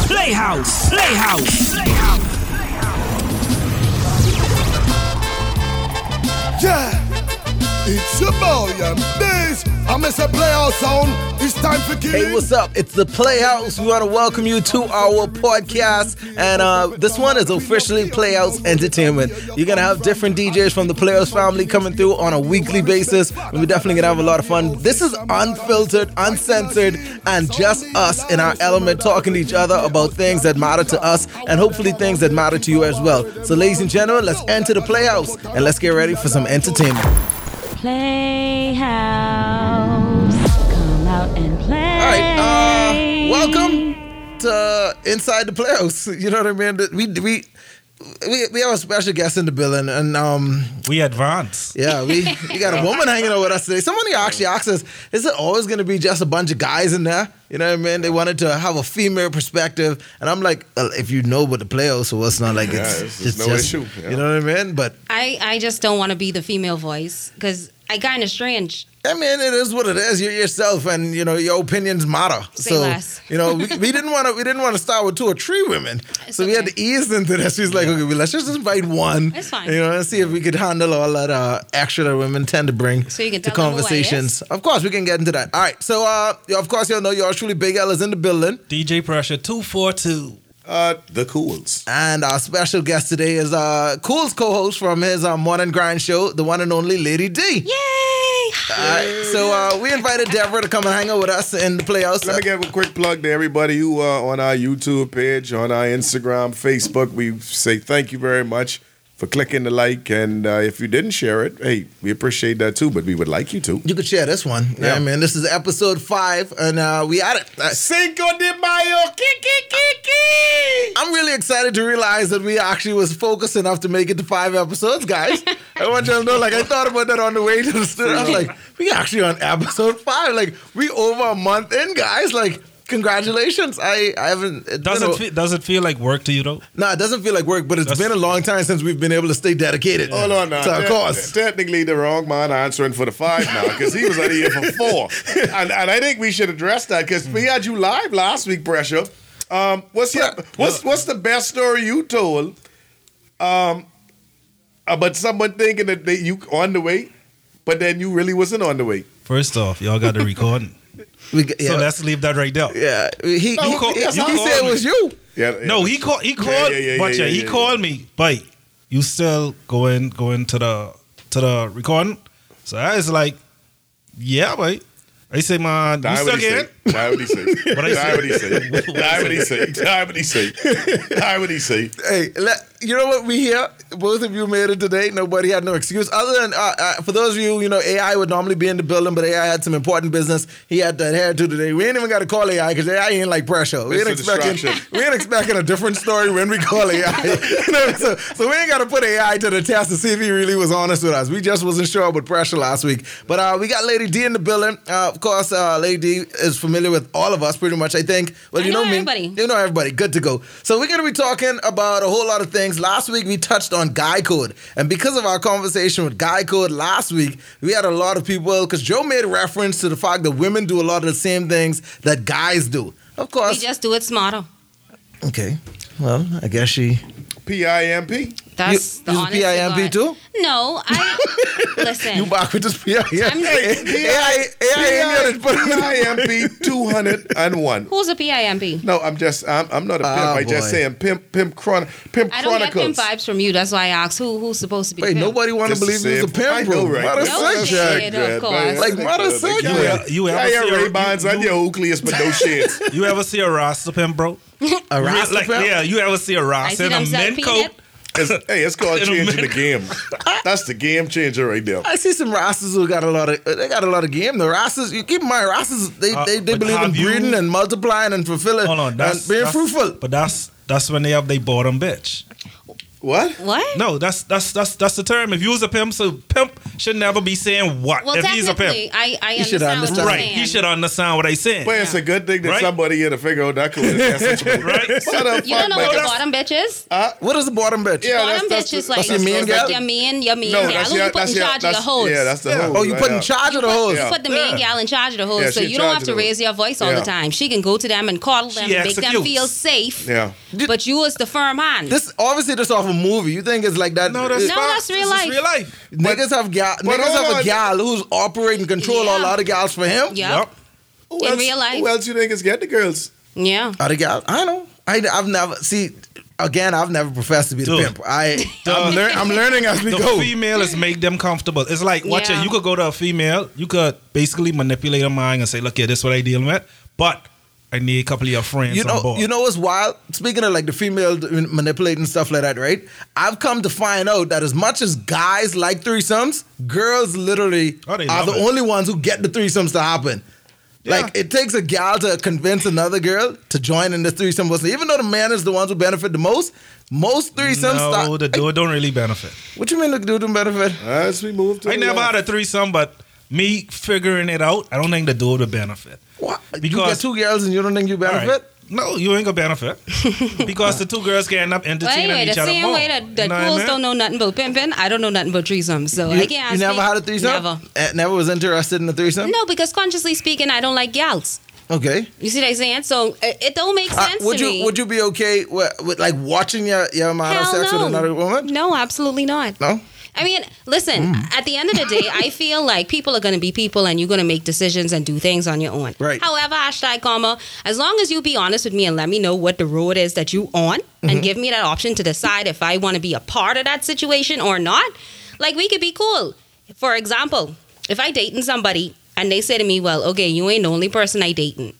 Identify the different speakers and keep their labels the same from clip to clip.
Speaker 1: Playhouse. Playhouse.
Speaker 2: Yeah, it's your boy and this. I miss a playoff zone. It's time for killing.
Speaker 3: Hey, what's up? It's the Playhouse. We want to welcome you to our podcast. And uh, this one is officially Playhouse Entertainment. You're going to have different DJs from the Playhouse family coming through on a weekly basis. And we're definitely going to have a lot of fun. This is unfiltered, uncensored, and just us in our element talking to each other about things that matter to us and hopefully things that matter to you as well. So, ladies and gentlemen, let's enter the Playhouse and let's get ready for some entertainment.
Speaker 4: Playhouse. Come out and play.
Speaker 3: All right, uh, welcome to Inside the Playhouse. You know what I mean? We we we, we have a special guest in the building, and um,
Speaker 5: We advance.
Speaker 3: yeah, we, we got a woman hanging out with us today. Somebody actually asked us, "Is it always going to be just a bunch of guys in there?" You know what I mean? They wanted to have a female perspective, and I'm like, well, if you know what the Playhouse was, not like it's,
Speaker 6: it's-
Speaker 3: it's
Speaker 6: it's no
Speaker 3: just,
Speaker 6: issue, yeah.
Speaker 3: You know what I mean? But
Speaker 7: I, I just don't want to be the female voice because I kind of strange.
Speaker 3: I mean, it is what it is. You're yourself, and you know your opinions matter.
Speaker 7: Say
Speaker 3: so
Speaker 7: less.
Speaker 3: you know we, we didn't want to we didn't want to start with two or three women, so we had
Speaker 7: okay.
Speaker 3: to ease into this. She's like, okay, well, let's just invite one.
Speaker 7: It's fine.
Speaker 3: You know, and see if we could handle all that uh, extra that women tend to bring
Speaker 7: So you can
Speaker 3: to
Speaker 7: tell them who I
Speaker 3: conversations. Of course, we can get into that. All right. So, uh, you- of course, you all know yours truly Big L is in the building,
Speaker 5: DJ Pressure 242.
Speaker 6: Uh, the Cools.
Speaker 3: and our special guest today is uh, Cool's co-host from his uh, Morning Grind show, the one and only Lady D.
Speaker 7: Yay!
Speaker 3: All right, so uh, we invited Deborah to come and hang out with us in the playoffs.
Speaker 6: Let me give a quick plug to everybody who uh, on our YouTube page, on our Instagram, Facebook. We say thank you very much for clicking the like, and uh, if you didn't share it, hey, we appreciate that too. But we would like you to.
Speaker 3: You could share this one. Yeah,
Speaker 6: Yeah.
Speaker 3: man. This is episode five, and uh, we at it. Uh,
Speaker 6: Cinco de Mayo, kiki kiki.
Speaker 3: I'm really excited to realize that we actually was focused enough to make it to five episodes, guys. I want y'all to know, like, I thought about that on the way to the studio. I was like, we actually on episode five. Like, we over a month in, guys. Like, congratulations. I, I haven't. it
Speaker 5: Does
Speaker 3: been
Speaker 5: it,
Speaker 3: a-
Speaker 5: feel, does it feel like work to you, though?
Speaker 3: Nah, it doesn't feel like work, but it's
Speaker 5: That's-
Speaker 3: been a long time since we've been able to stay dedicated
Speaker 6: Hold on now.
Speaker 3: to our
Speaker 6: Oh, Te-
Speaker 3: cause.
Speaker 6: Technically, the wrong man answering for the five now because he was out here for four. and, and I think we should address that because we had you live last week, Pressure. Um, what's, your, what's, what's the best story you told um, about someone thinking that they, you on the way, but then you really wasn't on the way?
Speaker 5: First off, y'all got the recording.
Speaker 3: We g- yeah,
Speaker 5: So let's leave that right there.
Speaker 3: yeah. He, he,
Speaker 6: No,
Speaker 3: he-
Speaker 6: that's
Speaker 3: he
Speaker 6: not
Speaker 3: said it
Speaker 6: on
Speaker 3: was
Speaker 6: me.
Speaker 3: you.
Speaker 6: Yeah.
Speaker 5: No, he called. He called.
Speaker 6: yeah, yeah,
Speaker 5: but
Speaker 6: yeah,
Speaker 5: yeah,
Speaker 6: yeah,
Speaker 5: he
Speaker 6: yeah.
Speaker 5: called me. But you still going going to the to the recording. So I was like, yeah, but I say, man, you
Speaker 6: Die what
Speaker 5: still
Speaker 6: he say.
Speaker 5: get
Speaker 6: Die what he say.
Speaker 5: What I
Speaker 6: Die
Speaker 5: say?
Speaker 6: what he say. Die what he say. Die what he say. Die what he say.
Speaker 3: Hey, let, you know what we hear? Both of you made it today. Nobody had no excuse. Other than, uh, uh, for those of you, you know, AI would normally be in the building, but AI had some important business he had to adhere to today. We ain't even got to call AI because AI ain't like pressure. We ain't,
Speaker 6: It's a
Speaker 3: expecting,
Speaker 6: distraction.
Speaker 3: we ain't expecting a different story when we call AI. You know, so, so we ain't got to put AI to the test to see if he really was honest with us. We just wasn't sure about pressure last week. But uh, we got Lady D in the building. Uh, of course, uh, Lady D is familiar with all of us pretty much, I think. Well,
Speaker 7: I
Speaker 3: you know,
Speaker 7: know
Speaker 3: me.
Speaker 7: everybody.
Speaker 3: You know everybody. Good to go. So we're gonna be talking about a whole lot of things. Last week we touched on guy code, and because of our conversation with guy code last week, we had a lot of people because Joe made reference to the fact that women do a lot of the same things that guys do. Of
Speaker 7: We
Speaker 3: course.
Speaker 7: just do it smarter.
Speaker 3: okay. Well, I guess she.
Speaker 6: P I M P.
Speaker 7: That's
Speaker 3: You-
Speaker 7: the
Speaker 3: you use
Speaker 7: honest to
Speaker 3: PIMP
Speaker 7: God.
Speaker 3: too?
Speaker 7: No, I listen.
Speaker 3: You back with this PI? Yeah.
Speaker 7: I'm not-
Speaker 3: AI, AI, ain't gonna put him in the-
Speaker 6: PIMP 201.
Speaker 7: Who's a PIMP?
Speaker 6: No, I'm just I'm, I'm not a pimp.
Speaker 3: Ah,
Speaker 6: I just
Speaker 3: boy.
Speaker 6: saying pimp pimp chron pimp
Speaker 7: I don't get pimp
Speaker 6: chronicles.
Speaker 7: vibes from you. That's why I asked who who's supposed to be.
Speaker 3: Wait,
Speaker 7: pimp.
Speaker 3: nobody want to
Speaker 6: Just the
Speaker 3: believe you was a
Speaker 6: same. I
Speaker 3: pimp,
Speaker 6: know,
Speaker 3: bro.
Speaker 6: right?
Speaker 3: Mother
Speaker 7: No
Speaker 3: said
Speaker 7: shit.
Speaker 3: that.
Speaker 7: of course.
Speaker 3: Like, mother said
Speaker 6: you
Speaker 3: that.
Speaker 6: have-
Speaker 5: You
Speaker 6: you
Speaker 5: ever
Speaker 6: have
Speaker 5: see a-
Speaker 6: your Ray Bonds on your Oakleys, but no shades.
Speaker 5: it. You ever see a Rasta pimp, bro?
Speaker 3: A
Speaker 5: Real-
Speaker 3: Rasta
Speaker 5: like,
Speaker 3: pimp?
Speaker 5: yeah, you ever see a
Speaker 7: I see
Speaker 5: Rasta in a
Speaker 7: them selling
Speaker 5: men coat?
Speaker 7: peanut.
Speaker 6: It's- hey, it's called
Speaker 5: In a
Speaker 6: changing the
Speaker 5: minute.
Speaker 6: game. That's the game changer right there.
Speaker 3: I see some Rastas who got a lot of they got a lot of game. The Rastas, you keep in mind, Rastas they,
Speaker 5: Uh,
Speaker 3: they, they
Speaker 5: but
Speaker 3: believe in
Speaker 5: have you-
Speaker 3: breeding and multiplying and fulfilling
Speaker 5: Hold on,
Speaker 3: and
Speaker 5: that's
Speaker 3: being
Speaker 5: that's-
Speaker 3: fruitful.
Speaker 5: But that's that's when they have they bottom bitch.
Speaker 6: What?
Speaker 7: What?
Speaker 5: No, that's that's that's that's the term. If you was a pimp, so pimp should never be saying what.
Speaker 7: Well,
Speaker 5: if he's a
Speaker 7: technically,
Speaker 5: pimp,
Speaker 7: I, I
Speaker 3: should
Speaker 7: understand, what you're
Speaker 3: understand.
Speaker 5: right?
Speaker 7: saying.
Speaker 5: He should understand what I saying.
Speaker 6: Well, it's a good thing that
Speaker 5: Right?
Speaker 6: somebody in a figure out that cool.
Speaker 5: Right?
Speaker 7: You don't know what a bottom bitch is?
Speaker 3: What is the bottom bitch?
Speaker 6: Yeah,
Speaker 7: bottom
Speaker 6: that's-
Speaker 7: bitch is
Speaker 6: that's-
Speaker 7: like
Speaker 6: that's your
Speaker 3: man gal?
Speaker 7: your man, your man
Speaker 6: No,
Speaker 7: gal.
Speaker 6: that's
Speaker 7: Who
Speaker 6: your-
Speaker 7: you put
Speaker 6: that's
Speaker 7: in
Speaker 6: your-
Speaker 7: charge of your
Speaker 6: that's-
Speaker 7: hoes?
Speaker 6: Yeah, that's the
Speaker 5: Yeah.
Speaker 6: hose.
Speaker 3: Oh, you
Speaker 6: right
Speaker 3: put in
Speaker 6: now.
Speaker 3: charge of the hoes.
Speaker 7: You put the main
Speaker 5: Yeah.
Speaker 7: gal in charge of the hoes,
Speaker 6: Yeah,
Speaker 7: so
Speaker 6: she
Speaker 7: you don't
Speaker 6: in
Speaker 7: have to
Speaker 6: charge of the
Speaker 7: raise your voice all
Speaker 6: Yeah.
Speaker 7: the time. She can go to them and call them,
Speaker 5: She
Speaker 7: and make them
Speaker 5: executes.
Speaker 7: feel safe.
Speaker 6: Yeah.
Speaker 7: But you was the firm hand.
Speaker 3: This obviously just off a movie. You think it's like that?
Speaker 5: no, that's
Speaker 7: No,
Speaker 5: fine.
Speaker 7: that's real
Speaker 5: This is
Speaker 7: life.
Speaker 5: Real life.
Speaker 3: niggas have gal,
Speaker 6: but
Speaker 3: niggas
Speaker 6: hold
Speaker 3: have a
Speaker 6: on.
Speaker 3: gal who's operating control all
Speaker 7: Yeah.
Speaker 3: other gals for him.
Speaker 7: Yep.
Speaker 5: Yup.
Speaker 6: Who
Speaker 7: In
Speaker 6: else-
Speaker 7: real life.
Speaker 6: Who else you think is getting the girls?
Speaker 7: yeah.
Speaker 3: Other gals, I know. I, I've never see. Again, I've never professed to be the
Speaker 5: Dude.
Speaker 3: pimp. I I'm, lear- I'm learning as we
Speaker 5: The
Speaker 3: go.
Speaker 5: female is make them comfortable. It's like watch
Speaker 7: Yeah.
Speaker 5: it. You could go to a female. You could basically manipulate her mind and say, "Look, yeah, this is what I dealing with." But I need a couple of your friends
Speaker 3: You
Speaker 5: on
Speaker 3: know,
Speaker 5: board.
Speaker 3: you know what's wild? Speaking of like the female d- manipulating stuff like that, right? I've come to find out that as much as guys like threesomes, girls literally
Speaker 5: Oh,
Speaker 3: are
Speaker 5: they
Speaker 3: the
Speaker 5: love it.
Speaker 3: only ones who get the threesomes to happen. Like
Speaker 5: Yeah.
Speaker 3: it takes a gal to convince another girl to join in the threesome. with her. Even though the man is the ones who benefit the most, most threesomes.
Speaker 5: no,
Speaker 3: start,
Speaker 5: the dude don't really benefit.
Speaker 3: what you mean the dude don't benefit?
Speaker 6: As we move to
Speaker 5: I
Speaker 6: the
Speaker 5: never
Speaker 6: left.
Speaker 5: had a threesome, but me figuring it out, I don't think the dude would benefit.
Speaker 3: What? you get
Speaker 5: Because-
Speaker 3: two girls and you don't think you
Speaker 5: All right.
Speaker 3: benefit?
Speaker 5: No, you ain't gonna benefit because the two girls can end up
Speaker 7: But
Speaker 5: entertaining
Speaker 7: anyway, the
Speaker 5: each other
Speaker 7: same
Speaker 5: more.
Speaker 7: way that the
Speaker 5: You know what I
Speaker 7: girls
Speaker 5: mean?
Speaker 7: don't know nothing about pimping, I don't know nothing about threesomes. So
Speaker 3: You,
Speaker 7: I can't.
Speaker 3: you never
Speaker 7: speak-
Speaker 3: had a threesome?
Speaker 7: Never.
Speaker 3: Eh, never was interested in a threesome?
Speaker 7: No, because consciously speaking, I don't like gals.
Speaker 3: Okay.
Speaker 7: You see what I'm saying? So it, it don't make
Speaker 3: Uh,
Speaker 7: sense
Speaker 3: would
Speaker 7: to
Speaker 3: you
Speaker 7: me.
Speaker 3: would you be okay with, with like watching your your amount of
Speaker 7: Hell
Speaker 3: sex
Speaker 7: no.
Speaker 3: with another woman?
Speaker 7: No, absolutely not.
Speaker 3: No.
Speaker 7: I mean, listen,
Speaker 3: Mm.
Speaker 7: at the end of the day, I feel like people are going to be people and you're going to make decisions and do things on your own.
Speaker 3: Right.
Speaker 7: However, hashtag comma, as long as you be honest with me and let me know what the road is that you on
Speaker 3: Mm-hmm.
Speaker 7: and give me that option to decide if I want to be a part of that situation or not, like we could be cool. For example, if I dating somebody and they say to me, well, okay, you ain't the only person I dating.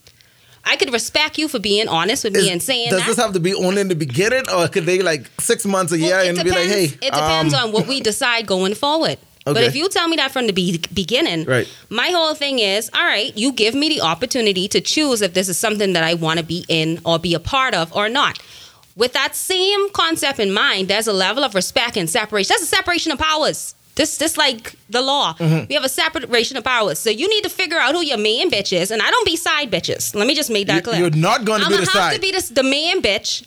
Speaker 7: I could respect you for being honest with me
Speaker 3: Is-
Speaker 7: and saying
Speaker 3: does
Speaker 7: that.
Speaker 3: this have to be only in the beginning, or could they like six months a year
Speaker 7: Well, it
Speaker 3: and be like, hey,
Speaker 7: depends- it depends
Speaker 3: um,
Speaker 7: on what we decide going forward. But
Speaker 3: Okay.
Speaker 7: if you tell me that from the be- beginning,
Speaker 3: Right.
Speaker 7: my whole thing is, all right, you give me the opportunity to choose if this is something that I want to be in or be a part of or not. With that same concept in mind, there's a level of respect and separation. That's a separation of powers. This, this like the law.
Speaker 3: Mm-hmm.
Speaker 7: We have a separation of powers. So you need to figure out who your main bitch is, and I don't be side bitches. Let me just make that
Speaker 3: You-
Speaker 7: clear.
Speaker 3: you're not gonna
Speaker 7: I'm
Speaker 3: be
Speaker 7: gonna
Speaker 3: the
Speaker 7: have
Speaker 3: side.
Speaker 7: to be this, the main bitch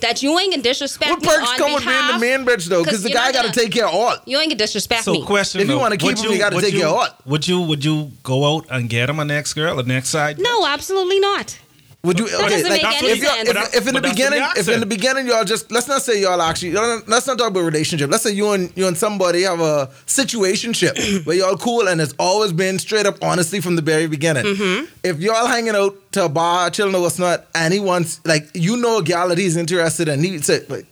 Speaker 7: that you ain't gonna disrespect
Speaker 3: what
Speaker 7: me
Speaker 3: perks
Speaker 7: on
Speaker 3: come with being the
Speaker 7: behalf-
Speaker 3: man bitch though? Because the
Speaker 7: you're
Speaker 3: guy
Speaker 7: not
Speaker 3: got to
Speaker 7: gonna-
Speaker 3: take care of all.
Speaker 7: You ain't gonna disrespect
Speaker 5: So
Speaker 7: me.
Speaker 5: question:
Speaker 3: If you
Speaker 5: though,
Speaker 3: wanna keep
Speaker 5: would
Speaker 3: him, you gotta
Speaker 5: would
Speaker 3: take your art.
Speaker 5: Would you would you go out and get him an ex girl, an ex side?
Speaker 7: no, absolutely not.
Speaker 3: Would you? okay,
Speaker 7: doesn't
Speaker 3: like,
Speaker 7: make any
Speaker 3: if, y'all-
Speaker 7: sense.
Speaker 3: if- if, in
Speaker 7: But
Speaker 5: that-
Speaker 3: the
Speaker 5: but that's what
Speaker 3: beginning,
Speaker 5: y'all
Speaker 3: if in
Speaker 5: said.
Speaker 3: the beginning y'all just let's not say y'all actually y'all- let's not talk about relationship. Let's say you and you and somebody have a situationship where y'all cool and it's always been straight up honesty from the very beginning.
Speaker 7: Mm-hmm.
Speaker 3: If y'all hanging out to a bar, chilling or what's not, and he wants like you know a gal that he's interested in, he said, like,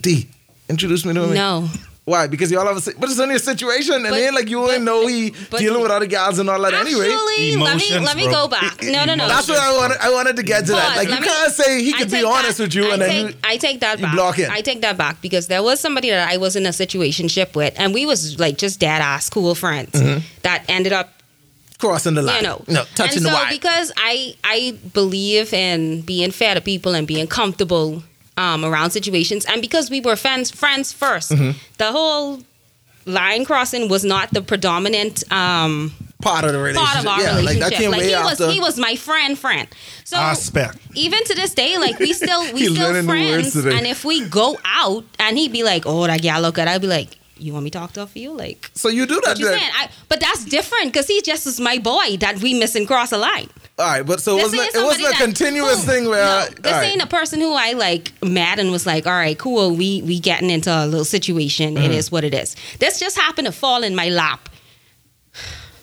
Speaker 3: D, introduce me to him.
Speaker 7: No.
Speaker 3: Why? Because y'all have a si- but it's only a situation, and
Speaker 7: But-
Speaker 3: then like you
Speaker 7: but-
Speaker 3: ain't know he
Speaker 7: but-
Speaker 3: dealing with other guys and all that anyway.
Speaker 7: Actually, let me
Speaker 5: Emotions,
Speaker 7: let me
Speaker 5: bro.
Speaker 7: go back. No, no, no.
Speaker 3: That's what I wanted. I wanted to get to that.
Speaker 7: Pause.
Speaker 3: Like
Speaker 7: Let
Speaker 3: you
Speaker 7: me-
Speaker 3: can't say he
Speaker 7: I
Speaker 3: could be
Speaker 7: take
Speaker 3: honest
Speaker 7: that-
Speaker 3: with you,
Speaker 7: I
Speaker 3: and then
Speaker 7: take,
Speaker 3: you,
Speaker 7: I take that
Speaker 3: you
Speaker 7: back.
Speaker 3: block it.
Speaker 7: I take that back because there was somebody that I was in a situationship with, and we was like just dad ass cool friends
Speaker 3: Mm-hmm.
Speaker 7: that ended up
Speaker 3: crossing the line.
Speaker 7: you know,
Speaker 3: no, touching
Speaker 7: and
Speaker 3: the
Speaker 7: so
Speaker 3: wire.
Speaker 7: Because I I believe in being fair to people and being comfortable um, around situations, and because we were friends friends 1st
Speaker 3: Mm-hmm.
Speaker 7: the whole line crossing was not the predominant um,
Speaker 3: part of the relationship.
Speaker 7: part of our
Speaker 3: yeah,
Speaker 7: relationship.
Speaker 3: like that came way
Speaker 7: he
Speaker 3: after.
Speaker 7: was he was my friend friend. So
Speaker 5: aspect.
Speaker 7: even to this day, like we still
Speaker 3: He
Speaker 7: we still
Speaker 3: learning new words
Speaker 7: friends.
Speaker 3: today.
Speaker 7: And if we go out and he'd be like, "Oh, that gal look good," I'd be like, "You want me to talk to her for you?" Like
Speaker 3: so you do that.
Speaker 7: what you
Speaker 3: then.
Speaker 7: saying? I, but that's different because he just is my boy that we miss and cross a line.
Speaker 3: All right, but so it
Speaker 7: This
Speaker 3: wasn't.
Speaker 7: ain't
Speaker 3: It wasn't a
Speaker 7: somebody that-
Speaker 3: continuous
Speaker 7: boom.
Speaker 3: thing where.
Speaker 7: No, this
Speaker 3: all right.
Speaker 7: ain't a person who I like mad and was like, all right, cool, we we getting into a little situation.
Speaker 3: Mm-hmm.
Speaker 7: It is what it is. This just happened to fall in my lap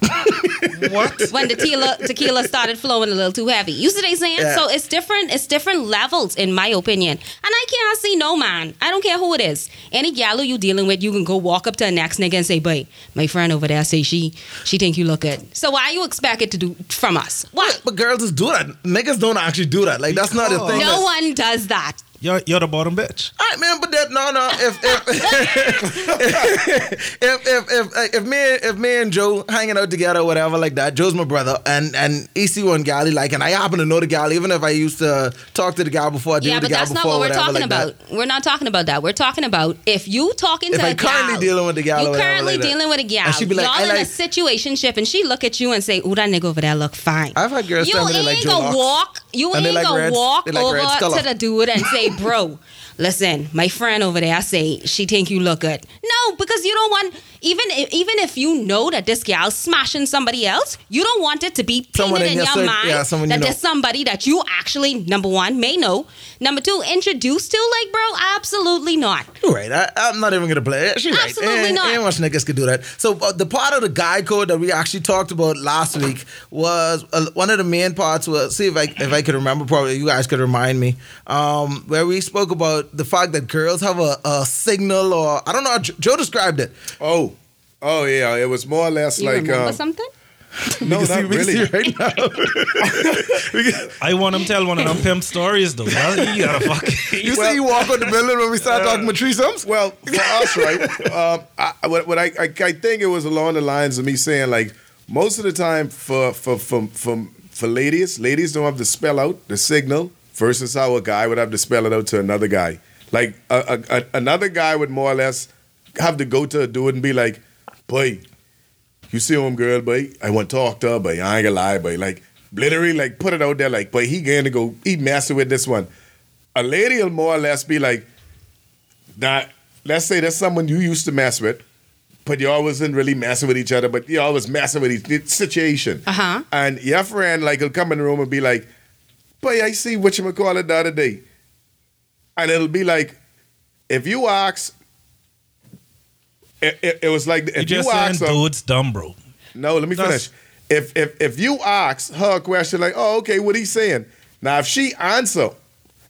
Speaker 5: What?
Speaker 7: when the tequila tequila started flowing a little too heavy. You see what I'm saying?
Speaker 3: Yeah.
Speaker 7: So it's different. It's different levels, in my opinion. And I can't see no man. I don't care who it is. Any gal who you dealing with, you can go walk up to an next nigga and say, "Boy, my friend over there say she she think you look good." So why you expect it to do from us? Why?
Speaker 3: But girls just do that. Niggas don't actually do that. Like that's not a thing.
Speaker 7: No
Speaker 3: that's-
Speaker 7: one does that.
Speaker 5: You're, you're the bottom bitch.
Speaker 3: All right, man, but that no, no. If if if if if, if, if me and- if me and Joe hanging out together, or whatever like that. Joe's my brother, and and EC one galley like, and I happen to know the galley, even if I used to talk to the guy before I deal
Speaker 7: Yeah,
Speaker 3: with the
Speaker 7: but
Speaker 3: guy
Speaker 7: that's
Speaker 3: before.
Speaker 7: not what we're
Speaker 3: whatever,
Speaker 7: talking
Speaker 3: like that.
Speaker 7: about. We're not talking about that. We're talking about if you talking
Speaker 3: If
Speaker 7: to
Speaker 3: I
Speaker 7: a
Speaker 3: currently
Speaker 7: gal,
Speaker 3: dealing with the gal or
Speaker 7: You
Speaker 3: whatever
Speaker 7: currently
Speaker 3: like that.
Speaker 7: dealing with a gal.
Speaker 3: And she be like,
Speaker 7: Y'all
Speaker 3: I
Speaker 7: in a
Speaker 3: like-
Speaker 7: situationship, and she look at you and say, "Ooh, that nigga over there look fine."
Speaker 3: I've had girls
Speaker 7: you
Speaker 3: tell me they like
Speaker 7: ain't
Speaker 3: Joe
Speaker 7: gonna
Speaker 3: Knox.
Speaker 7: walk. You
Speaker 3: And they
Speaker 7: ain't
Speaker 3: like
Speaker 7: gonna
Speaker 3: Reds-
Speaker 7: walk
Speaker 3: they like Reds
Speaker 7: over
Speaker 3: color.
Speaker 7: to the dude and say, "Bro." Listen, my friend over there I say she think you look good. No, because you don't want even if, even if you know that this gal's smashing somebody else, you don't want it to be
Speaker 3: Someone
Speaker 7: someone
Speaker 3: in
Speaker 7: in,
Speaker 3: your
Speaker 7: your,
Speaker 3: cir-
Speaker 7: mind
Speaker 3: yeah, someone you
Speaker 7: that
Speaker 3: know.
Speaker 7: there's somebody that you actually number one may know, number two introduced to. Like, bro, absolutely not.
Speaker 3: You're right. I, I'm not even gonna play it. She's
Speaker 7: Absolutely
Speaker 3: right. Ain't-
Speaker 7: not.
Speaker 3: Ain't much niggas could do that. So uh, the part of the guy code that we actually talked about last week was uh, one of the main parts. Was see if I if I could remember. Probably you guys could remind me. Um, where we spoke about the fact that girls have a, a signal or I don't know. how Jo- Joe described it.
Speaker 6: Oh, oh yeah. It was more or less
Speaker 7: You
Speaker 6: like
Speaker 7: remember
Speaker 6: um,
Speaker 7: something?
Speaker 6: no,
Speaker 3: See,
Speaker 6: not
Speaker 3: we see
Speaker 6: really.
Speaker 3: right now.
Speaker 5: I want him to tell one of them pimp stories though. Well, You gotta fuck.
Speaker 3: You see, you walk on the building when we start talking about threesomes.
Speaker 6: Well, for us, right? Um, I, I- what, what I, I, I think it was along the lines of me saying like most of the time for for for for, for ladies, ladies don't have to spell out the signal versus how a guy would have to spell it out to another guy. Like a, a, a, another guy would more or less have to go to a dude and be like, "Boy, you see him, girl, boy. I want to talk to her, boy. I ain't gonna lie, boy. Like literally, like put it out there, like, boy, he gonna go, he messing with this one." A lady will more or less be like, that let's say that's someone you used to mess with, but y'all wasn't really messing with each other, but y'all was messing with each it's situation.
Speaker 7: Uh-huh.
Speaker 6: And your friend like will come in the room and be like, Boy, I see what you call it the other day. And it'll be like, if you ask it, it, it was like
Speaker 5: You
Speaker 6: if you,
Speaker 5: just saying
Speaker 6: ask her-
Speaker 5: dude's dumb, bro.
Speaker 6: no, let me
Speaker 5: That's-
Speaker 6: finish. If if if you ask her a question like, oh, okay, what he saying? Now if she answer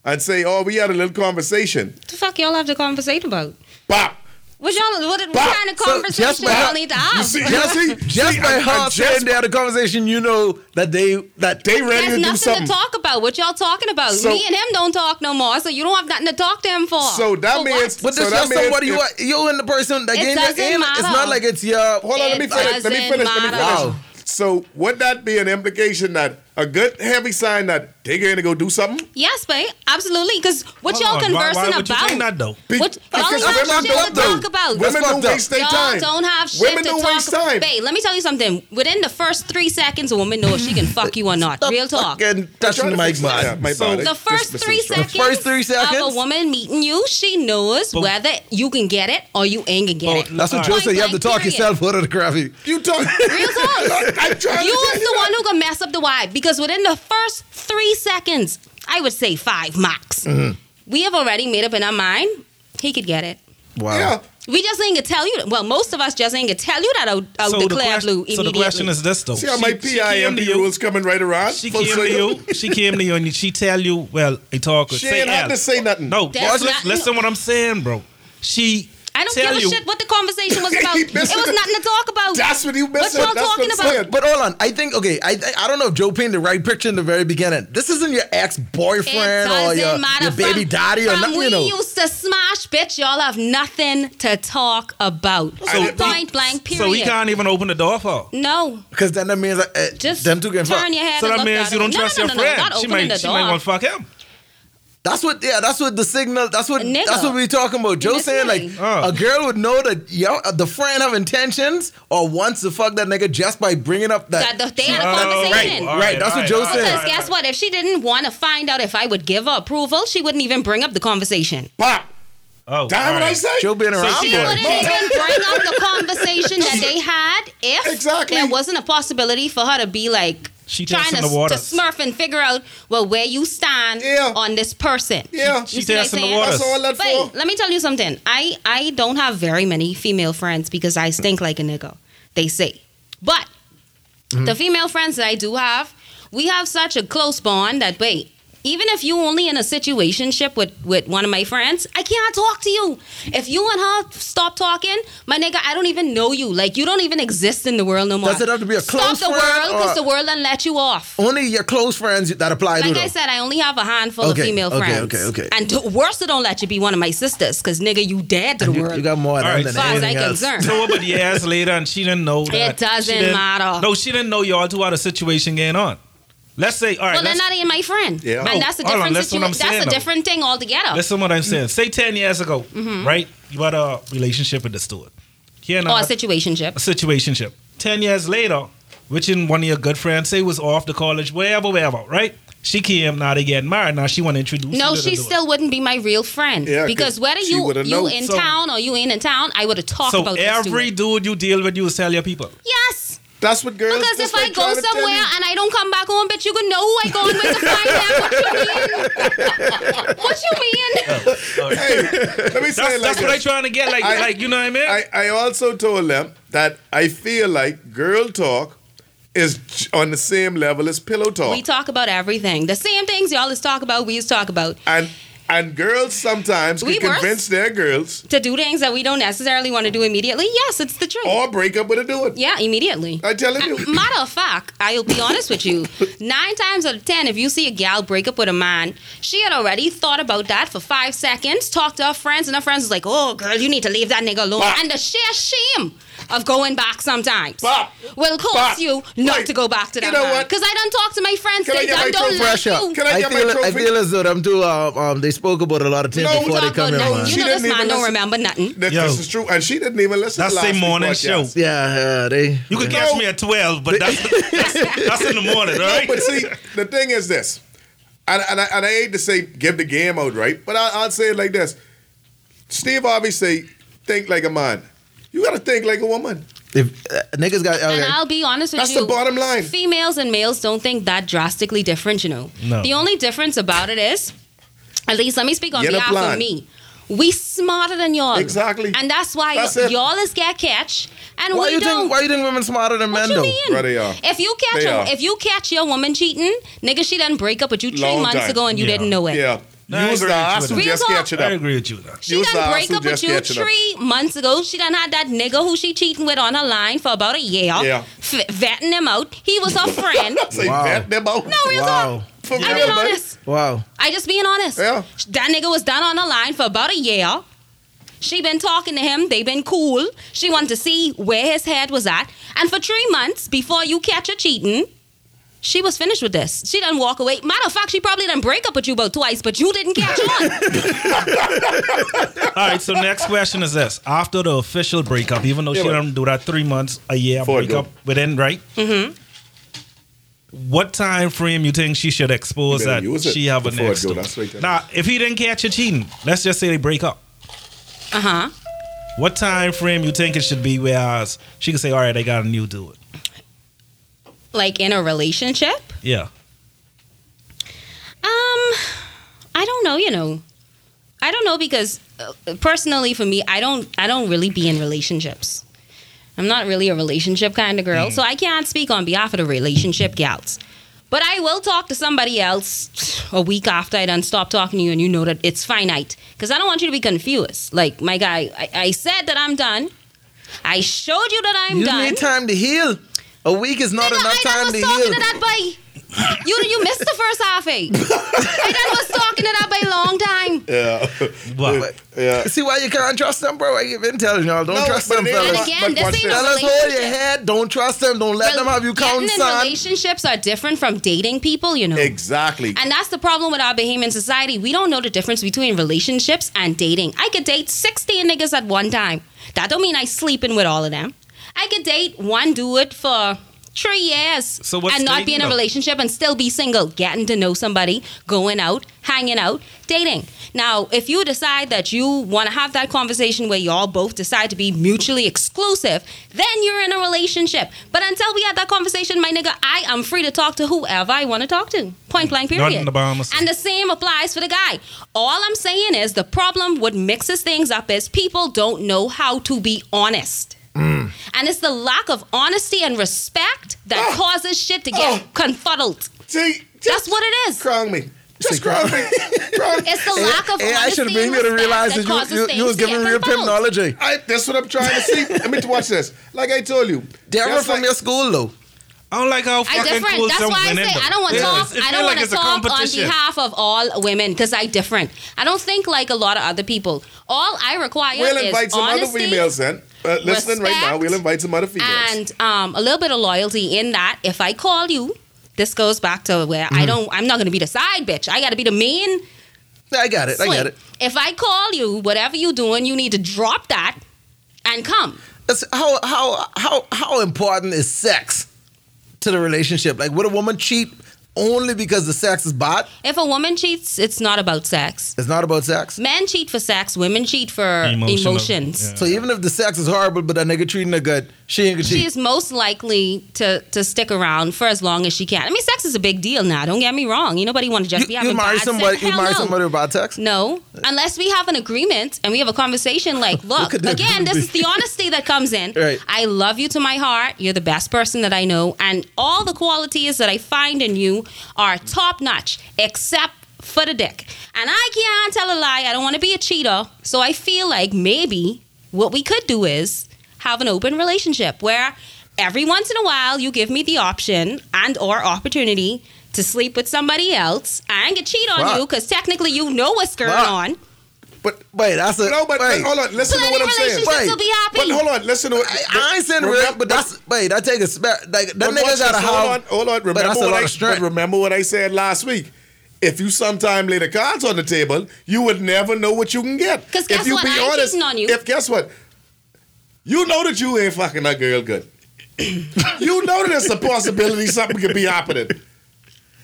Speaker 6: and say, Oh, we had a little conversation,
Speaker 7: What the fuck y'all have to conversate about?
Speaker 6: bop.
Speaker 7: What y'all? What, what
Speaker 6: Bah!
Speaker 7: kind of
Speaker 3: So,
Speaker 7: conversation
Speaker 3: just by-
Speaker 7: y'all need to have?
Speaker 6: You see, you see,
Speaker 3: Just
Speaker 6: See,
Speaker 3: by
Speaker 6: I- I
Speaker 3: her
Speaker 6: just-
Speaker 3: sitting there, the conversation, you know that they that
Speaker 6: They
Speaker 7: There's
Speaker 6: ready to do
Speaker 7: nothing to
Speaker 6: something.
Speaker 7: talk about. What y'all talking about?
Speaker 6: So-
Speaker 7: Me and him don't talk no more, so you don't have nothing to talk to him for.
Speaker 6: So that
Speaker 7: For
Speaker 6: means-
Speaker 3: But
Speaker 6: So
Speaker 3: this
Speaker 6: that
Speaker 3: just
Speaker 6: means
Speaker 3: somebody you
Speaker 6: if-
Speaker 3: are, you and the person that
Speaker 7: It
Speaker 3: game
Speaker 7: doesn't
Speaker 3: It's
Speaker 7: matter.
Speaker 3: not like it's your.
Speaker 6: Hold on, let me
Speaker 7: It
Speaker 6: finish. Let me
Speaker 7: doesn't
Speaker 6: finish. Let me finish.
Speaker 7: matter.
Speaker 3: Wow.
Speaker 6: So would that be an implication that a good heavy sign that they going to go do something?
Speaker 7: Yes, babe, absolutely. Because what
Speaker 5: Hold
Speaker 7: y'all
Speaker 5: on, why-
Speaker 7: conversing
Speaker 5: why would you
Speaker 7: about?
Speaker 5: think that, though?
Speaker 6: Be-
Speaker 7: What, y'all don't
Speaker 6: because
Speaker 7: have
Speaker 6: women
Speaker 7: shit to
Speaker 6: don't, though.
Speaker 7: talk about.
Speaker 6: Women
Speaker 3: That's
Speaker 6: don't
Speaker 3: fucked up.
Speaker 6: waste their
Speaker 7: y'all
Speaker 6: time.
Speaker 7: don't have shit
Speaker 6: Women
Speaker 7: to
Speaker 6: don't
Speaker 7: talk
Speaker 6: waste time.
Speaker 7: Babe, let me tell you something. Within the first three seconds, a woman knows she can fuck you or not. Real talk.
Speaker 3: Fucking
Speaker 6: Try
Speaker 3: touching
Speaker 6: to
Speaker 3: the mic
Speaker 6: fix that.
Speaker 3: button.
Speaker 6: Yeah, my body.
Speaker 7: The
Speaker 6: Just
Speaker 7: first
Speaker 6: listen
Speaker 7: three
Speaker 6: to it.
Speaker 7: seconds,
Speaker 3: first three
Speaker 7: of
Speaker 3: seconds?
Speaker 7: a woman meeting you, she knows
Speaker 5: But-
Speaker 7: whether you can get it or you ain't gonna get
Speaker 5: But-
Speaker 7: it.
Speaker 3: That's what
Speaker 5: All
Speaker 3: Joe
Speaker 5: right.
Speaker 3: said. You have to talk
Speaker 7: Period.
Speaker 3: yourself out of the crappy.
Speaker 6: You talk.
Speaker 7: Real talk.
Speaker 6: I'm trying
Speaker 7: You
Speaker 6: to tell
Speaker 7: was the
Speaker 6: you
Speaker 7: one
Speaker 6: that.
Speaker 7: who gonna mess up the vibe because within the first three seconds, I would say five max. We have already made up in our mind. He could get it.
Speaker 3: Wow.
Speaker 6: Yeah.
Speaker 7: We just ain't gonna tell you. Well, most of us just ain't gonna tell you that. I'll, I'll declare
Speaker 5: quest-
Speaker 7: Oh, blue
Speaker 5: so
Speaker 7: immediately.
Speaker 5: the question is this though.
Speaker 6: See how my
Speaker 5: She- she came to
Speaker 6: PIMD
Speaker 5: you-
Speaker 6: rules coming right around?
Speaker 5: She
Speaker 6: Full
Speaker 5: came to
Speaker 6: circle.
Speaker 5: you. She came to you, and she tell you, "Well, I talk with."
Speaker 6: She
Speaker 5: say
Speaker 6: ain't had
Speaker 5: L.
Speaker 6: to say nothing.
Speaker 5: No,
Speaker 7: That's
Speaker 5: listen,
Speaker 7: not-
Speaker 5: listen what I'm saying, bro. She.
Speaker 7: I don't
Speaker 5: tell
Speaker 7: give a
Speaker 5: you,
Speaker 7: shit what the conversation was about.
Speaker 6: He
Speaker 7: it was
Speaker 6: missed it.
Speaker 7: nothing to talk about.
Speaker 6: That's what you
Speaker 7: What
Speaker 6: missed.
Speaker 7: y'all
Speaker 6: That's
Speaker 7: talking
Speaker 6: what I'm
Speaker 7: about?
Speaker 6: saying.
Speaker 3: But hold on, I think okay. I think, I don't know if Joe painted the right picture in the very beginning. This isn't your ex
Speaker 7: It
Speaker 3: boyfriend or
Speaker 7: doesn't
Speaker 3: your,
Speaker 7: matter.
Speaker 3: your baby
Speaker 7: from,
Speaker 3: daddy or
Speaker 7: from
Speaker 3: nothing.
Speaker 7: We
Speaker 3: You know,
Speaker 7: used to smash, bitch. Y'all have nothing to talk about.
Speaker 5: So
Speaker 7: Point blank. Period.
Speaker 5: So he can't even open the door for. her.
Speaker 7: No,
Speaker 3: because then that means uh, uh,
Speaker 7: just
Speaker 3: them two getting
Speaker 7: turn
Speaker 3: fucked.
Speaker 7: your head.
Speaker 5: So
Speaker 7: and
Speaker 5: that
Speaker 7: look
Speaker 5: means
Speaker 7: at
Speaker 5: you
Speaker 7: her.
Speaker 5: don't
Speaker 7: No,
Speaker 5: trust
Speaker 7: no,
Speaker 5: your
Speaker 7: no, no,
Speaker 5: friend.
Speaker 7: not
Speaker 5: she
Speaker 7: opening
Speaker 5: might.
Speaker 7: the
Speaker 5: She might
Speaker 7: door.
Speaker 5: want to fuck him.
Speaker 3: That's what. Yeah, that's what the signal. That's what.
Speaker 7: Nigga.
Speaker 3: That's what we talking about. Joe
Speaker 7: That's
Speaker 3: saying like
Speaker 5: right.
Speaker 3: a girl would know that yo, uh, the friend have intentions or wants to fuck that nigga just by bringing up that.
Speaker 7: That the- they had a
Speaker 5: Oh,
Speaker 7: conversation.
Speaker 5: all
Speaker 3: Right, that's what
Speaker 5: all
Speaker 3: Joe
Speaker 5: all
Speaker 3: said.
Speaker 7: Because
Speaker 5: all
Speaker 7: guess what? If she didn't want to find out if I would give her approval, she wouldn't even bring up the conversation.
Speaker 6: Pop.
Speaker 5: Oh,
Speaker 6: Damn
Speaker 5: all
Speaker 6: what I
Speaker 5: right.
Speaker 6: say?
Speaker 3: Joe being
Speaker 5: So
Speaker 3: around
Speaker 5: she
Speaker 7: She
Speaker 5: Yeah.
Speaker 3: for
Speaker 7: wouldn't
Speaker 3: it.
Speaker 7: even bring up the conversation that they had if
Speaker 6: Exactly.
Speaker 7: there wasn't a possibility for her to be like
Speaker 5: She
Speaker 7: trying
Speaker 5: testing
Speaker 7: to,
Speaker 5: the waters.
Speaker 7: to smurf and figure out well where you stand
Speaker 6: Yeah.
Speaker 7: on this person.
Speaker 6: Yeah.
Speaker 5: She
Speaker 7: see what I'm
Speaker 5: testing the
Speaker 7: saying?
Speaker 5: waters.
Speaker 6: That's all that
Speaker 7: Wait,
Speaker 6: for.
Speaker 7: let me tell you something. I I don't have very many female friends because I stink like a nigga. They say, but
Speaker 3: Mm-hmm.
Speaker 7: the female friends that I do have, we have such a close bond that wait, even if you only in a situationship with with one of my friends, I can't talk to you. If you and her stop talking, my nigga, I don't even know you. Like you don't even exist in the world no more.
Speaker 3: Does it have to be a
Speaker 7: stop
Speaker 3: close
Speaker 7: the
Speaker 3: friend
Speaker 7: world because
Speaker 3: or-
Speaker 7: the world done let you off.
Speaker 3: Only your close friends that apply to
Speaker 7: Like
Speaker 3: them.
Speaker 7: I said, I only have a handful
Speaker 3: Okay,
Speaker 7: of female
Speaker 3: okay,
Speaker 7: friends.
Speaker 3: okay, okay.
Speaker 7: And to, worse, they don't let you be one of my sisters because nigga, you dead to the
Speaker 3: you,
Speaker 7: world.
Speaker 3: you got more of
Speaker 5: All
Speaker 3: them
Speaker 5: right,
Speaker 3: than
Speaker 5: so-
Speaker 7: as far as
Speaker 3: anything
Speaker 7: I'm
Speaker 3: else.
Speaker 7: concerned.
Speaker 5: So about years later, and she didn't know that. She
Speaker 7: doesn't
Speaker 5: didn't-
Speaker 7: matter.
Speaker 5: No, she didn't know y'all two had a situation going on. Let's say, all right,
Speaker 7: well, they're
Speaker 5: let's,
Speaker 7: not even my friend.
Speaker 6: Yeah.
Speaker 7: And that's a
Speaker 5: Hold on,
Speaker 7: different
Speaker 5: that's what I'm
Speaker 7: situation. That's
Speaker 5: saying,
Speaker 7: a
Speaker 5: though.
Speaker 7: different thing altogether.
Speaker 5: listen to what I'm
Speaker 7: Mm-hmm.
Speaker 5: saying. Say 10 years ago, right? You had a relationship with the steward. Here now,
Speaker 7: or a situationship.
Speaker 5: a situationship. 10 years later, which in one of your good friends say was off to college, wherever, wherever, right? She came, now they getting married, now she want to introduce
Speaker 7: No,
Speaker 5: you to the
Speaker 7: she
Speaker 5: dude.
Speaker 7: still wouldn't be my real friend.
Speaker 6: Yeah, 'cause
Speaker 7: because whether
Speaker 6: she
Speaker 7: you
Speaker 6: would've
Speaker 7: you
Speaker 6: known.
Speaker 7: in
Speaker 5: So-
Speaker 7: town or you ain't in town, I would have talked
Speaker 5: So
Speaker 7: about
Speaker 5: every
Speaker 7: this. to her.
Speaker 5: dude you deal with, you will tell your people.
Speaker 7: Yes.
Speaker 6: That's what girls.
Speaker 7: Because
Speaker 6: that's
Speaker 7: if
Speaker 6: what
Speaker 7: I
Speaker 6: I'm
Speaker 7: go
Speaker 6: trying to tell
Speaker 7: somewhere
Speaker 6: you.
Speaker 7: and I don't come back home, bitch, you can know who I going with to find out. What you mean? what you mean?
Speaker 6: let me say it
Speaker 5: That's,
Speaker 6: like
Speaker 5: that's what I'm
Speaker 6: this.
Speaker 5: trying to get, like,
Speaker 6: I-
Speaker 5: like you know what I mean?
Speaker 6: I, I also told them that I feel like girl talk is j- on the same level as pillow
Speaker 5: Oh.
Speaker 6: talk.
Speaker 7: We talk about everything. The same things y'all is talk about, we is talk about.
Speaker 6: and and girls sometimes
Speaker 7: We
Speaker 6: can
Speaker 7: worse?
Speaker 6: convince their girls
Speaker 7: To do things that we don't necessarily want to do immediately, yes, it's the truth.
Speaker 6: or break up with a dude.
Speaker 7: yeah, immediately.
Speaker 6: I'm telling you.
Speaker 7: Uh, Matter of fact, I'll be honest with you. Nine times out of ten, if you see a gal break up with a man, she had already thought about that for five seconds, talked to her friends, and her friends was like, oh, girl, you need to leave that nigga alone.
Speaker 6: Bop.
Speaker 7: And the sheer shame of going back sometimes
Speaker 6: Bop.
Speaker 7: will cause
Speaker 6: Bop.
Speaker 7: you not
Speaker 6: Wait.
Speaker 7: to go back to that
Speaker 6: You know what?
Speaker 7: Because I done talked to my friends.
Speaker 6: Can I
Speaker 7: they
Speaker 6: get my
Speaker 7: done
Speaker 6: toe
Speaker 7: don't like
Speaker 6: pressure?
Speaker 7: you.
Speaker 6: Can I
Speaker 3: I
Speaker 6: get my
Speaker 3: feel, I
Speaker 6: trophy?
Speaker 3: feel as though them two, um, um, they spoke about a lot of things
Speaker 6: No,
Speaker 3: before
Speaker 7: Talk
Speaker 3: they
Speaker 7: about
Speaker 3: come in.
Speaker 7: nothing.
Speaker 3: man.
Speaker 7: You
Speaker 6: She
Speaker 7: know this
Speaker 6: didn't even
Speaker 7: man don't
Speaker 6: listen.
Speaker 7: remember nothing.
Speaker 6: That,
Speaker 5: Yo.
Speaker 6: this is true. And she didn't even listen
Speaker 5: That's
Speaker 6: to last
Speaker 5: the
Speaker 6: week's
Speaker 5: morning show.
Speaker 6: podcast.
Speaker 3: Yeah, uh, they.
Speaker 5: You could
Speaker 6: No.
Speaker 5: catch me at 12, but that's, that's, that's in the morning, all right?
Speaker 6: But see, the thing is this, and, and, I, and I hate to say give the game out, right? But I, I'll say it like this: Steve Harvey say, "Think like a man." You gotta think like a woman.
Speaker 3: If uh, niggas got okay,
Speaker 7: And I'll be honest with
Speaker 6: That's
Speaker 7: you.
Speaker 6: the bottom line.
Speaker 7: Females and males don't think that drastically different, you know.
Speaker 5: No.
Speaker 7: The only difference about it is, at least let me speak on
Speaker 6: Get a
Speaker 7: behalf
Speaker 6: plan.
Speaker 7: of me. We smarter than y'all.
Speaker 6: Exactly.
Speaker 7: And that's why
Speaker 6: That's it.
Speaker 7: y'all is get catch and
Speaker 3: why
Speaker 7: we
Speaker 3: you
Speaker 7: don't.
Speaker 3: think why you think women smarter than
Speaker 7: what
Speaker 3: men
Speaker 7: you
Speaker 3: though?
Speaker 7: mean?
Speaker 6: Right, they are.
Speaker 7: If you catch
Speaker 6: They
Speaker 7: a,
Speaker 6: are.
Speaker 7: if you catch your woman cheating, nigga, she done break up with you three
Speaker 6: Long
Speaker 7: months
Speaker 6: time.
Speaker 7: ago and you
Speaker 5: Yeah.
Speaker 7: didn't know it.
Speaker 6: Yeah,
Speaker 5: No, I
Speaker 6: you was the
Speaker 5: agree with you
Speaker 6: ass who
Speaker 7: with
Speaker 6: just
Speaker 7: that.
Speaker 6: catch it
Speaker 5: I
Speaker 6: up.
Speaker 5: agree with you. though.
Speaker 7: She
Speaker 6: You was
Speaker 7: done
Speaker 6: the
Speaker 7: break
Speaker 6: asshole
Speaker 7: up with
Speaker 6: just
Speaker 7: you
Speaker 6: catching up.
Speaker 7: three months ago. She done had that nigga who she cheating with on her line for about a year,
Speaker 6: Yeah.
Speaker 7: f- vetting him out. He was her friend.
Speaker 6: Say
Speaker 3: Wow.
Speaker 6: that them out.
Speaker 7: No, real
Speaker 3: Wow.
Speaker 7: talk.
Speaker 6: For
Speaker 7: I
Speaker 6: real,
Speaker 7: being
Speaker 6: buddy.
Speaker 7: honest.
Speaker 3: Wow.
Speaker 7: I just being honest.
Speaker 6: Yeah.
Speaker 7: That nigga was down on the line for about a year. She been talking to him. They been cool. She wanted to see where his head was at. And for three months before you catch her cheating, she was finished with this. She done walk away. Matter of fact, she probably done break up with you about twice, but you didn't catch on.
Speaker 5: All right, so next question is this. After the official breakup, even though she
Speaker 6: but-
Speaker 5: didn't do that three months, a year
Speaker 6: Before it
Speaker 5: breakup
Speaker 6: go.
Speaker 5: within, right? Mm-hmm. What time frame you think she should expose
Speaker 6: You better
Speaker 5: that
Speaker 6: use it
Speaker 5: she have a
Speaker 6: before it
Speaker 5: next
Speaker 6: go.
Speaker 5: door?
Speaker 6: That's right there.
Speaker 5: Now, if he didn't catch you cheating, let's just say they break up.
Speaker 7: Uh huh.
Speaker 5: What time frame you think it should be whereas she can say, all right, I got a new dude.
Speaker 7: Like in a relationship.
Speaker 5: Yeah.
Speaker 7: Um, I don't know. You know, I don't know because uh, personally, for me, I don't. I don't really be in relationships. I'm not really a relationship kind of
Speaker 3: Mm.
Speaker 7: girl, so I can't speak on behalf of the relationship gals. But I will talk to somebody else a week after I done stop talking to you, and you know that it's finite. Because I don't want you to be confused. Like my guy, I, I said that I'm done. I showed you that I'm
Speaker 3: You
Speaker 7: done.
Speaker 3: need time to heal. A week is not
Speaker 7: Nigga,
Speaker 3: enough
Speaker 7: I done
Speaker 3: time
Speaker 7: was
Speaker 3: to
Speaker 7: talking
Speaker 3: heal.
Speaker 7: to that boy. You you missed the first half eight. I done was talking to that boy long time.
Speaker 5: Wow.
Speaker 6: Yeah.
Speaker 3: See why you can't trust them, bro? I keep been telling y'all, don't
Speaker 6: No,
Speaker 3: trust
Speaker 6: but
Speaker 3: them,
Speaker 6: it-
Speaker 3: fellas.
Speaker 7: And
Speaker 6: But-
Speaker 7: again,
Speaker 6: but
Speaker 7: this
Speaker 6: watch
Speaker 7: ain't
Speaker 6: this.
Speaker 7: a
Speaker 3: Fellas, hold your
Speaker 7: relationship.
Speaker 3: head. Don't trust them. Don't let them have you
Speaker 7: Getting
Speaker 3: counting,
Speaker 7: in
Speaker 3: son.
Speaker 7: relationships are different from dating people, you know.
Speaker 6: Exactly.
Speaker 7: And that's the problem with our Bahamian society. We don't know the difference between relationships and dating. I could date 16 niggas at one time. That don't mean I sleeping with all of them. I could date one dude for three years
Speaker 5: So what's
Speaker 7: and not be
Speaker 5: dating,
Speaker 7: in a
Speaker 5: though?
Speaker 7: relationship and still be single, getting to know somebody, going out, hanging out, dating. Now, if you decide that you want to have that conversation where y'all both decide to be mutually exclusive, then you're in a relationship. But until we have that conversation, my nigga, I am free to talk to whoever I want to talk to. Point blank,
Speaker 5: Not in
Speaker 7: period.
Speaker 5: the Bahamas.
Speaker 7: And the same applies for the guy. All I'm saying is the problem what mixes things up is people don't know how to be honest. And it's the lack of honesty and
Speaker 3: Oh.
Speaker 7: respect that causes shit to get confuddled.
Speaker 6: See,
Speaker 7: That's what it is.
Speaker 6: Crong me. Just grab it. Grab it.
Speaker 7: It's the lack of
Speaker 3: Hey, I
Speaker 7: honesty
Speaker 3: should have been
Speaker 7: and
Speaker 3: here to
Speaker 7: respect
Speaker 3: realize that
Speaker 7: causes
Speaker 3: you, you, you
Speaker 7: things
Speaker 3: was
Speaker 7: to
Speaker 3: giving
Speaker 7: get
Speaker 3: real pimp
Speaker 7: composed.
Speaker 3: knowledge. eh?
Speaker 6: I, that's what I'm trying to see. Let me watch this. Like I told you,
Speaker 3: Darren
Speaker 6: that's
Speaker 3: from
Speaker 6: like-
Speaker 3: your school though.
Speaker 5: I don't like how
Speaker 7: I
Speaker 5: fucking
Speaker 7: different.
Speaker 5: cool
Speaker 7: That's
Speaker 5: some
Speaker 7: why I
Speaker 5: women
Speaker 7: say
Speaker 5: though.
Speaker 7: I don't want to
Speaker 5: Yeah,
Speaker 7: talk.
Speaker 5: it's- it
Speaker 7: I
Speaker 5: feel
Speaker 7: don't
Speaker 5: like
Speaker 7: want to
Speaker 5: it's a
Speaker 7: talk on
Speaker 5: competition.
Speaker 7: behalf of all women because I different. I don't think like a lot of other people. All I require
Speaker 6: We'll invite
Speaker 7: is
Speaker 6: some other
Speaker 7: honesty
Speaker 6: females then. Uh, listening right now,
Speaker 7: respect,
Speaker 6: we'll invite some other females.
Speaker 7: and um, a little bit of loyalty in that. If I call you, this goes back to where
Speaker 5: Mm-hmm.
Speaker 7: I don't. I'm not going to be the side bitch. I got to be the main.
Speaker 3: I got it. I
Speaker 7: swing.
Speaker 3: got it.
Speaker 7: If I call you, whatever you doing, you need to drop that and come.
Speaker 3: That's- how how how how important is sex to the relationship? Like, would a woman cheat only because the sex is bad?
Speaker 7: If a woman cheats, it's not about sex.
Speaker 3: It's not about sex.
Speaker 7: Men cheat for sex. Women cheat for
Speaker 5: Emotional.
Speaker 7: emotions.
Speaker 5: Yeah.
Speaker 3: So even if the sex is horrible, but that nigga treating her good, she ain't gonna
Speaker 7: she
Speaker 3: cheat.
Speaker 7: is most likely to to stick around for as long as she can. I mean, sex is a big deal now. Don't get me wrong. You nobody want to just
Speaker 3: You,
Speaker 7: be
Speaker 3: you
Speaker 7: having
Speaker 3: marry
Speaker 7: bad
Speaker 3: somebody.
Speaker 7: sex.
Speaker 3: You
Speaker 7: Hell
Speaker 3: marry
Speaker 7: no.
Speaker 3: somebody about sex.
Speaker 7: No, unless we have an agreement and we have a conversation like, look,
Speaker 3: at that
Speaker 7: again, this
Speaker 3: movie.
Speaker 7: is the honesty that comes in.
Speaker 3: Right.
Speaker 7: I love you to my heart. You're the best person that I know. And all the qualities that I find in you are top notch, except for the dick. And I can't tell a lie. I don't want to be a cheater. So I feel like maybe what we could do is have an open relationship where every once in a while you give me the option and or opportunity to sleep with somebody else and get cheat on
Speaker 3: Fuck.
Speaker 7: you because technically you know what's going
Speaker 3: Fuck.
Speaker 7: on
Speaker 6: but
Speaker 3: Wait, that's a
Speaker 6: no, but, but
Speaker 3: wait.
Speaker 6: hold on. Listen to
Speaker 7: plenty
Speaker 6: what I'm saying.
Speaker 7: relationships
Speaker 3: Wait.
Speaker 7: will be happy.
Speaker 6: But hold on. Listen to what
Speaker 3: I ain't saying real, but that's wait. That take a spe- like that
Speaker 6: But watch
Speaker 3: nigga gotta
Speaker 6: this. Hold on,
Speaker 3: have.
Speaker 6: hold on. Remember
Speaker 3: that's a
Speaker 6: what
Speaker 3: lot
Speaker 6: I,
Speaker 3: of strength.
Speaker 6: but remember what I said last week. If you sometime lay the cards on the table, you would never know what you can get.
Speaker 7: 'Cause
Speaker 6: If
Speaker 7: guess
Speaker 6: you
Speaker 7: what? I ain't cheating on you.
Speaker 6: If guess what, you know that you ain't fucking that girl good. you know that there's a possibility something could be happening.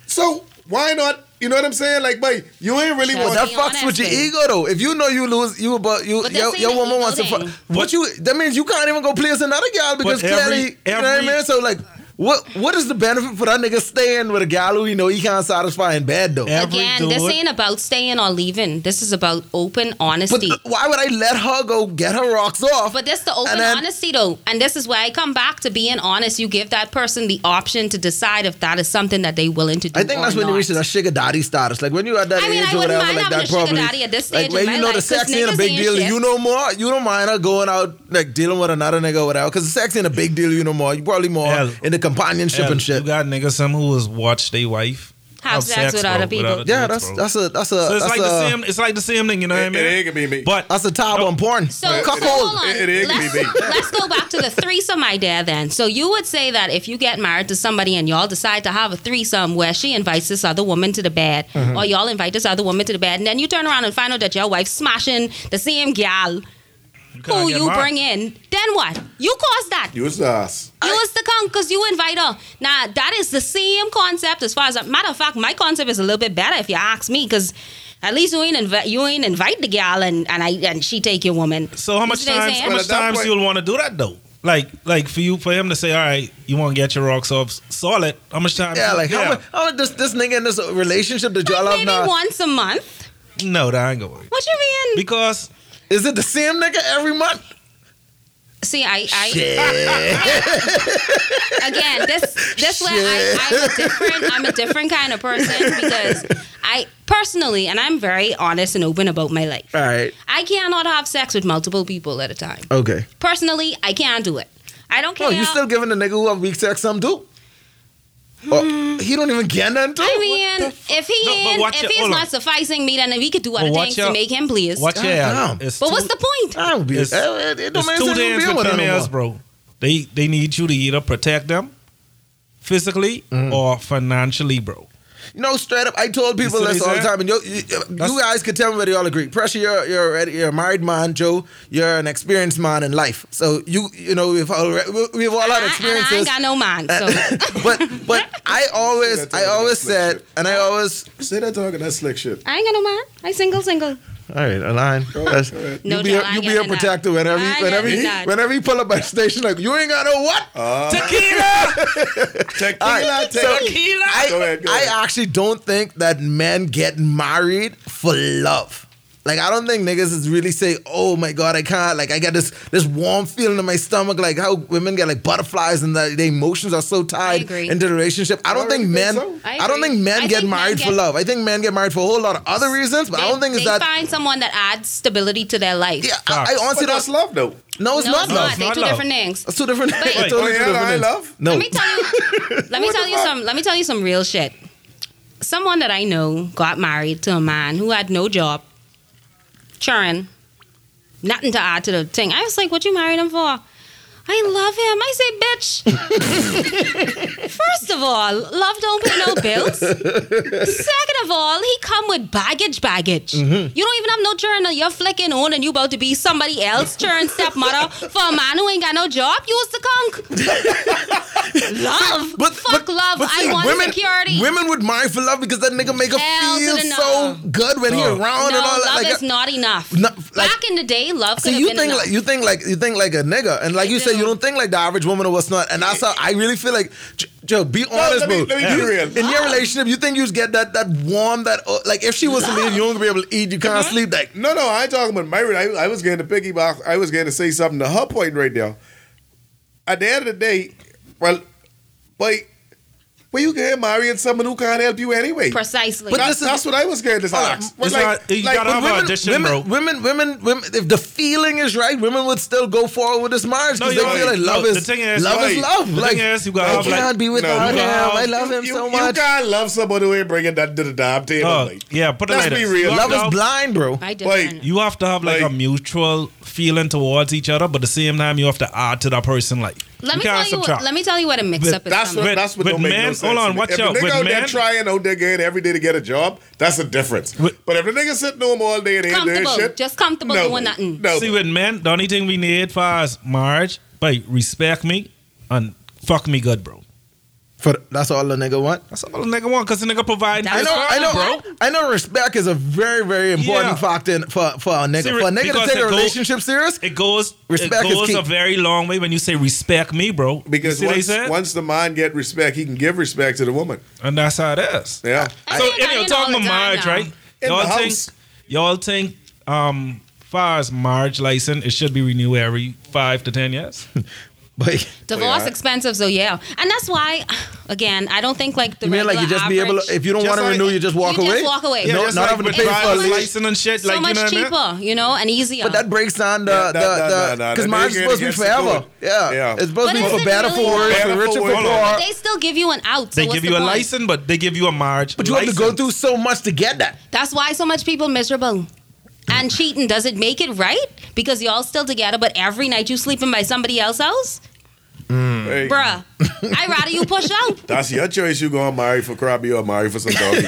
Speaker 6: So why not? You know what I'm saying? Like, boy, you ain't really
Speaker 7: Shut
Speaker 3: But
Speaker 6: want.
Speaker 3: that
Speaker 7: be
Speaker 3: fucks with
Speaker 7: honest,
Speaker 3: your
Speaker 7: then.
Speaker 3: ego though. If you know you lose, you about you
Speaker 7: But that's
Speaker 3: your,
Speaker 7: in
Speaker 3: your
Speaker 7: the
Speaker 3: woman
Speaker 7: ego
Speaker 3: wants to fuck.
Speaker 7: thing.
Speaker 3: What you that means you can't even go place another gal because
Speaker 5: every-
Speaker 3: clearly you know what I
Speaker 5: every-
Speaker 3: mean. So like, what what is the benefit for that nigga staying with a gal who you know he can't satisfy in bed though?
Speaker 5: Yeah. Every
Speaker 7: again this
Speaker 5: dude-
Speaker 7: ain't about staying or leaving this is about open
Speaker 3: But
Speaker 7: honesty
Speaker 3: why would I let her go get her rocks off?
Speaker 7: But that's the open
Speaker 3: And then-
Speaker 7: honesty, though. And this is where I come back to being honest. You give that person the option to decide if that is something that they willing to do.
Speaker 3: I think
Speaker 7: or
Speaker 3: that's when
Speaker 7: not.
Speaker 3: you reach that sugar daddy status. Like when you at that
Speaker 7: I mean,
Speaker 3: age
Speaker 7: I
Speaker 3: or
Speaker 7: wouldn't
Speaker 3: whatever,
Speaker 7: mind
Speaker 3: like
Speaker 7: having
Speaker 3: that
Speaker 7: a sugar
Speaker 3: probably.
Speaker 7: daddy at this
Speaker 3: like
Speaker 7: stage
Speaker 3: where
Speaker 7: in
Speaker 3: you
Speaker 7: my
Speaker 3: know the
Speaker 7: life, 'cause
Speaker 3: sex ain't a
Speaker 7: niggas
Speaker 3: big
Speaker 7: ain't
Speaker 3: deal.
Speaker 7: shit.
Speaker 3: You know more. You don't mind her going out like dealing with another nigga or whatever. Because sex ain't a big deal. You know more. You probably more
Speaker 5: Hell.
Speaker 3: in the companionship
Speaker 5: Hell,
Speaker 3: and shit.
Speaker 5: You got niggas some who has watched their wife
Speaker 7: Have sex with
Speaker 5: bro,
Speaker 7: other people.
Speaker 5: other
Speaker 3: yeah,
Speaker 5: dudes,
Speaker 3: that's
Speaker 5: bro.
Speaker 3: that's a that's a
Speaker 5: So it's
Speaker 3: that's
Speaker 5: like
Speaker 3: a,
Speaker 5: the same. It's like the same thing. You know what I
Speaker 6: It-
Speaker 5: mean?
Speaker 6: it ain't gonna be me.
Speaker 5: But
Speaker 3: that's a tab on porn.
Speaker 7: So, so
Speaker 3: Cuckold.
Speaker 7: hold on.
Speaker 6: It- it ain't gonna be
Speaker 7: let's, let's go back to the threesome idea then. So you would say that if you get married to somebody and y'all decide to have a threesome where she invites this other woman to the bed
Speaker 6: Mm-hmm.
Speaker 7: or y'all invite this other woman to the bed and then you turn around and find out that your wife's smashing the same gal
Speaker 5: can't
Speaker 7: who
Speaker 5: get
Speaker 7: you
Speaker 5: mad.
Speaker 7: bring in, then what? You caused that.
Speaker 6: You was the ass.
Speaker 7: You was the con because you invite her. Now that is the same concept as far as matter of fact, my concept is a little bit better if you ask me because at least you ain't invite you ain't invite the gal and and I and she take your woman.
Speaker 5: so how
Speaker 7: You
Speaker 5: much
Speaker 7: see what I'm
Speaker 5: times?
Speaker 7: saying?
Speaker 5: How
Speaker 6: Well,
Speaker 5: much
Speaker 6: at that
Speaker 5: times
Speaker 6: point-
Speaker 5: you'll want to do that though? Like, like for you, for him to say, "All right, you want to get your rocks off solid." How much time?
Speaker 3: Yeah, like how much how much this this nigga in this relationship that y'all have
Speaker 7: Maybe
Speaker 3: now?
Speaker 7: once a month.
Speaker 5: No, that ain't going.
Speaker 7: What you mean?
Speaker 5: Because
Speaker 3: Is it the same nigga every month?
Speaker 7: See, I, I
Speaker 3: Yeah.
Speaker 7: again, this this way I, I'm a different. I'm a different kind of person because I personally, and I'm very honest and open about my life.
Speaker 3: All right.
Speaker 7: I cannot have sex with multiple people at a time.
Speaker 3: Okay.
Speaker 7: Personally, I can't do it. I don't care.
Speaker 3: Oh, you still giving the nigga who have weak sex some do? Oh, he don't even get none too.
Speaker 7: Hmm. I mean, if he
Speaker 5: No, but
Speaker 7: ain't-
Speaker 5: watch
Speaker 7: if
Speaker 5: it,
Speaker 7: he's
Speaker 5: hold
Speaker 7: not
Speaker 5: on.
Speaker 7: sufficing me, then we could do other
Speaker 5: watch
Speaker 7: things
Speaker 5: your-
Speaker 7: to make him pleased.
Speaker 5: watch
Speaker 3: Goddamn.
Speaker 5: out. It's
Speaker 7: but
Speaker 5: two-
Speaker 7: what's the point?
Speaker 3: I don't be.
Speaker 5: It's-
Speaker 3: it, it don't
Speaker 5: It's
Speaker 3: make
Speaker 5: two
Speaker 3: sense to
Speaker 5: days
Speaker 3: be
Speaker 5: for
Speaker 3: with her no
Speaker 5: females,
Speaker 3: more.
Speaker 5: bro. They they need you to either protect them physically
Speaker 3: Mm-hmm.
Speaker 5: or financially, bro.
Speaker 3: You know, straight up, I told people
Speaker 5: see what
Speaker 3: this
Speaker 5: he
Speaker 3: all the
Speaker 5: said?
Speaker 3: time, and you, you, you guys could tell me whether y'all agree. Pressure, you're you're already, you're a married man, Joe. You're an experienced man in life, so you you know we've already, we've all had
Speaker 7: I, and I ain't
Speaker 3: experiences.
Speaker 7: got no mind. So
Speaker 3: but but I always I always said, and I always
Speaker 6: Say that talking that slick shit.
Speaker 7: I ain't got no mind. I single, single.
Speaker 3: All right, Align. That's-
Speaker 6: ahead.
Speaker 3: You
Speaker 7: No,
Speaker 3: be
Speaker 7: Joe,
Speaker 3: a,
Speaker 7: I
Speaker 3: you
Speaker 7: ain't
Speaker 3: be a
Speaker 7: getting that.
Speaker 3: protector whenever
Speaker 7: I
Speaker 3: you,
Speaker 7: ain't
Speaker 3: whenever
Speaker 7: getting
Speaker 3: you,
Speaker 7: that.
Speaker 3: whenever you pull up by the station like you ain't got no what?
Speaker 6: Tequila,
Speaker 3: All right, so
Speaker 6: tequila.
Speaker 3: I,
Speaker 6: Go ahead, go ahead.
Speaker 3: I actually don't think that men get married for love. Like I don't think niggas is really say, "Oh my god, I can't." Like I got this this warm feeling in my stomach, like how women get like butterflies and that their emotions are so tied
Speaker 7: agree.
Speaker 3: into the relationship. I don't
Speaker 6: I
Speaker 3: think
Speaker 6: really
Speaker 3: men.
Speaker 6: think so.
Speaker 7: I
Speaker 3: I, don't
Speaker 7: agree.
Speaker 3: think men
Speaker 7: I
Speaker 3: get
Speaker 7: think men
Speaker 3: married for
Speaker 7: get-
Speaker 3: love. I think men get married for a whole lot of other reasons, but I don't think
Speaker 7: they
Speaker 3: it's that.
Speaker 7: find someone that adds stability to their life.
Speaker 3: yeah, I, I
Speaker 6: But
Speaker 3: honestly
Speaker 6: that's
Speaker 3: don't.
Speaker 6: love, though.
Speaker 3: No, it's
Speaker 7: no,
Speaker 3: not love.
Speaker 7: it's not. They
Speaker 5: not
Speaker 7: two
Speaker 5: love.
Speaker 7: different things.
Speaker 3: It's two different.
Speaker 7: Wait.
Speaker 3: it's totally
Speaker 6: Oh, yeah,
Speaker 3: two different
Speaker 6: I
Speaker 3: things.
Speaker 6: love?
Speaker 3: No.
Speaker 7: Let me tell you. let me tell you some. Let me tell you some real shit. Someone that I know got married to a man who had no job, churning, nothing to add to the thing. I was like, "What you married him for?" I love him. I say, bitch. First of all, love don't pay no bills. Second of all, he come with baggage, baggage.
Speaker 3: Mm-hmm.
Speaker 7: You don't even have no journal. You're flicking on and you about to be somebody else, churn stepmother for a man who ain't got no job. You was the conk. love. Fuck love.
Speaker 3: but
Speaker 7: I
Speaker 3: see,
Speaker 7: want
Speaker 3: women,
Speaker 7: security.
Speaker 3: Women would marry for love because that nigga make her
Speaker 7: Hell to
Speaker 3: feel
Speaker 7: the
Speaker 3: so
Speaker 7: no.
Speaker 3: good when he
Speaker 5: No.
Speaker 3: around
Speaker 7: no,
Speaker 3: and all that.
Speaker 7: love
Speaker 3: like,
Speaker 7: is not enough.
Speaker 3: No, like-
Speaker 7: Back in the day, love could
Speaker 3: So
Speaker 7: have
Speaker 3: you
Speaker 7: been
Speaker 3: think
Speaker 7: enough.
Speaker 3: like you think like you think like a nigga, and like you said,
Speaker 7: do.
Speaker 3: you don't think like the average woman or what's not, and that's how I really feel like. J- Joe, be honest,
Speaker 6: let me-
Speaker 3: bro.
Speaker 6: let me be
Speaker 3: You-
Speaker 6: real.
Speaker 3: In your relationship, you think you get that that warm, that uh, like if she was to leave, you don't be able to eat, you can't
Speaker 7: Uh-huh.
Speaker 3: sleep. Like
Speaker 6: No, no, I ain't talking about my. I, I was getting to piggyback. I was getting to say something to her point right now. At the end of the day, well, but but you can't marry someone who can't help you anyway.
Speaker 7: Precisely.
Speaker 6: But that's, that's what I was getting to say.
Speaker 3: Hold on.
Speaker 6: But
Speaker 5: It's not- you gotta have
Speaker 3: women,
Speaker 5: audition,
Speaker 3: women,
Speaker 5: bro.
Speaker 3: women, women, women, if the feeling is right, women would still go forward with this marriage
Speaker 5: No,
Speaker 3: because
Speaker 5: you're
Speaker 3: they feel
Speaker 5: right.
Speaker 3: like love
Speaker 5: No,
Speaker 3: is,
Speaker 5: the thing is,
Speaker 3: love is
Speaker 6: right.
Speaker 3: love.
Speaker 5: The
Speaker 3: like
Speaker 5: thing is, you gotta
Speaker 3: I
Speaker 5: have, like-
Speaker 3: can't be
Speaker 5: No,
Speaker 3: without
Speaker 5: you
Speaker 3: him.
Speaker 5: gotta
Speaker 3: I
Speaker 5: have-
Speaker 3: love him
Speaker 6: you,
Speaker 3: so
Speaker 6: you
Speaker 3: much.
Speaker 6: can't love someone who ain't bringing that to the damn table.
Speaker 5: Uh,
Speaker 6: like.
Speaker 5: yeah, put it
Speaker 6: Let's
Speaker 5: like
Speaker 6: be
Speaker 5: this.
Speaker 6: real.
Speaker 5: You
Speaker 3: love
Speaker 5: have
Speaker 3: is
Speaker 5: to-
Speaker 3: blind, bro.
Speaker 7: I did.
Speaker 6: Like,
Speaker 5: You have to have like,
Speaker 6: Like-
Speaker 5: a mutual feeling towards each other, but at the same time, you have to add to that person. Like,
Speaker 7: let me
Speaker 5: can't
Speaker 7: tell you. What,
Speaker 5: subtract.
Speaker 7: let me tell you what a mix-up is.
Speaker 6: That's
Speaker 7: coming.
Speaker 6: what.
Speaker 5: With-
Speaker 6: that's what
Speaker 5: with
Speaker 6: don't make no
Speaker 5: men-
Speaker 6: sense.
Speaker 5: hold on,
Speaker 6: to me.
Speaker 5: watch
Speaker 6: if
Speaker 5: out.
Speaker 6: the nigga
Speaker 5: With
Speaker 6: out there
Speaker 5: men-
Speaker 6: trying out there getting every day to get a job, that's a difference.
Speaker 5: With-
Speaker 6: but if the nigga sitting home all day and ain't doing
Speaker 7: Comfortable.
Speaker 6: shit,
Speaker 7: Just comfortable
Speaker 6: no,
Speaker 7: doing nothing.
Speaker 6: No,
Speaker 5: See, with men, the only thing we need for us marriage, but respect me and fuck me good, bro.
Speaker 3: For that's all the nigga want.
Speaker 5: That's all the nigga want, cause the nigga provide.
Speaker 7: I
Speaker 3: I know, I know,
Speaker 5: bro.
Speaker 3: I know. Respect is a very, very important
Speaker 5: Yeah.
Speaker 3: factor in, for for a nigga.
Speaker 5: See,
Speaker 3: for a nigga to
Speaker 5: because
Speaker 3: take a
Speaker 5: it go-
Speaker 3: relationship serious,
Speaker 5: It goes.
Speaker 3: Respect
Speaker 5: it
Speaker 3: is
Speaker 5: goes
Speaker 3: key.
Speaker 5: a very long way when you say respect me, bro.
Speaker 6: because
Speaker 5: you see what I
Speaker 6: once,
Speaker 5: said?
Speaker 6: once the man get respect, he can give respect to the woman.
Speaker 5: and that's how it is.
Speaker 6: Yeah.
Speaker 7: I
Speaker 5: So
Speaker 7: think
Speaker 5: if
Speaker 7: I
Speaker 5: you're
Speaker 7: know
Speaker 5: talking
Speaker 7: all
Speaker 5: about
Speaker 7: the time
Speaker 5: marriage,
Speaker 7: now.
Speaker 5: right?
Speaker 6: In
Speaker 5: y'all
Speaker 6: the
Speaker 5: think
Speaker 6: house.
Speaker 5: y'all think um far as marriage license, it should be renewed every five to ten years.
Speaker 3: but
Speaker 7: Divorce
Speaker 6: Yeah.
Speaker 7: expensive, so yeah, and that's why, again, I don't think like the
Speaker 3: you mean like
Speaker 7: regular
Speaker 3: you just be
Speaker 7: average,
Speaker 3: able to, if you don't
Speaker 6: Just
Speaker 3: want to
Speaker 6: like-
Speaker 3: renew, you just walk
Speaker 7: you
Speaker 3: away.
Speaker 7: just walk away.
Speaker 5: Yeah,
Speaker 3: No,
Speaker 5: just
Speaker 3: not
Speaker 5: like
Speaker 3: having to
Speaker 5: with
Speaker 3: pay
Speaker 5: driver's
Speaker 3: for.
Speaker 5: license and shit.
Speaker 7: so
Speaker 5: like
Speaker 7: much
Speaker 5: you know what I mean?
Speaker 7: cheaper, you know, and easier.
Speaker 3: But that breaks down the
Speaker 6: Yeah,
Speaker 3: the
Speaker 6: nah, nah,
Speaker 3: the
Speaker 6: nah, nah.
Speaker 3: because
Speaker 6: That
Speaker 3: marriage is
Speaker 6: nigga
Speaker 3: supposed to be
Speaker 6: gets the
Speaker 3: forever.
Speaker 6: good.
Speaker 3: Yeah.
Speaker 6: Yeah.
Speaker 3: it's supposed to be
Speaker 7: But
Speaker 3: for
Speaker 7: is it
Speaker 3: better, for
Speaker 7: really
Speaker 3: worse,
Speaker 6: though?
Speaker 3: for richer, for
Speaker 6: Better for
Speaker 3: poor.
Speaker 6: worse.
Speaker 7: they still give you an out. So
Speaker 5: They
Speaker 7: what's
Speaker 5: give
Speaker 7: the
Speaker 5: you a
Speaker 7: point?
Speaker 5: license, but they give you a marriage.
Speaker 3: But you have to go
Speaker 5: license.
Speaker 3: through so much to get that.
Speaker 7: That's why so much people miserable. And cheating does it make it right? Because y'all still together, but every night you sleeping by somebody else else,
Speaker 6: Hey,
Speaker 7: Hmm. bruh. I rather you push out.
Speaker 6: that's your choice. You going to marry for crabby or marry for some doggy?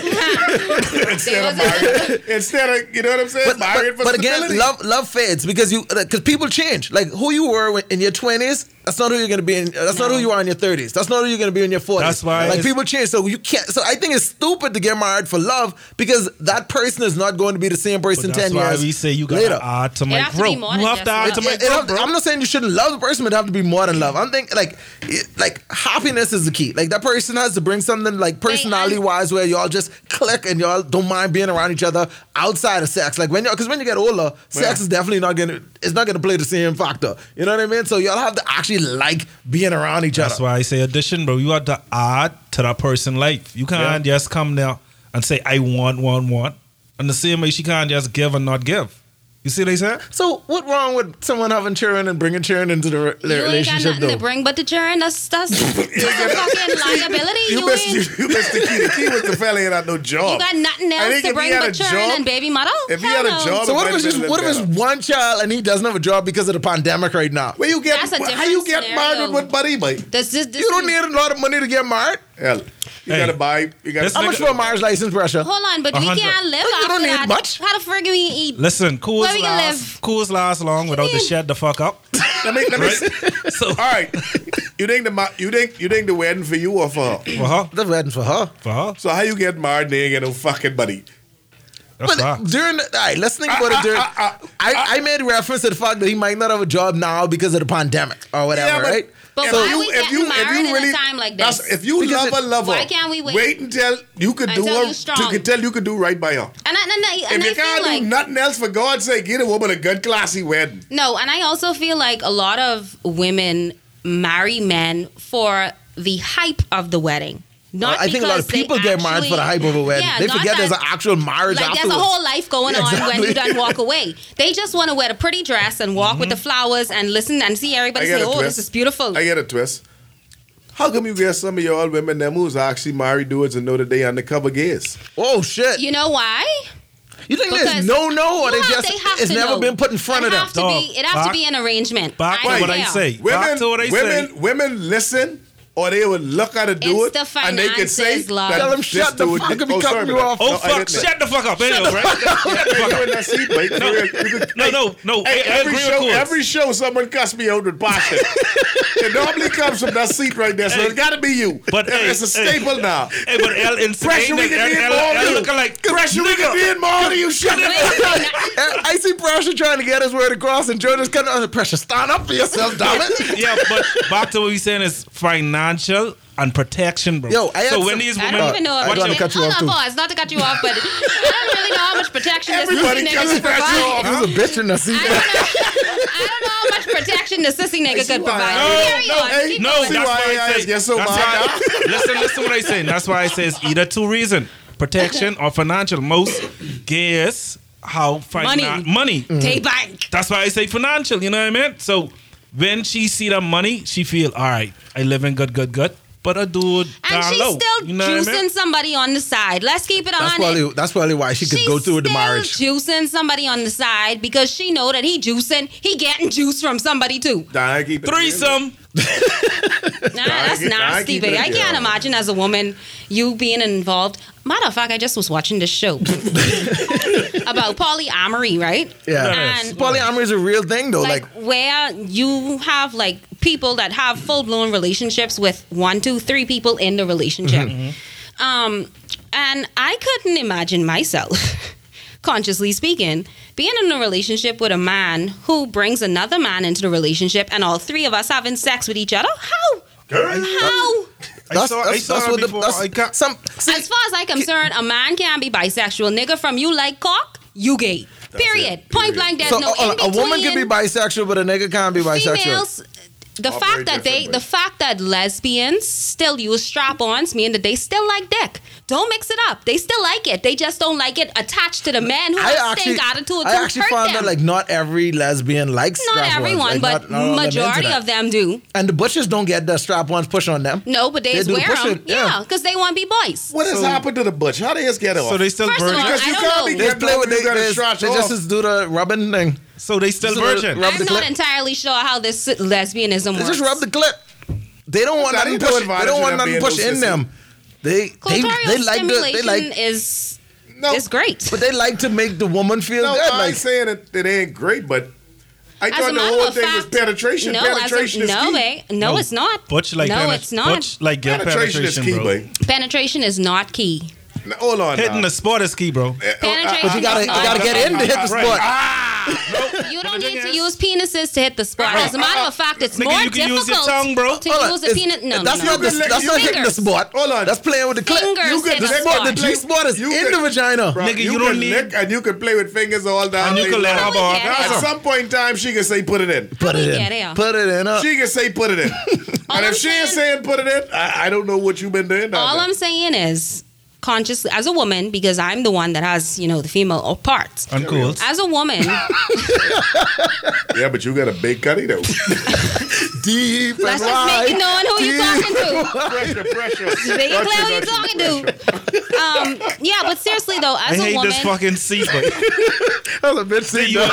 Speaker 7: There was a-
Speaker 6: Instead of you know what I'm saying,
Speaker 3: But,
Speaker 6: marry
Speaker 3: but,
Speaker 6: for
Speaker 3: but again,
Speaker 6: stability.
Speaker 3: love love fades because you because people change. Like who you were when- in your twenties, that's not who you're gonna be. in That's not who you are in your thirties. That's not who you're gonna be in your forties.
Speaker 5: That's why
Speaker 3: like
Speaker 5: it's-
Speaker 3: people change. So you can't. So I think it's stupid to get married for love because that person is not going to be the same
Speaker 5: But
Speaker 3: person
Speaker 5: That's
Speaker 3: ten
Speaker 5: why
Speaker 3: years
Speaker 5: we say you gotta
Speaker 3: later.
Speaker 5: add to my
Speaker 7: have to be
Speaker 5: growth.
Speaker 7: more than
Speaker 5: You have
Speaker 7: just
Speaker 5: to add to
Speaker 7: love.
Speaker 5: my
Speaker 3: It- it have
Speaker 5: growth,
Speaker 3: to-
Speaker 5: bro.
Speaker 3: I'm not saying you shouldn't love the person, but it have to be more than love. I'm thinking like, it- like happiness is the key. Like that person has to bring something like personality wise where y'all just click and y'all don't mind being around each other outside of sex. Like when y'all, because when you get older, sex
Speaker 6: Yeah.
Speaker 3: is definitely not gonna, it's not gonna play the same factor. You know what I mean? So y'all have to actually like being around each
Speaker 5: That's
Speaker 3: other.
Speaker 5: why I say addition, bro. You have to add to that person' life. You can't just come there and say I want, want, want, and the same way she can't just give and not give. You see what I said?
Speaker 3: So what wrong with someone having children and bringing children into the re-
Speaker 7: you ain't got
Speaker 3: relationship
Speaker 7: nothing
Speaker 3: though?
Speaker 7: to bring but the churn. That's that's, that's a fucking liability.
Speaker 6: you,
Speaker 7: You,
Speaker 6: missed
Speaker 7: ain't.
Speaker 6: you, you missed the key. The key was the fella ain't had no job.
Speaker 7: You got nothing
Speaker 6: I
Speaker 7: else
Speaker 6: think
Speaker 7: to
Speaker 6: if he
Speaker 7: bring
Speaker 6: had
Speaker 7: but
Speaker 6: a
Speaker 7: churn
Speaker 6: job-
Speaker 7: and baby mother.
Speaker 6: if he had a
Speaker 7: Hell no.
Speaker 6: job-
Speaker 3: so what if it's
Speaker 6: Might have
Speaker 3: just
Speaker 6: been
Speaker 3: what if it's
Speaker 6: better.
Speaker 3: one child and he doesn't have a job because of the pandemic right now?
Speaker 6: Where you get
Speaker 7: That's a
Speaker 6: how you
Speaker 7: different
Speaker 6: get married
Speaker 7: scenario.
Speaker 6: with buddy mate?
Speaker 7: Does this, this
Speaker 3: You don't need a lot of money to get married.
Speaker 6: Hell, you
Speaker 5: Hey.
Speaker 6: gotta buy. You gotta.
Speaker 5: This
Speaker 3: How much for a marriage license, Russia?
Speaker 7: Hold on, but
Speaker 5: A
Speaker 7: we
Speaker 5: hundred.
Speaker 7: can't live
Speaker 3: You
Speaker 7: after
Speaker 3: don't need
Speaker 7: that.
Speaker 3: much.
Speaker 7: How the frick do we eat?
Speaker 5: Listen, cools
Speaker 7: Where we gonna
Speaker 5: last,
Speaker 7: live?
Speaker 5: cools last long without the
Speaker 7: mean?
Speaker 5: shed the fuck up.
Speaker 6: Let me. Let me.
Speaker 5: So,
Speaker 6: All right. You think the ma- you think you think the wedding for you or for her?
Speaker 5: for her,
Speaker 3: The wedding for her.
Speaker 5: for her,
Speaker 6: So how you get married and you ain't get no fucking buddy?
Speaker 5: That's
Speaker 3: but
Speaker 5: facts.
Speaker 3: during, the, all right, let's think about it.
Speaker 6: Ah,
Speaker 3: During, I, I, made reference to the fact that he might not have a job now because of the pandemic or whatever,
Speaker 6: but-
Speaker 3: right?
Speaker 7: But
Speaker 6: If
Speaker 7: why
Speaker 6: you-
Speaker 7: we
Speaker 6: if
Speaker 7: getting
Speaker 6: you- if
Speaker 7: married
Speaker 6: you
Speaker 7: in a time like
Speaker 6: that's-
Speaker 7: this?
Speaker 6: If you
Speaker 3: Because
Speaker 6: love
Speaker 3: it-
Speaker 6: a lover,
Speaker 7: Why can't we wait?
Speaker 6: Wait until you could do
Speaker 7: Until
Speaker 6: her.
Speaker 7: you strong.
Speaker 6: You can tell you could do right by her.
Speaker 7: And I, and I, and
Speaker 6: If
Speaker 7: I
Speaker 6: you can't
Speaker 7: feel like
Speaker 6: do nothing else, for God's sake, get a woman a good, classy wedding.
Speaker 7: no, and I also feel like a lot of women marry men for the hype of the wedding. Not
Speaker 3: I think a lot of
Speaker 7: because they
Speaker 3: people get married for the
Speaker 7: actually-
Speaker 3: hype of a wedding.
Speaker 7: Yeah,
Speaker 3: they
Speaker 7: not
Speaker 3: forget there's an
Speaker 7: that-
Speaker 3: actual marriage
Speaker 7: Like
Speaker 3: afterwards.
Speaker 7: there's a whole life going
Speaker 3: Yeah,
Speaker 7: on when
Speaker 3: exactly. Mm-hmm.
Speaker 7: you done walk away. They just want to wear a pretty dress and walk with the flowers and listen and see everybody
Speaker 6: I get
Speaker 7: say,
Speaker 6: a
Speaker 7: "Oh,
Speaker 6: twist.
Speaker 7: this is beautiful."
Speaker 6: I get a twist. How come you get some of y'all women them who's actually married dudes and know that they undercover gays?
Speaker 3: oh shit! You,
Speaker 7: you know why?
Speaker 3: think
Speaker 7: Because
Speaker 3: there's no no, or they
Speaker 7: you have-
Speaker 3: just
Speaker 7: have
Speaker 3: it's
Speaker 7: to
Speaker 3: never
Speaker 7: know.
Speaker 3: been put in front
Speaker 7: it
Speaker 3: of them?
Speaker 7: have to
Speaker 5: Dog,
Speaker 7: be- it has to
Speaker 5: back-
Speaker 7: be an arrangement.
Speaker 5: Back to what I
Speaker 7: feel.
Speaker 5: say.
Speaker 6: Women,
Speaker 5: back to what I
Speaker 6: women,
Speaker 5: say.
Speaker 6: women listen, or they would look at a dude
Speaker 7: the
Speaker 6: and they could say,
Speaker 7: finances, love.
Speaker 6: that
Speaker 3: Tell 'em,
Speaker 6: this
Speaker 3: "Shut the
Speaker 6: dude
Speaker 3: fuck
Speaker 6: did-
Speaker 3: up, he
Speaker 6: oh,
Speaker 3: cut
Speaker 6: sorry,
Speaker 3: me
Speaker 6: man.
Speaker 3: off."
Speaker 5: Oh
Speaker 6: No, I
Speaker 5: fuck!
Speaker 6: didn't.
Speaker 5: Shut the fuck up. Anyway, right?
Speaker 6: Yeah, you in that seat, mate. You could-
Speaker 5: No, no, no.
Speaker 6: Hey,
Speaker 5: I, I
Speaker 6: every
Speaker 5: agree
Speaker 6: show,
Speaker 5: with
Speaker 6: every
Speaker 5: Coons.
Speaker 6: show, someone cuss me out with passion. it normally comes from that seat right there, so
Speaker 5: Hey.
Speaker 6: it got to be you.
Speaker 5: But,
Speaker 6: And
Speaker 5: hey,
Speaker 6: it's a
Speaker 5: hey.
Speaker 6: staple now.
Speaker 5: Hey, but L in
Speaker 6: Pressure, we can be in more of you.
Speaker 5: looking like
Speaker 6: Pressure, we can be in more of you. Shut up.
Speaker 3: I I see Pressure trying to get his word across, and Joe just kind of under pressure. Stand up for yourself, damn it.
Speaker 5: yeah, but back to what we saying is financial and protection, bro.
Speaker 3: Yo, I had
Speaker 5: so when
Speaker 3: some-
Speaker 5: these
Speaker 7: I
Speaker 5: women,
Speaker 7: don't even know.
Speaker 3: I
Speaker 7: if
Speaker 3: don't wanna
Speaker 7: women-
Speaker 3: cut you
Speaker 7: Hold
Speaker 3: off,
Speaker 7: on,
Speaker 3: too.
Speaker 7: pause. Not to cut you off, but I don't really know how much protection this
Speaker 6: Everybody
Speaker 7: sissy nigga
Speaker 6: cuts
Speaker 7: could
Speaker 6: press you off.
Speaker 7: provide.
Speaker 3: He was a bitch in the
Speaker 7: I
Speaker 3: seat.
Speaker 7: don't know. I don't know how much protection the sissy nigga could provide. Carry
Speaker 5: no,
Speaker 7: on.
Speaker 5: hey,
Speaker 7: Keep
Speaker 5: no,
Speaker 7: going.
Speaker 5: that's why
Speaker 6: why I
Speaker 5: I say.
Speaker 6: ask, yes, so
Speaker 5: that's
Speaker 6: why
Speaker 5: why, listen, listen, what I say. That's why I say it's either two reason: protection or financial. Most guess how finan-
Speaker 7: Money.
Speaker 5: money.
Speaker 6: Mm.
Speaker 7: Day bank.
Speaker 5: That's why I say financial. You know what I mean? So when she see that money, she feel all right. I live in good, good, good. But a
Speaker 7: And
Speaker 5: dude down
Speaker 7: she's
Speaker 5: low.
Speaker 7: still
Speaker 5: you know what I
Speaker 7: juicing
Speaker 5: mean?
Speaker 7: somebody on the side. Let's keep it
Speaker 3: That's
Speaker 7: on it.
Speaker 3: probably that's probably why she could
Speaker 7: She's
Speaker 3: go through with the
Speaker 7: still
Speaker 3: marriage.
Speaker 7: juicing somebody on the side because she know that he juicing, he getting juice from somebody too.
Speaker 6: Nah, I keep it real.
Speaker 5: Threesome.
Speaker 7: Nah, that's
Speaker 6: get- I
Speaker 7: nasty,
Speaker 6: keep it
Speaker 7: babe. I
Speaker 6: real.
Speaker 7: can't imagine as a woman you being involved. Matter of fact, I just was watching this show about polyamory, right?
Speaker 3: Yeah,
Speaker 7: And
Speaker 3: polyamory is a real thing though.
Speaker 7: like,
Speaker 3: Like,
Speaker 7: where you have like people that have full blown relationships with one, two, three people in the relationship. Um, and I couldn't imagine myself, consciously speaking, being in a relationship with a man who brings another man into the relationship and all three of us having sex with each other. How? How?
Speaker 5: I saw, I saw her
Speaker 3: what the-
Speaker 5: before.
Speaker 3: that's-
Speaker 5: I can't-
Speaker 3: some see,
Speaker 7: As far as I'm concerned, a man can be bisexual. Nigga, from you like cock, you gay. Period.
Speaker 6: it.
Speaker 7: Point
Speaker 6: Period.
Speaker 7: blank. There's
Speaker 3: so
Speaker 7: no
Speaker 3: a-
Speaker 7: in
Speaker 3: a, a woman can
Speaker 7: between.
Speaker 3: be bisexual, but a nigga can't be bisexual.
Speaker 7: females the
Speaker 6: Operate
Speaker 7: fact that they
Speaker 6: differently.
Speaker 7: the fact that lesbians still use strap-ons mean that they still like dick don't mix it up they still like it they just don't like it attached to the man who
Speaker 3: I
Speaker 7: has
Speaker 3: actually,
Speaker 7: stink attitude
Speaker 3: I
Speaker 7: to
Speaker 3: actually
Speaker 7: hurt
Speaker 3: found
Speaker 7: them.
Speaker 3: that like not every lesbian likes
Speaker 7: not
Speaker 3: strap-ons.
Speaker 7: everyone
Speaker 3: Like, not-
Speaker 7: but
Speaker 3: not all of them into
Speaker 7: majority
Speaker 3: that.
Speaker 7: of them do
Speaker 3: And the butchers don't get the strap ones push on them.
Speaker 7: no but they,
Speaker 3: They
Speaker 7: just
Speaker 3: do
Speaker 7: wear
Speaker 3: push
Speaker 7: them
Speaker 3: it, yeah.
Speaker 7: yeah because they want to be boys
Speaker 6: What has happened to the butch? How they just get off?
Speaker 5: so they still
Speaker 7: First of all,
Speaker 5: virgin.
Speaker 6: because you
Speaker 7: I don't
Speaker 6: can't
Speaker 7: know.
Speaker 6: be
Speaker 7: They
Speaker 3: They
Speaker 6: getting
Speaker 3: play
Speaker 6: off
Speaker 3: with
Speaker 6: when
Speaker 3: they,
Speaker 6: you got
Speaker 3: they,
Speaker 6: a
Speaker 3: they
Speaker 6: shot
Speaker 3: just
Speaker 6: off.
Speaker 3: as do the rubbing thing.
Speaker 5: So they still
Speaker 3: Just a little
Speaker 5: virgin.
Speaker 3: rub
Speaker 7: i'm
Speaker 3: the
Speaker 7: not
Speaker 3: clip.
Speaker 7: entirely sure how this lesbianism
Speaker 3: They
Speaker 7: works
Speaker 3: just rub the clip. They don't want
Speaker 6: That
Speaker 3: nothing
Speaker 6: ain't no
Speaker 3: push. They
Speaker 6: advantage
Speaker 3: don't want
Speaker 6: of
Speaker 3: nothing
Speaker 6: being
Speaker 3: push
Speaker 6: no
Speaker 3: in
Speaker 6: sissy.
Speaker 3: them. They they,
Speaker 7: clitoral
Speaker 3: they like the, they
Speaker 7: stimulation
Speaker 3: like
Speaker 7: is
Speaker 6: No,
Speaker 7: is great
Speaker 3: but they like to make the woman feel
Speaker 6: No,
Speaker 3: good.
Speaker 6: I
Speaker 3: Like
Speaker 6: ain't saying that it ain't great, but I
Speaker 7: As a
Speaker 6: thought the
Speaker 7: matter
Speaker 6: whole
Speaker 7: of
Speaker 6: thing was
Speaker 7: fact-
Speaker 6: penetration.
Speaker 7: No, as
Speaker 6: penetration
Speaker 7: a,
Speaker 6: is
Speaker 7: no,
Speaker 6: key.
Speaker 7: babe. No, it's not.
Speaker 5: Butch like
Speaker 7: no,
Speaker 5: penet-
Speaker 7: it's not.
Speaker 5: Butch like get
Speaker 6: Penetration
Speaker 5: penetration,
Speaker 6: is key,
Speaker 5: bro.
Speaker 6: babe.
Speaker 7: Penetration is not key.
Speaker 6: Now, Hold on.
Speaker 5: Hitting
Speaker 6: now.
Speaker 5: the sport is key,
Speaker 6: oh,
Speaker 5: bro.
Speaker 6: Uh, uh,
Speaker 7: Penetration
Speaker 3: but you gotta
Speaker 7: is
Speaker 3: you
Speaker 7: not
Speaker 3: gotta
Speaker 7: key.
Speaker 3: get in to hit the
Speaker 5: Right.
Speaker 3: sport.
Speaker 7: You don't
Speaker 5: the
Speaker 7: need to
Speaker 5: thing
Speaker 7: use penises to hit the spot. As a matter of fact, it's
Speaker 5: Nigga,
Speaker 7: more
Speaker 5: you can
Speaker 7: difficult
Speaker 5: use your tongue, bro.
Speaker 7: to
Speaker 3: Hold on,
Speaker 7: use a
Speaker 3: it's-
Speaker 7: penis. No,
Speaker 3: that's
Speaker 7: no,
Speaker 3: not
Speaker 7: no.
Speaker 3: the, that's not hitting the
Speaker 7: Fingers.
Speaker 3: spot.
Speaker 6: Hold on.
Speaker 3: that's playing with the clip.
Speaker 7: Fingers
Speaker 6: You could
Speaker 7: in a
Speaker 6: lick-
Speaker 3: Sport, the
Speaker 7: spot.
Speaker 3: G spot is
Speaker 6: You
Speaker 3: in
Speaker 6: could-
Speaker 3: the vagina.
Speaker 6: Bro,
Speaker 5: Nigga, you
Speaker 6: you,
Speaker 5: don't
Speaker 6: can
Speaker 5: need-
Speaker 6: lick and you can play with fingers all down.
Speaker 5: And you
Speaker 6: day
Speaker 5: can let
Speaker 6: long.
Speaker 5: her
Speaker 7: Probably get
Speaker 5: have her
Speaker 7: it.
Speaker 6: At
Speaker 5: orgasm.
Speaker 6: some point in time, she can say, "Put it in."
Speaker 3: Put it
Speaker 7: Yeah, they are.
Speaker 3: in. Put it in. Up.
Speaker 6: She can say, "Put it in." and
Speaker 7: I'm
Speaker 6: if she ain't saying, "Put it in," I, I don't know what you've been doing. down
Speaker 7: All
Speaker 6: there.
Speaker 7: I'm saying is, consciously, as a woman, because I'm the one that has, you know, the female parts.
Speaker 5: Uncool.
Speaker 7: As a woman,
Speaker 6: yeah, but you got a big cutty though.
Speaker 3: Deep and
Speaker 7: let's just make it
Speaker 3: wide.
Speaker 7: known who you're
Speaker 3: Deep.
Speaker 7: talking to.
Speaker 6: pressure, pressure.
Speaker 7: Make it
Speaker 6: Gotcha,
Speaker 7: clear who you're
Speaker 6: gotcha,
Speaker 7: talking
Speaker 6: pressure.
Speaker 7: to. Um, yeah, but seriously though,
Speaker 5: I
Speaker 7: as a
Speaker 5: hate
Speaker 7: woman,
Speaker 5: this fucking seat, bro.
Speaker 3: That's a bitch
Speaker 5: Do
Speaker 3: thing,
Speaker 5: you
Speaker 3: though.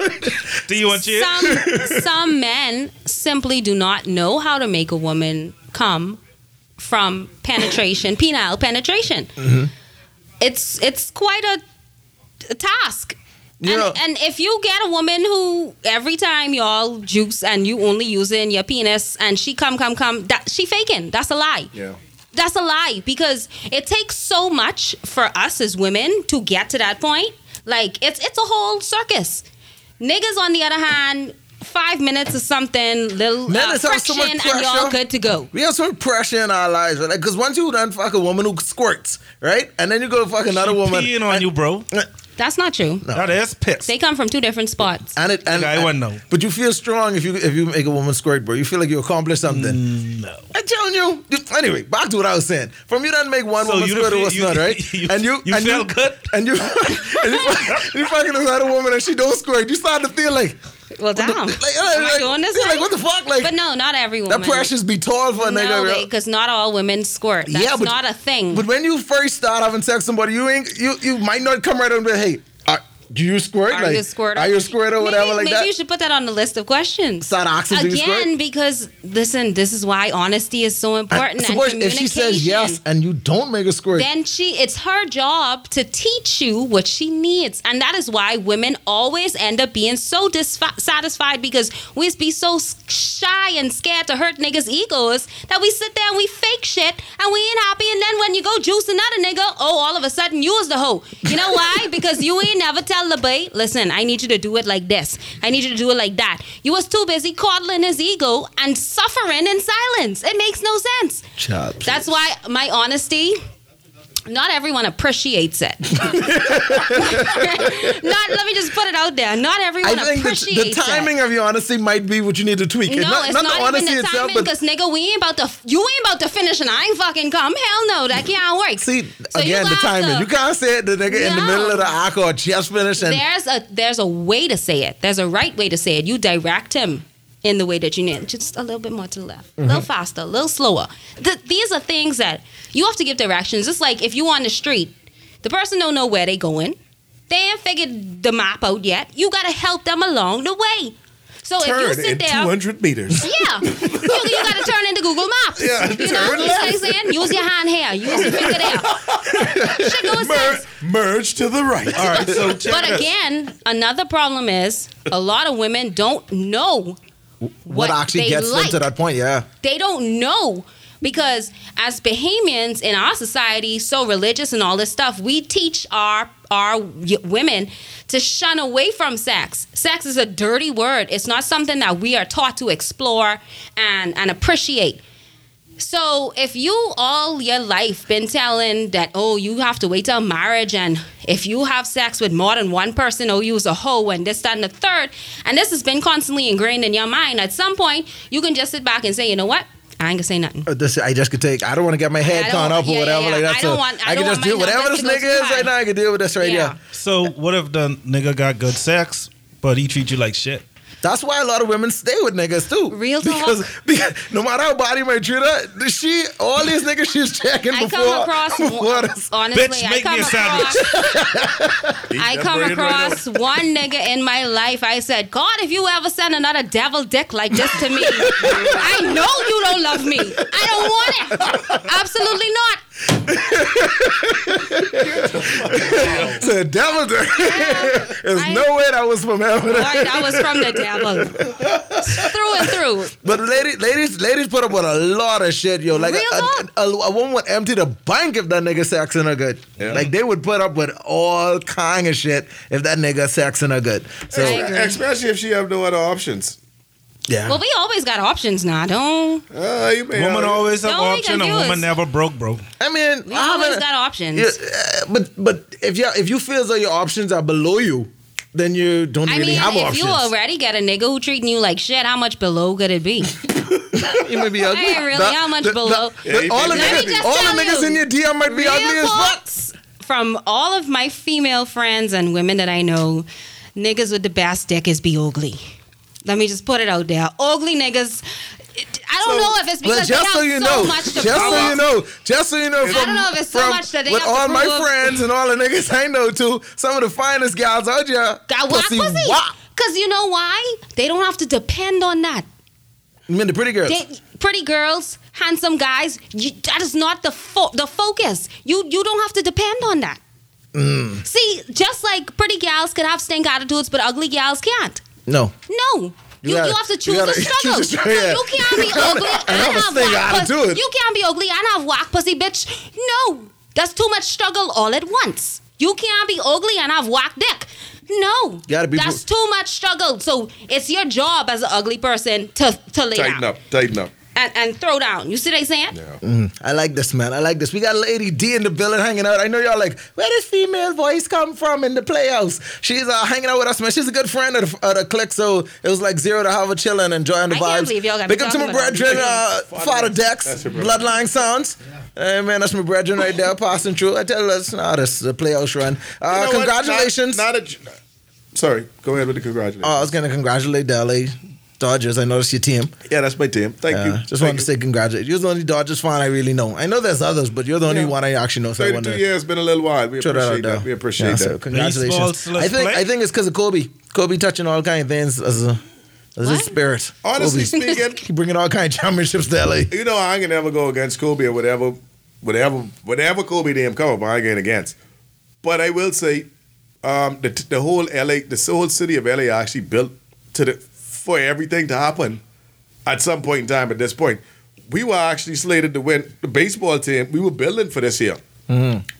Speaker 5: want, do you want cheers?
Speaker 7: some some men simply do not know how to make a woman come from penetration, penile penetration. It's it's quite a, a task.
Speaker 3: You know-
Speaker 7: And, and if you get a woman who every time y'all juice and you only using your penis and she come come come that she faking that's a lie
Speaker 6: Yeah.
Speaker 7: That's a lie because it takes so much for us as women to get to that point. Like it's it's a whole circus. Niggas, on the other hand, five minutes or something, little
Speaker 3: Men
Speaker 7: uh,
Speaker 3: is under so
Speaker 7: friction,
Speaker 3: much
Speaker 7: and y'all
Speaker 3: pressure.
Speaker 7: good to go.
Speaker 3: We have some pressure in our lives, right? Because once you done fuck a woman who squirts, right, and then you go fuck another woman,
Speaker 5: Peeing on
Speaker 3: and,
Speaker 5: you, bro.
Speaker 7: That's not true.
Speaker 5: That is piss.
Speaker 7: They come from two different spots.
Speaker 3: and it, and,
Speaker 5: Nigga, I
Speaker 3: and-
Speaker 5: wouldn't know.
Speaker 3: But you feel strong if you if you make a woman squirt, bro. You feel like you accomplished something.
Speaker 5: No.
Speaker 3: I'm telling you. you- Anyway, back to what I was saying. From you done make one
Speaker 5: So
Speaker 3: woman
Speaker 5: you
Speaker 3: squirt
Speaker 5: feel-
Speaker 3: who was
Speaker 5: you-
Speaker 3: not right,
Speaker 5: you-
Speaker 3: and you
Speaker 5: you
Speaker 3: and
Speaker 5: feel good?
Speaker 3: and you and you, fuck, you fucking another woman and she don't squirt. You start to feel like
Speaker 7: Well, damn.
Speaker 3: like,
Speaker 7: Am I
Speaker 3: like,
Speaker 7: doing this
Speaker 3: yeah, like,
Speaker 7: right?
Speaker 3: what the fuck, like
Speaker 7: But no, not every woman.
Speaker 3: that pressures be tall for a nigga. bro.
Speaker 7: No, because not all women squirt. That's
Speaker 3: Yeah, but-
Speaker 7: not a thing.
Speaker 3: But when you first start having sex with somebody, you ain't you you might not come right on and be hey, are, do you squirt?
Speaker 7: are
Speaker 3: like,
Speaker 7: you a squirter?
Speaker 3: Are you a squirter or whatever
Speaker 7: maybe,
Speaker 3: like
Speaker 7: maybe
Speaker 3: that?
Speaker 7: you should put that on the list of questions.
Speaker 3: Start asking, do you
Speaker 7: Again,
Speaker 3: squirt?
Speaker 7: because listen, this is why honesty is so important. And,
Speaker 3: Suppose if she says yes
Speaker 7: communication.
Speaker 3: and you don't make a squirt,
Speaker 7: then she it's her job to teach you what she needs and that is why women always end up being so dissatisfied because we be so s- shy and scared to hurt niggas egos that we sit there and we fake shit and we ain't happy and then when you go juice another nigga oh all of a sudden you is the hoe you know why because you ain't never tell the boy listen i need you to do it like this i need you to do it like that you was too busy coddling his ego and suffering in silence it makes no sense
Speaker 3: Child,
Speaker 7: that's why my honesty. Not everyone appreciates it. not let me just put it out there. Not
Speaker 3: I
Speaker 7: everyone
Speaker 3: think the, the
Speaker 7: appreciates
Speaker 3: timing
Speaker 7: it.
Speaker 3: of your honesty might be what you need to tweak.
Speaker 7: No, it's not, even the timing
Speaker 3: but
Speaker 7: because nigga, we ain't about to. You ain't about to finish, and I ain't fucking come. Hell no, that can't work.
Speaker 3: see
Speaker 7: So you
Speaker 3: again the
Speaker 7: have
Speaker 3: timing.
Speaker 7: to-
Speaker 3: You can't say it the nigga in the
Speaker 7: No.
Speaker 3: middle of the act or just finished and
Speaker 7: there's a there's a way to say it. There's a right way to say it. You direct him in the way that you need. Just a little bit more to the left, a little
Speaker 6: Mm-hmm.
Speaker 7: faster, a little slower. Th- these are things that you have to give directions. It's like if you on the street, the person don't know where they going. They ain't figured the map out yet. You gotta help them along the way. So if you
Speaker 6: Turn in
Speaker 7: sit there,
Speaker 6: 200 meters.
Speaker 7: yeah, you, you gotta turn into Google Maps.
Speaker 6: Yeah,
Speaker 7: you know,
Speaker 6: turn
Speaker 7: you see what I'm saying? Use your hand here. Use your finger there. Shit goes
Speaker 6: Mer- merge to the right.
Speaker 5: All right, so check
Speaker 7: but
Speaker 5: this.
Speaker 7: again, another problem is a lot of women don't know
Speaker 3: what, actually
Speaker 7: they
Speaker 3: gets
Speaker 7: like.
Speaker 3: them to that point. Yeah,
Speaker 7: They don't know because as Bahamians in our society, so religious and all this stuff, we teach our our y- women to shun away from sex. Sex is a dirty word. It's not something that we are taught to explore and and appreciate. So if you all your life been telling that oh you have to wait till marriage and if you have sex with more than one person oh you's a hoe and this that and the third and this has been constantly ingrained in your mind at some point you can just sit back and say you know what I ain't gonna say nothing.
Speaker 3: Uh, this, I just could take. I don't want to get my head
Speaker 7: I
Speaker 3: caught
Speaker 7: don't-
Speaker 3: up or
Speaker 7: yeah,
Speaker 3: whatever
Speaker 7: yeah,
Speaker 3: like
Speaker 7: yeah.
Speaker 3: that.
Speaker 7: I
Speaker 3: so
Speaker 7: don't want- I
Speaker 3: can
Speaker 7: don't
Speaker 3: just
Speaker 7: want
Speaker 3: deal
Speaker 7: my
Speaker 3: whatever
Speaker 7: numbers
Speaker 3: this
Speaker 7: to go
Speaker 3: nigga is
Speaker 7: too high.
Speaker 3: right now. I can deal with this right
Speaker 7: Yeah.
Speaker 3: here.
Speaker 5: So what if the nigga got good sex, but he treat you like shit?
Speaker 3: That's why a lot of women stay with niggas too.
Speaker 7: Real talk.
Speaker 3: because, because no matter how body might treat her, she all these niggas she's checking
Speaker 7: I
Speaker 3: before.
Speaker 7: come across
Speaker 3: before this-
Speaker 7: honestly.
Speaker 5: Bitch,
Speaker 7: I
Speaker 5: make me
Speaker 7: come
Speaker 5: a sandwich.
Speaker 7: across
Speaker 6: Eat
Speaker 7: I
Speaker 6: that
Speaker 7: come
Speaker 6: bread right now.
Speaker 7: across one nigga in my life. I said, God, if you ever send another devil dick like this to me, I know you don't love me. I don't want it. Absolutely not.
Speaker 3: to the devil. There's
Speaker 7: I-
Speaker 3: no way that was from heaven.
Speaker 7: Boy, that was from the devil. through and through.
Speaker 3: But ladies, ladies, ladies put up with a lot of shit, yo. Like a,
Speaker 7: Real talk.
Speaker 3: a, a, a woman would empty the bank if that nigga sexing her good.
Speaker 6: Yeah.
Speaker 3: Like they would put up with all kind of shit if that nigga sexing her good. So
Speaker 7: I agree.
Speaker 6: Especially if she have no other options.
Speaker 3: yeah.
Speaker 7: Well, we always got options now, don't
Speaker 6: Uh, you may
Speaker 5: Woman
Speaker 6: have-
Speaker 5: always have
Speaker 7: Don't be
Speaker 5: option, a woman
Speaker 7: confused.
Speaker 5: never broke, bro.
Speaker 3: I mean,
Speaker 7: we?
Speaker 3: I
Speaker 7: always
Speaker 3: haven't-
Speaker 7: got options.
Speaker 3: Ah, Yeah, uh, but but if you if you feel as though your options are below you, then you don't
Speaker 7: I
Speaker 3: really
Speaker 7: mean,
Speaker 3: have
Speaker 7: if
Speaker 3: options.
Speaker 7: you already got a nigga who treating you like shit, how much below could it be?
Speaker 3: You may be ugly.
Speaker 7: ain't really how much below.
Speaker 6: Yeah, you
Speaker 3: all the
Speaker 6: may be
Speaker 3: niggas,
Speaker 6: ugly.
Speaker 3: all
Speaker 7: Let
Speaker 3: the
Speaker 7: me just
Speaker 3: niggas in
Speaker 7: tell
Speaker 3: your DM might be
Speaker 7: Real
Speaker 3: ugly as fuck.
Speaker 7: talks From all of my female friends and women that I know, niggas with the best dick is be ugly. Let me just put it out there. Ugly niggas. it- I don't
Speaker 6: So-
Speaker 7: know if it's
Speaker 3: But
Speaker 7: because they have so, much to
Speaker 3: just
Speaker 7: prove.
Speaker 3: so you know, just so you know,
Speaker 7: don't
Speaker 3: from,
Speaker 7: know if it's so
Speaker 3: from-
Speaker 7: much that they
Speaker 3: with
Speaker 7: have to
Speaker 3: all my
Speaker 7: prove.
Speaker 3: friends and all the niggas I know too, some of the finest gals out here,
Speaker 7: Got whack pussy.
Speaker 3: wop.
Speaker 7: Because you know why? They don't have to depend on that.
Speaker 3: I mean the pretty girls.
Speaker 7: They, pretty girls, handsome guys, you, that is not the fo- the focus. You you don't have to depend on that.
Speaker 3: Mm.
Speaker 7: See, just like pretty gals could have stink attitudes, but ugly gals can't.
Speaker 3: no,
Speaker 7: No. You, you,
Speaker 6: gotta-
Speaker 7: have to
Speaker 6: you
Speaker 7: choose
Speaker 6: gotta
Speaker 7: the struggle.
Speaker 6: choose your- yeah.
Speaker 7: You can't be ugly
Speaker 6: I
Speaker 7: and
Speaker 6: was
Speaker 7: have
Speaker 6: thinking how to
Speaker 7: whack
Speaker 6: do it.
Speaker 7: pussy. You can't be ugly and have whack pussy, bitch. No, that's too much struggle all at once. You can't be ugly and have whack dick. No,
Speaker 3: Gotta be
Speaker 7: that's too much struggle. So it's your job as an ugly person to to lay
Speaker 6: Tighten
Speaker 7: down
Speaker 6: up, tighten up.
Speaker 7: And, and throw down. You see what I'm saying?
Speaker 3: I like this, man. I like this. We got Lady D in the building hanging out. I know y'all like, where this female voice come from in the playoffs? She's uh, hanging out with us, man. She's a good friend of the, of the clique, so it was like zero to have a chilling, enjoying the
Speaker 7: I
Speaker 3: vibes.
Speaker 7: can't believe y'all got
Speaker 3: Big
Speaker 7: me
Speaker 3: up to my
Speaker 7: talking about
Speaker 3: brethren,
Speaker 7: this.
Speaker 3: uh, Father
Speaker 6: That's
Speaker 3: Dex,
Speaker 6: your brother.
Speaker 3: Bloodline Sons. Hey, man, that's my brethren right there, passing through. I tell us, nah, this is a playoffs run.
Speaker 6: You
Speaker 3: Uh,
Speaker 6: know what?
Speaker 3: congratulations.
Speaker 6: Not, not a j- sorry, go ahead with the congratulations.
Speaker 3: oh, I was going to congratulate the LA Dodgers. I noticed your team.
Speaker 6: yeah, that's my team. Thank you.
Speaker 3: Uh, just
Speaker 6: Thank
Speaker 3: wanted to
Speaker 6: you.
Speaker 3: say congratulations. You're the only Dodgers fan I really know. I know there's others, but you're the only
Speaker 6: Yeah.
Speaker 3: one I actually know. So I wanted
Speaker 6: Thirty-two
Speaker 3: to
Speaker 6: years, been a little while. We
Speaker 3: throw that out
Speaker 6: appreciate
Speaker 3: there.
Speaker 6: that. We
Speaker 3: Yeah, so
Speaker 6: appreciate that.
Speaker 5: Baseball
Speaker 3: congratulations.
Speaker 5: still
Speaker 3: I think
Speaker 5: play?
Speaker 3: I think it's because of Kobe. Kobe touching all kind of things as a as a
Speaker 7: What?
Speaker 3: spirit.
Speaker 6: Honestly
Speaker 3: Kobe.
Speaker 6: speaking,
Speaker 3: he bringing all kind of championships to LA.
Speaker 6: you know I can never go against Kobe or whatever, whatever, whatever Kobe damn come up, I ain't against. But I will say, um, the the whole LA, the whole city of LA, actually built to the for everything to happen at some point in time. At this point, we were actually slated to win the baseball team. We were building for this year.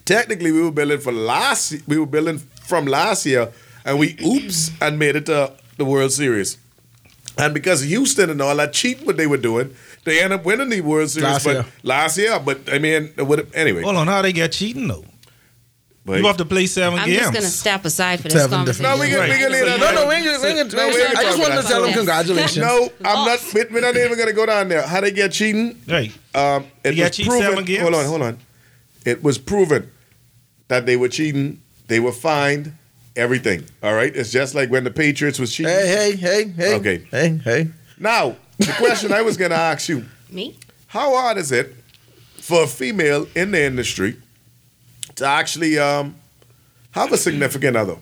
Speaker 6: Technically, we were building for last. We were building from last year, and we oops and made it to the World Series. And because Houston and all that cheat what they were doing, they end up winning the World Series.
Speaker 3: Last
Speaker 6: but
Speaker 3: year.
Speaker 6: last year, but I mean, it would anyway.
Speaker 5: Hold on, how they get cheating though?
Speaker 6: But-
Speaker 5: You have to play 7
Speaker 7: I'm
Speaker 5: games.
Speaker 7: just gonna step aside for this
Speaker 3: Seven different-
Speaker 7: conversation.
Speaker 6: no, we can, we can leave that.
Speaker 3: No, no,
Speaker 6: alone.
Speaker 3: we ain't, we ain't,
Speaker 6: No, we ain't
Speaker 3: I just
Speaker 6: talking
Speaker 3: wanted to
Speaker 6: about
Speaker 3: tell him
Speaker 7: that.
Speaker 3: congratulations.
Speaker 6: No, I'm not. we- We're not even going to go down there. How they get cheating?
Speaker 5: Right.
Speaker 6: Um, it
Speaker 5: They got
Speaker 6: was
Speaker 5: cheated
Speaker 6: proven.
Speaker 5: seven games?
Speaker 6: Hold on, hold on. It was proven that they were cheating. They were fined. Everything. All right. It's just like when the Patriots was cheating.
Speaker 3: Hey, hey, hey, hey.
Speaker 6: Okay.
Speaker 3: Hey, hey.
Speaker 6: Now, the question I was going to ask you:
Speaker 7: Me?
Speaker 6: How hard is it for a female in the industry to actually um, have a significant other?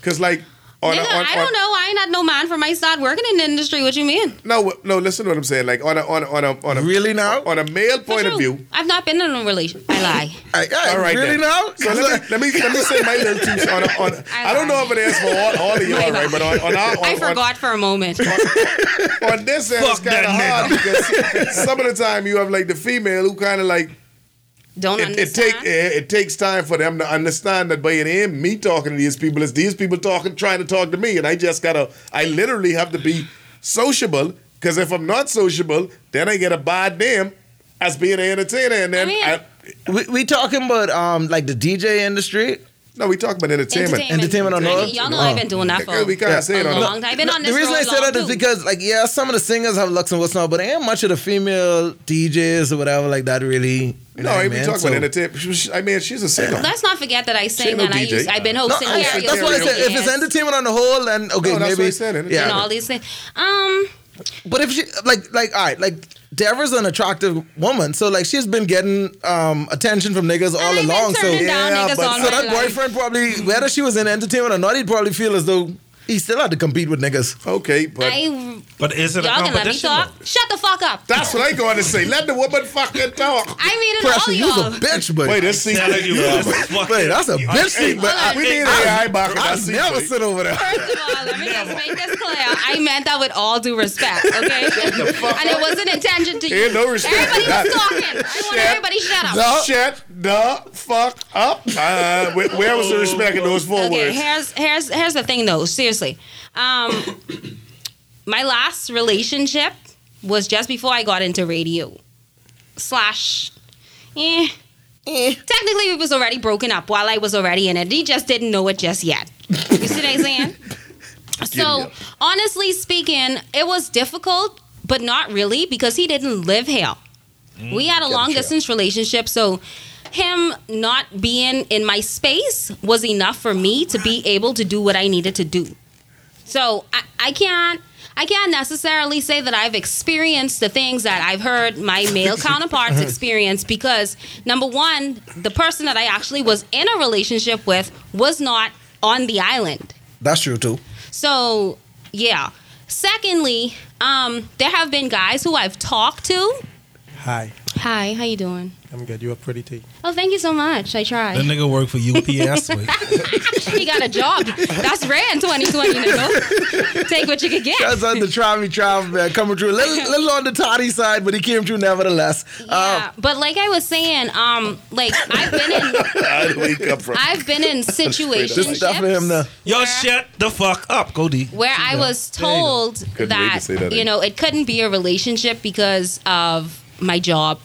Speaker 6: Because, like, on, a,
Speaker 7: Nigga,
Speaker 6: on,
Speaker 7: I
Speaker 6: on,
Speaker 7: don't know. I ain't not no man from I start working in the industry. What you mean?
Speaker 6: No, no. Listen to what I'm saying. Like on a on a, on a, on a
Speaker 3: Really now?
Speaker 6: on a male
Speaker 7: For
Speaker 6: point of
Speaker 7: true.
Speaker 6: view.
Speaker 7: I've not been in a relation. I lie.
Speaker 3: All right, guys,
Speaker 6: All right,
Speaker 3: really
Speaker 6: then.
Speaker 3: now?
Speaker 6: So let me let me let me say my little two cents on, a- on a- I,
Speaker 7: I
Speaker 6: don't know
Speaker 7: lied.
Speaker 6: if it is for all, all of y'all, right? But on on, our, on,
Speaker 7: I forgot for a moment.
Speaker 6: on, on this end, it's
Speaker 5: Fuck
Speaker 6: kind
Speaker 5: that
Speaker 6: of hard because some of the time you have like the female who kind of like
Speaker 7: Don't
Speaker 6: it, it
Speaker 7: understand.
Speaker 6: take it, it takes time for them to understand that by the end me talking to these people is these people talking trying to talk to me, and I just gotta I literally have to be sociable because if I'm not sociable, then I get a bad name as being an entertainer, and then
Speaker 7: I
Speaker 6: I
Speaker 7: mean-
Speaker 3: we, we talking about um like the DJ industry.
Speaker 6: no, we talk about entertainment.
Speaker 3: Entertainment on
Speaker 7: Really,
Speaker 3: Earth?
Speaker 7: Y'all know
Speaker 3: Wow.
Speaker 7: I've been doing that for
Speaker 6: Yeah, we can't
Speaker 7: a
Speaker 6: say it on
Speaker 7: long
Speaker 6: Earth.
Speaker 7: time. I've been on this
Speaker 3: the reason
Speaker 7: road
Speaker 3: I say that
Speaker 7: long
Speaker 3: is
Speaker 7: too.
Speaker 3: because, like, yeah, some of the singers have looks and what's not, but ain't much of the female DJs or whatever like that really. you know
Speaker 6: No,
Speaker 3: what I
Speaker 6: if we
Speaker 3: mean?
Speaker 6: talk
Speaker 3: So-
Speaker 6: about entertainment, I mean, she's a singer.
Speaker 7: Let's not forget that I sing
Speaker 6: no
Speaker 7: and I
Speaker 6: DJ.
Speaker 7: used, I've been
Speaker 3: No,
Speaker 7: hosting
Speaker 3: I-
Speaker 7: karaoke.
Speaker 3: that's why I said if it's
Speaker 7: yes,
Speaker 3: entertainment on the whole, then okay,
Speaker 6: No, that's
Speaker 3: maybe.
Speaker 6: what I said,
Speaker 7: and
Speaker 6: entertainment.
Speaker 3: yeah,
Speaker 7: all these things. Um,
Speaker 3: but if she like like all right, like Devra's an attractive woman, so like she's been getting um attention from niggas all
Speaker 7: I've
Speaker 3: along. So
Speaker 7: been turning down
Speaker 6: Yeah,
Speaker 7: niggas
Speaker 6: but-
Speaker 7: all
Speaker 3: so
Speaker 7: my
Speaker 3: that
Speaker 7: life.
Speaker 3: boyfriend probably whether she was in entertainment or not, he'd probably feel as though he still had to compete with niggas.
Speaker 6: Okay, but
Speaker 7: I,
Speaker 5: but is it a
Speaker 7: y'all can let me
Speaker 5: competition?
Speaker 7: talk.
Speaker 5: though?
Speaker 7: Shut the fuck up.
Speaker 6: that's what I going to say. Let the woman fucking talk.
Speaker 7: I mean it
Speaker 3: Pressure,
Speaker 7: all
Speaker 3: you was
Speaker 7: y'all.
Speaker 3: a bitch, but
Speaker 6: Wait, this season.
Speaker 5: Telling you,
Speaker 6: Yeah,
Speaker 5: this
Speaker 6: but-
Speaker 5: is fucking-
Speaker 3: wait, that's a bitch
Speaker 6: Hey,
Speaker 3: thing.
Speaker 6: but
Speaker 7: Hold on.
Speaker 6: we need AI back.
Speaker 3: I
Speaker 6: That's
Speaker 3: never
Speaker 6: secret.
Speaker 3: sit over there.
Speaker 7: First of all, let me just make this clear. I meant that with all due respect, okay? and it wasn't intention to you.
Speaker 6: Ain't no respect
Speaker 7: Everybody
Speaker 6: for that.
Speaker 7: was talking. I want
Speaker 6: Shut
Speaker 7: everybody shut up.
Speaker 6: The shut the fuck up. Uh, where, where was the respect in those four
Speaker 7: Okay,
Speaker 6: words?
Speaker 7: here's here's here's the thing though. Seriously, um, my last relationship was just before I got into radio. Slash, eh. Technically, we was already broken up while I was already in it. He just didn't know it just yet. You see what I'm saying? so, honestly speaking, it was difficult, but not really because he didn't live here. We had a long distance relationship, so him not being in my space was enough for me to be able to do what I needed to do. So I, I can't I can't necessarily say that I've experienced the things that I've heard my male
Speaker 8: Uh-huh.
Speaker 7: counterparts experience because number one, the person that I actually was in a relationship with was not on the island.
Speaker 3: That's true too.
Speaker 7: So yeah. Secondly, um, there have been guys who I've talked to
Speaker 3: Hi.
Speaker 7: Hi, how you doing?
Speaker 8: I'm good. You a pretty tea.
Speaker 7: Oh, thank you so much. I
Speaker 5: That
Speaker 7: tried.
Speaker 5: nigga work for UPS. wait.
Speaker 7: he got a job. That's rare in 2020, you know? Take what you can get.
Speaker 3: That's on the try me try me man coming through. Little, little on the toddy side, but he came through nevertheless.
Speaker 7: yeah,
Speaker 3: Um,
Speaker 7: but like I was saying, um, like I've been in,
Speaker 6: I'd wake up from.
Speaker 7: I've been in
Speaker 3: this
Speaker 7: situations
Speaker 3: is stuff for him though.
Speaker 5: Yo,
Speaker 7: Where-
Speaker 5: shut the fuck up. Go D.
Speaker 7: where I was told
Speaker 6: Couldn't wait to
Speaker 7: that,
Speaker 6: say that
Speaker 7: you
Speaker 6: again.
Speaker 7: know it couldn't be a relationship because of my job,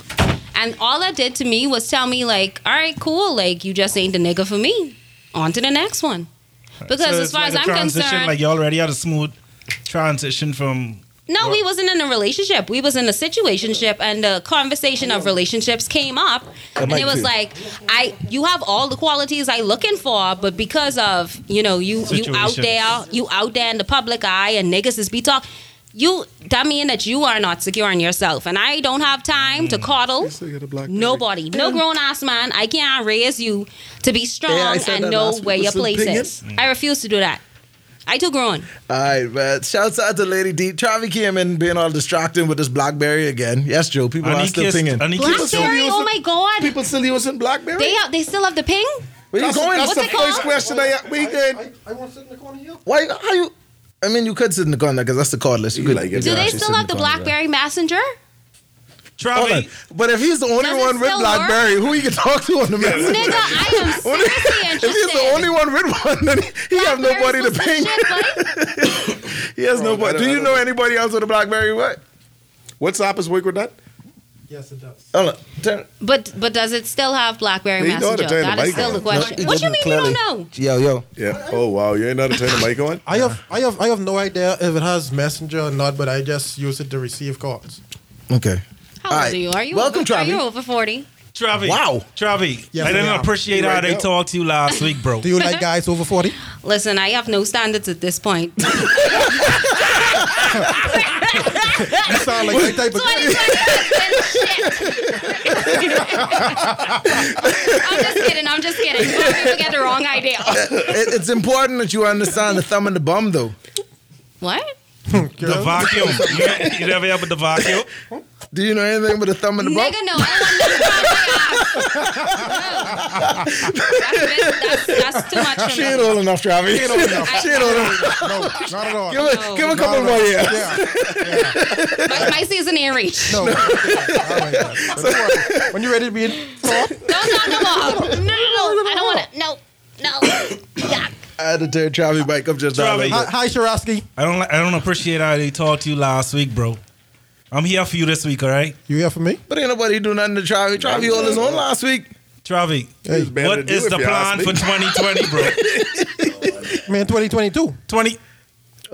Speaker 7: and all that did to me was tell me like, all right, cool, like you just ain't the nigga for me. On to the next one. Because
Speaker 5: So
Speaker 7: as
Speaker 5: it's
Speaker 7: far
Speaker 5: like
Speaker 7: as
Speaker 5: a
Speaker 7: I'm
Speaker 5: transition,
Speaker 7: concerned,
Speaker 5: like you already had a smooth transition from
Speaker 7: No, we wasn't in a relationship. We was in a situationship, and the conversation of relationships came up, and
Speaker 3: might
Speaker 7: it was
Speaker 3: too.
Speaker 7: like, I you have all the qualities I looking for, but because of you know you you out
Speaker 5: Situation.
Speaker 7: there you out there in the public eye and niggas is be talk. You that mean that you are not secure in yourself, and I don't have time
Speaker 3: Mm.
Speaker 7: to coddle nobody, no grown ass man. I can't raise you to be strong
Speaker 3: Yeah, I said that
Speaker 7: and know
Speaker 3: last week
Speaker 7: where
Speaker 3: with
Speaker 7: your
Speaker 3: some
Speaker 7: place
Speaker 3: opinions.
Speaker 7: is. I refuse to do that. I too grown.
Speaker 3: All right, man. Shouts out to Lady Deep. Travi came in being all distracting with this Blackberry again. Yes, Joe. People
Speaker 5: I
Speaker 3: are
Speaker 5: need
Speaker 3: still
Speaker 5: kiss.
Speaker 3: singing.
Speaker 5: I need
Speaker 7: Blackberry,
Speaker 5: kiss.
Speaker 7: oh my god.
Speaker 6: People still using BlackBerry.
Speaker 7: They have, they still have the ping?
Speaker 3: Where you
Speaker 6: that's
Speaker 3: going?
Speaker 6: that's
Speaker 7: What's
Speaker 6: the
Speaker 7: it called?
Speaker 6: first question I we did.
Speaker 8: I want to sit in the corner here.
Speaker 3: Why? How you? I mean, you could sit in the corner because that's the cordless. You
Speaker 6: You
Speaker 3: could.
Speaker 6: like it,
Speaker 3: you could
Speaker 7: Do they
Speaker 3: actually
Speaker 7: still
Speaker 3: sit in
Speaker 7: have the
Speaker 3: corner, right?
Speaker 7: BlackBerry Messenger?
Speaker 3: Hold on.
Speaker 5: Travi,
Speaker 3: But if he's the only
Speaker 7: Does it
Speaker 3: one with
Speaker 7: still
Speaker 3: BlackBerry, who he can talk to on the message?
Speaker 7: Nigga, I am seriously interested.
Speaker 3: If he's the only one with one, then he, he have nobody to ping. He has
Speaker 6: Bro, I
Speaker 3: nobody.
Speaker 6: don't-
Speaker 3: Do
Speaker 6: I
Speaker 3: you
Speaker 6: don't
Speaker 3: know
Speaker 6: know.
Speaker 3: anybody else with a BlackBerry? What?
Speaker 6: WhatsApp is work with that.
Speaker 8: Yes, it does.
Speaker 3: Hold on. Turn-
Speaker 7: But but does it still have BlackBerry
Speaker 6: They know how to
Speaker 7: Messenger?
Speaker 6: turn the
Speaker 7: That is
Speaker 6: mic
Speaker 7: still
Speaker 6: on.
Speaker 7: the question.
Speaker 3: It
Speaker 7: What you mean
Speaker 3: doesn't
Speaker 7: you don't
Speaker 3: clearly-
Speaker 7: know?
Speaker 3: Yo, yo.
Speaker 6: Yeah. Oh wow, you ain't know how to turn the mic on.
Speaker 8: I have, I have, I have no idea if it has messenger or not, but I just use it to receive calls.
Speaker 3: Okay. All
Speaker 7: How
Speaker 3: right.
Speaker 7: old are you? Are you
Speaker 3: Welcome,
Speaker 7: over, are you
Speaker 3: Travi.
Speaker 7: over forty?
Speaker 5: Travi.
Speaker 3: Wow.
Speaker 5: Travi.
Speaker 8: Yeah,
Speaker 5: I
Speaker 8: for
Speaker 5: didn't
Speaker 8: now.
Speaker 5: appreciate
Speaker 6: You
Speaker 5: how
Speaker 6: right
Speaker 5: they
Speaker 6: now.
Speaker 5: talked to you last week, bro.
Speaker 8: Do you like guys over forty?
Speaker 7: Listen, I have no standards at this point.
Speaker 8: You sound like that type of guy.
Speaker 7: I'm just kidding. I'm just kidding. People get the wrong idea.
Speaker 3: It, it's important that you understand the thumb and the bum, though.
Speaker 7: What?
Speaker 5: The vacuum. you, you never ever the vacuum.
Speaker 3: Do you know anything but the thumb and the bum?
Speaker 7: Nigga, no. I want to That's, that's, that's too much for
Speaker 3: She
Speaker 7: me.
Speaker 3: ain't old enough, Travi. She ain't old
Speaker 8: enough. No, not at all.
Speaker 3: Give, a,
Speaker 7: No.
Speaker 3: give a
Speaker 8: Not
Speaker 3: couple
Speaker 8: at
Speaker 3: more
Speaker 8: all.
Speaker 3: years.
Speaker 8: Yeah.
Speaker 7: My, my season ain't reached.
Speaker 8: No. yeah. I like that. But don't worry. When you're ready to be in talk,
Speaker 7: Don't talk about. No, no, no. I don't want to. No, no. Yuck.
Speaker 3: I had to turn Travi back up just now.
Speaker 5: Travi.
Speaker 8: hi, hi Sharasky.
Speaker 5: I don't. Like, I don't appreciate how they talked to you last week, bro. I'm here for you this week, all right,
Speaker 8: You here for me?
Speaker 3: But ain't nobody do nothing to Travi. Travi held his own last week.
Speaker 5: Travi.
Speaker 8: Hey,
Speaker 6: better
Speaker 5: What
Speaker 6: do
Speaker 5: is
Speaker 6: if
Speaker 5: the
Speaker 6: you ask
Speaker 5: plan
Speaker 6: me.
Speaker 5: for 2020, bro?
Speaker 8: man, 2022.
Speaker 5: 20.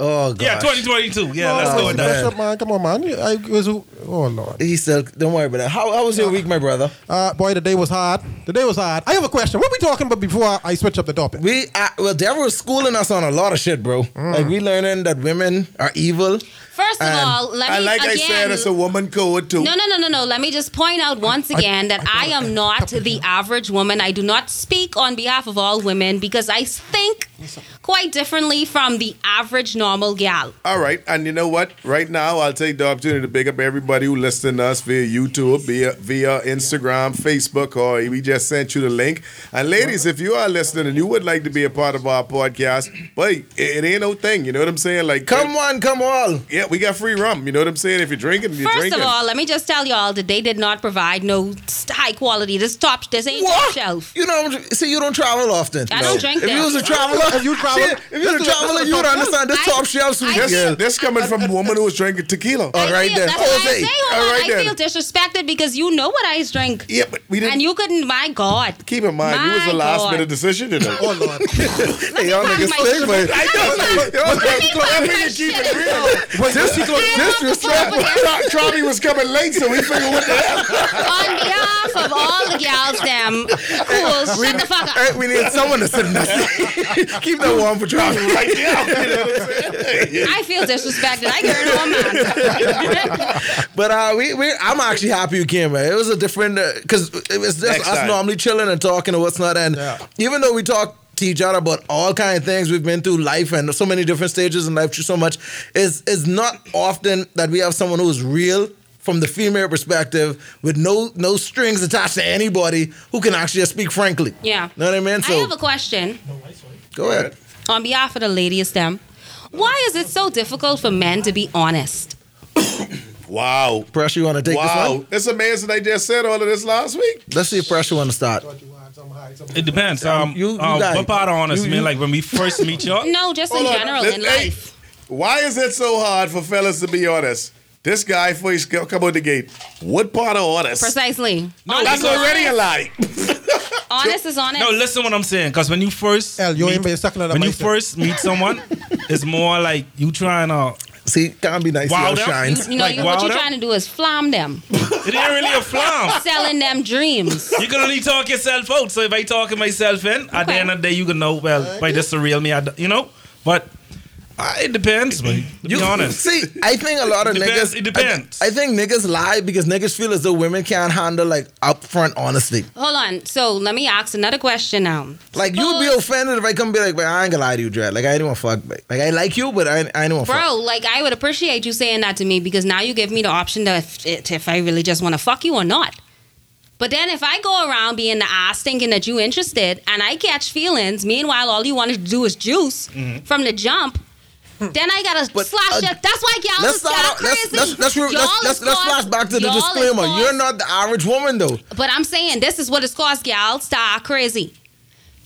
Speaker 3: Oh, God.
Speaker 5: Yeah, 2022.
Speaker 6: Oh,
Speaker 5: Yeah,
Speaker 8: Oh,
Speaker 5: let's go with
Speaker 8: What's
Speaker 5: that.
Speaker 8: up, man? Come on, man. I was, oh Lord.
Speaker 3: He still, don't worry about that. How, how was your week, my brother?
Speaker 8: Uh, boy, the day was hard. The day was hard. I have a question. What we talking about before I, I switch up the topic?
Speaker 3: We uh, well, Deborah was schooling us on a lot of shit, bro. Like we learning that women are evil.
Speaker 7: First of
Speaker 3: And
Speaker 7: all, let me
Speaker 6: I like
Speaker 7: again.
Speaker 6: I said, it's a woman code too.
Speaker 7: no, no, no, no, no. Let me just point out once again that I, am not the average woman. I do not speak on behalf of all women because I think quite differently from the average normal gal.
Speaker 6: All right, and you know what? Right now, I'll take the opportunity to pick up everybody who listening to us via YouTube, via via Instagram, Facebook, or we just sent you the link. And ladies, if you are listening and you would like to be a part of our podcast, but it, it ain't no thing. You know what I'm saying? Like,
Speaker 3: Come on, come on.
Speaker 6: yeah, we got free rum. You know what I'm saying? If you're drinking, you're
Speaker 7: First
Speaker 6: drinking.
Speaker 7: of all, let me just tell y'all that they did not provide no high quality. This top, this ain't top
Speaker 3: What?
Speaker 7: shelf.
Speaker 3: You know, see, you don't travel often.
Speaker 7: I don't drink
Speaker 3: If
Speaker 7: that.
Speaker 3: you was a traveler,
Speaker 8: If you travel-
Speaker 3: shit, if you was a
Speaker 8: This is-
Speaker 3: traveler,
Speaker 8: this is
Speaker 3: you would
Speaker 8: top
Speaker 3: understand this
Speaker 7: shelf.
Speaker 3: top shelf
Speaker 7: I-
Speaker 3: sweet.
Speaker 6: this,
Speaker 7: Yeah.
Speaker 6: this coming from a woman who was drinking tequila.
Speaker 3: Oh, right
Speaker 7: feel,
Speaker 3: there.
Speaker 7: That's what I
Speaker 3: Jose.
Speaker 7: say,
Speaker 6: All
Speaker 7: Omar.
Speaker 6: uh, right
Speaker 7: I
Speaker 6: there.
Speaker 7: feel disrespected because you know what I drink.
Speaker 6: yeah, but we didn't.
Speaker 7: And you couldn't, my God.
Speaker 6: keep in mind, it was
Speaker 7: My
Speaker 6: the last
Speaker 7: God.
Speaker 6: minute decision. You know?
Speaker 8: Oh Lord.
Speaker 3: Hey, y'all
Speaker 7: Let me
Speaker 3: niggas
Speaker 7: find my
Speaker 3: stay, but
Speaker 6: I
Speaker 7: Shit, it's
Speaker 3: but this is this is
Speaker 6: know. Trommy was coming late, so we figured what the hell.
Speaker 7: On behalf of all the gals, them cool, shut the fuck up.
Speaker 3: Hey, we need someone to sit in that. Keep that warm for travel.
Speaker 6: Right now, you know what I'm saying?
Speaker 7: I feel disrespected. I get it on man.
Speaker 3: But uh, we, we, I'm actually happy you came, man. It was a different because it was just
Speaker 6: Next
Speaker 3: us
Speaker 6: time.
Speaker 3: normally chilling and talking and what's not. And
Speaker 8: Yeah.
Speaker 3: even though we talk to each other about all kind of things we've been through life and so many different stages in life, through so much, it's it's not often that we have someone who's real. from the female perspective with no no strings attached to anybody who can actually just speak frankly.
Speaker 7: Yeah.
Speaker 3: Know what I mean?
Speaker 7: I
Speaker 3: So
Speaker 7: have a question
Speaker 3: go ahead.
Speaker 7: on behalf of the ladies, them. Why is it so difficult for men to be honest?
Speaker 6: Wow.
Speaker 3: Pressure, you want to take this
Speaker 6: Wow.
Speaker 3: one?
Speaker 6: That's amazing they just said all of this last week.
Speaker 3: Let's see if pressure want to start.
Speaker 5: It depends. Um,
Speaker 3: You- you
Speaker 5: um,
Speaker 3: got it.
Speaker 5: what part honest,
Speaker 3: You-
Speaker 5: man?
Speaker 3: you-
Speaker 5: Like when we first meet y'all,
Speaker 7: No, just in
Speaker 6: Hold on.
Speaker 7: general,
Speaker 6: Let-
Speaker 7: in
Speaker 6: hey,
Speaker 7: life.
Speaker 6: Why is it so hard for fellas to be honest? This guy, before he come out the gate, what part of honest?
Speaker 7: Precisely.
Speaker 5: No,
Speaker 7: honest,
Speaker 6: That's
Speaker 7: is
Speaker 6: already a
Speaker 7: honest.
Speaker 6: lie.
Speaker 7: honest is honest.
Speaker 5: No, listen what I'm saying. Because when you first
Speaker 8: Hell, you ain't
Speaker 5: meet-
Speaker 8: been sucking on a
Speaker 5: when you
Speaker 8: mic, sir.
Speaker 5: first meet someone, it's more like you trying to.
Speaker 3: See, can't be nice.
Speaker 5: Wild
Speaker 3: Wow,
Speaker 5: out.
Speaker 3: shines.
Speaker 7: you know,
Speaker 5: like,
Speaker 7: you, what you're
Speaker 5: wilder?
Speaker 7: trying to do is flam them,
Speaker 5: It ain't really a flam.
Speaker 7: selling them dreams.
Speaker 5: You can only talk yourself out. So if I talking myself in, at the
Speaker 7: Okay.
Speaker 5: end of the day, you can know well, by this the real me. I, d- you know, but uh, it depends. Man. To be honest,
Speaker 3: See, I think a lot of
Speaker 5: It depends-
Speaker 3: niggas.
Speaker 5: it depends.
Speaker 3: I, I think niggas lie because niggas feel as though women can't handle like upfront honesty.
Speaker 7: Hold on. So let me ask another question now.
Speaker 3: Like you'd be
Speaker 7: Suppose-
Speaker 3: offended if I come be like, "But I ain't gonna lie to you, Dred. Like I ain't want fuck. Like, like I like you, but I, ain't- I ain't want fuck."
Speaker 7: Bro, like I would appreciate you saying that to me because now you give me the option to if, if I really just want to fuck you or not. But then if I go around being the ass thinking that you interested and I catch feelings, meanwhile all you want to do is juice from the jump. Then I gotta
Speaker 3: Hmm. But,
Speaker 7: slash
Speaker 3: uh,
Speaker 7: it. That's why y'all
Speaker 3: Let's
Speaker 7: is
Speaker 3: start.
Speaker 7: y'all
Speaker 3: Out, let's
Speaker 7: crazy.
Speaker 3: let's let's, re-
Speaker 7: Y'all
Speaker 3: let's,
Speaker 7: is
Speaker 3: let's, let's
Speaker 7: caused-
Speaker 3: flash back to the
Speaker 7: y'all is
Speaker 3: disclaimer.
Speaker 7: caused-
Speaker 3: You're not the average woman though.
Speaker 7: But I'm saying this is what it's called, y'all. Style crazy.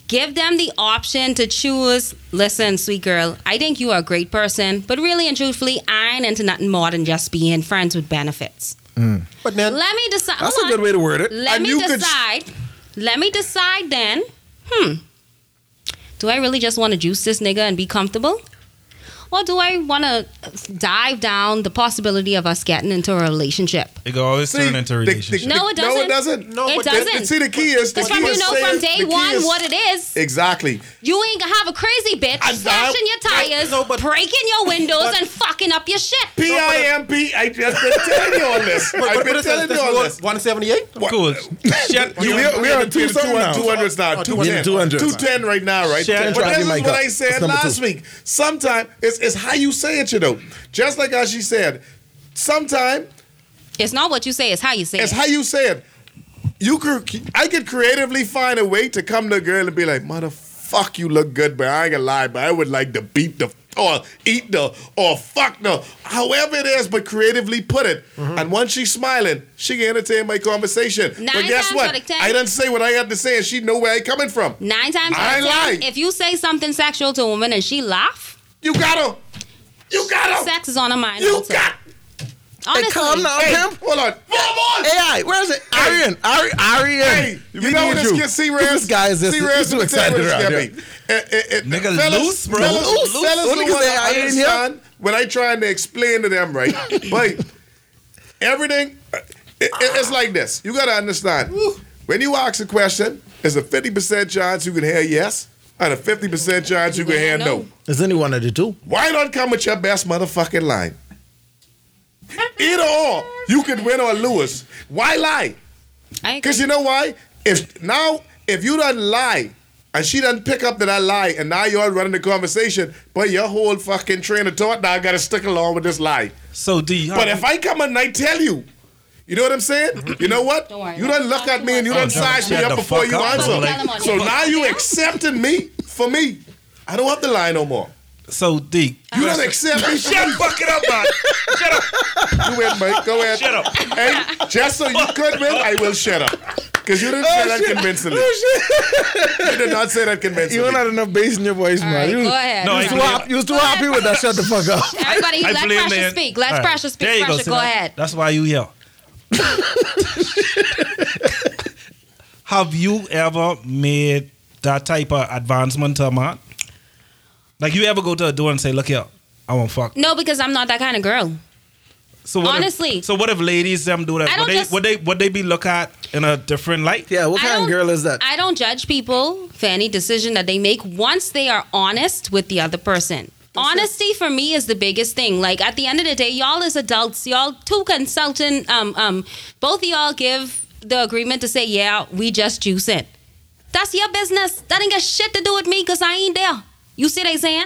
Speaker 7: Give them the option to choose. Listen, sweet girl, I think you are a great person, but really and truthfully, I ain't into nothing more than just being friends with benefits.
Speaker 8: But then,
Speaker 7: Let me decide.
Speaker 3: That's
Speaker 7: hold
Speaker 3: a good
Speaker 7: on.
Speaker 3: way to word it.
Speaker 7: Let
Speaker 6: And
Speaker 7: me
Speaker 6: you could-
Speaker 7: decide. Let me decide then. Hmm. Do I really just want to juice this nigga and be comfortable? Or do I want to dive down the possibility of us getting into a relationship?
Speaker 5: it can always turn
Speaker 6: See,
Speaker 5: into
Speaker 6: the-
Speaker 5: a
Speaker 6: the-
Speaker 5: relationship.
Speaker 7: No, it
Speaker 6: No, it
Speaker 7: doesn't.
Speaker 6: doesn't.
Speaker 8: No,
Speaker 7: it
Speaker 8: but
Speaker 6: The- the-
Speaker 7: doesn't.
Speaker 6: Oh, see, the key is the
Speaker 7: Because from
Speaker 6: key
Speaker 7: you
Speaker 6: is
Speaker 7: know from
Speaker 6: saying-
Speaker 7: day
Speaker 6: the key
Speaker 7: one
Speaker 6: is-
Speaker 7: what it is.
Speaker 6: Exactly.
Speaker 7: You ain't gonna have a crazy bitch
Speaker 6: I- I-
Speaker 7: slashing your tires,
Speaker 8: no, but-
Speaker 7: breaking your windows,
Speaker 8: but-
Speaker 7: and fucking up your shit.
Speaker 6: P I M P. I just been telling you all this.
Speaker 8: But-
Speaker 6: I've
Speaker 8: but-
Speaker 6: been
Speaker 8: but
Speaker 6: telling you all this.
Speaker 8: 178?
Speaker 5: Cool. Shut
Speaker 6: You,
Speaker 5: your
Speaker 6: we are, we are
Speaker 3: on
Speaker 6: on two,
Speaker 3: 200 now.
Speaker 6: 200s now.
Speaker 8: Oh,
Speaker 6: 210.
Speaker 3: 200.
Speaker 6: 210 right now, right?
Speaker 5: Share
Speaker 6: But
Speaker 5: and
Speaker 3: drive
Speaker 6: this is
Speaker 3: your
Speaker 6: what
Speaker 3: mic up.
Speaker 6: I
Speaker 3: That's
Speaker 6: said
Speaker 3: number
Speaker 6: last
Speaker 3: two.
Speaker 6: week. Sometimes it's, it's how you say it, you know. Just like how she said, sometimes
Speaker 7: It's not what you say; it's how you say
Speaker 6: it's
Speaker 7: it.
Speaker 6: how you say it. You could, I could creatively find a way to come to a girl and be like, motherfuck, you look good, but I ain't gonna lie, but I would like to beat the or eat the or fuck the however it is, but creatively put it. And once she's smiling, she can entertain my conversation.
Speaker 7: Nine
Speaker 6: but guess
Speaker 7: times out
Speaker 6: what?
Speaker 7: of ten-
Speaker 6: I didn't say what I had to say, and she know where I coming from.
Speaker 7: Nine times out of
Speaker 6: I
Speaker 7: ten,
Speaker 6: lied.
Speaker 7: if you say something sexual to a woman and she laugh,
Speaker 6: You gotta, you gotta,
Speaker 7: sex is on her mind.
Speaker 6: Oh. you
Speaker 7: also.
Speaker 6: got.
Speaker 3: Hey,
Speaker 7: Honestly,
Speaker 3: calm down,
Speaker 6: Hey,
Speaker 3: pimp.
Speaker 6: hold on, come on.
Speaker 3: AI, where is it? Arian, Ari, Arian.
Speaker 6: Hey, you know what this kid C Rams?
Speaker 3: This guy is just
Speaker 6: C
Speaker 3: he's
Speaker 6: Rams
Speaker 3: too excited around here.
Speaker 5: Nigga loose, bro.
Speaker 6: Eh, Fellas,
Speaker 3: loose.
Speaker 6: fellas
Speaker 5: Loose,
Speaker 6: who
Speaker 3: Niggas
Speaker 6: wanna
Speaker 3: say I ain't here.
Speaker 6: understand when I trying to explain to them, right? but everything, it- it- it's like this. You gotta understand. When you ask a question, there's a 50% chance you can hear yes, and a 50% chance you can hear no.
Speaker 3: Is anyone at the two?
Speaker 6: Why not come with your best motherfucking line? Either or, you could win or lose. Why lie?
Speaker 7: I agree.
Speaker 6: Because you know why? If now, if you don't lie, and she doesn't pick up that I lie, and now you're running the conversation, but your whole fucking train of thought now I gotta stick along with this lie.
Speaker 5: So do you?
Speaker 6: But if I come and I tell you, you know what I'm saying? You know what?
Speaker 7: Don't worry,
Speaker 6: you done
Speaker 7: don't-
Speaker 6: look
Speaker 7: don't
Speaker 6: at me and you
Speaker 7: worry.
Speaker 6: done
Speaker 5: Oh, don't
Speaker 6: size me
Speaker 5: shut
Speaker 6: up
Speaker 5: the
Speaker 6: before
Speaker 5: fuck
Speaker 6: you
Speaker 5: up.
Speaker 6: answer.
Speaker 5: Don't tell
Speaker 7: him on
Speaker 6: So
Speaker 7: your
Speaker 6: now you
Speaker 7: podcast.
Speaker 6: accepting me for me. I don't have to lie no more.
Speaker 5: so D,
Speaker 6: You don't accept me. Shut fucking up, man. Shut up. You win, Mike. Go ahead.
Speaker 5: Shut up.
Speaker 6: Hey, just so you could win, I will shut up. Because you
Speaker 5: Oh,
Speaker 6: didn't say that convincingly. you did not say that
Speaker 3: You
Speaker 6: convincingly.
Speaker 3: don't have enough bass in your voice,
Speaker 7: All
Speaker 3: man.
Speaker 7: right,
Speaker 3: you,
Speaker 7: go ahead.
Speaker 5: No,
Speaker 3: You
Speaker 5: I
Speaker 3: was too,
Speaker 5: blame-
Speaker 3: happy, you was too happy with that. Shut the fuck up.
Speaker 7: Everybody,
Speaker 5: I
Speaker 7: let
Speaker 5: blame
Speaker 7: pressure
Speaker 5: man.
Speaker 7: speak. Let
Speaker 5: All right.
Speaker 7: pressure speak.
Speaker 5: There you
Speaker 7: Pressure,
Speaker 5: see
Speaker 7: go
Speaker 5: that?
Speaker 7: ahead.
Speaker 5: That's why you here. Have you ever made that type of advancement to a man? Like you ever go to a door and say, "Look here, I want fuck."
Speaker 7: No, because I'm not that kind of girl.
Speaker 5: So what if-
Speaker 7: Honestly.
Speaker 5: so what if ladies them do
Speaker 7: I
Speaker 5: that?
Speaker 7: don't
Speaker 5: Would they,
Speaker 7: just-
Speaker 5: would they would they be looked at in a different light?
Speaker 3: Yeah, what
Speaker 7: I
Speaker 3: kind of
Speaker 7: don't-
Speaker 3: girl is that?
Speaker 7: I don't judge people for any decision that they make once they are honest with the other person. Honesty for me is the biggest thing. Like at the end of the day, y'all as adults, y'all two consultant, um, um, both of y'all give the agreement to say, yeah, we just juice it. That's your business. That ain't got shit to do with me because I ain't there. You see what I'm saying?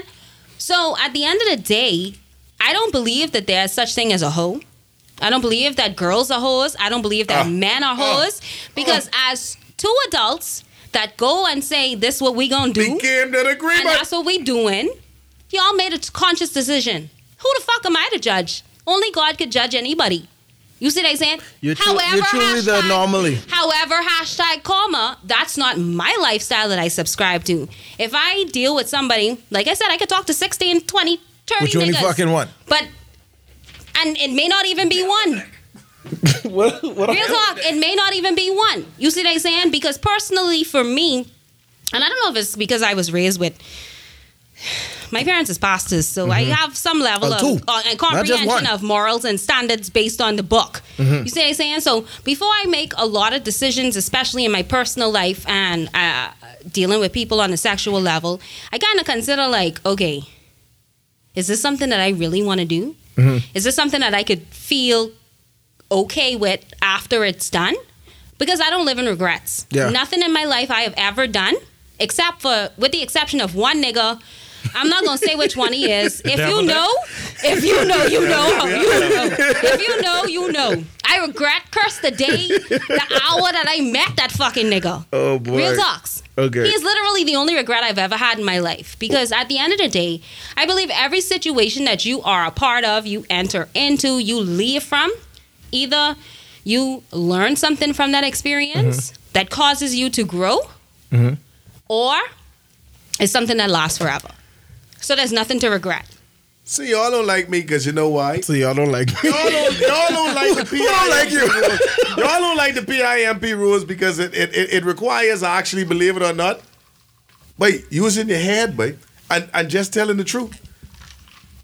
Speaker 7: So at the end of the day, I don't believe that there's such thing as a hoe. I don't believe that girls are hoes. I don't believe
Speaker 3: Ah.
Speaker 7: that men are hoes. Because as two adults that go and say this is what we gonna do,
Speaker 6: We came to
Speaker 7: and
Speaker 6: an agreement.
Speaker 7: that's what we doing, y'all made a conscious decision. Who the fuck am I to judge? Only God could judge anybody. You see what I'm saying?
Speaker 3: You're tru- you're truly the anomaly.
Speaker 7: However, hashtag comma, that's not my lifestyle that I subscribe to. If I deal with somebody, like I said, I could talk to 16, 20, 30
Speaker 3: But you only
Speaker 7: niggas.
Speaker 3: fucking one.
Speaker 7: But and it may not even be one.
Speaker 3: what, what
Speaker 7: Real talk, it may not even be one. You see what I'm saying? Because personally, for me, and I don't know if it's because I was raised with my parents is pastors, so I have some level
Speaker 3: Oh,
Speaker 7: of
Speaker 3: two.
Speaker 7: uh, and
Speaker 3: Not just one. Mm-hmm.
Speaker 7: comprehension of morals and standards based on the book. You see what I'm saying? So before I make a lot of decisions, especially in my personal life and uh, dealing with people on a sexual level, I kind of consider like, okay, is this something that I really want to do? Is this something that I could feel okay with after it's done? Because I don't live in regrets.
Speaker 3: Yeah.
Speaker 7: Nothing in my life I have ever done, except for, with the exception of one nigga. I'm not gonna say which one he is. If
Speaker 5: devil
Speaker 7: you
Speaker 5: that-
Speaker 7: know, if you know, you know. You know. If you know, you know. I regret, curse the day, the hour that I met that fucking nigga.
Speaker 6: Oh boy.
Speaker 7: Real talks.
Speaker 6: Okay.
Speaker 7: He's literally the only regret I've ever had in my life because at the end of the day, I believe every situation that you are a part of, you enter into, you leave from, either you learn something from that experience
Speaker 6: Mm-hmm.
Speaker 7: that causes you to grow or it's something that lasts forever. So there's nothing to regret.
Speaker 6: See, y'all don't like me because you know why?
Speaker 3: So y'all don't like me.
Speaker 6: Y'all don't, y'all don't like the PIMP
Speaker 3: don't like you?
Speaker 6: rules. Y'all don't like the PIMP rules because it, it, it, it requires, I actually believe it or not, but you was in your head, but and, and just telling the truth.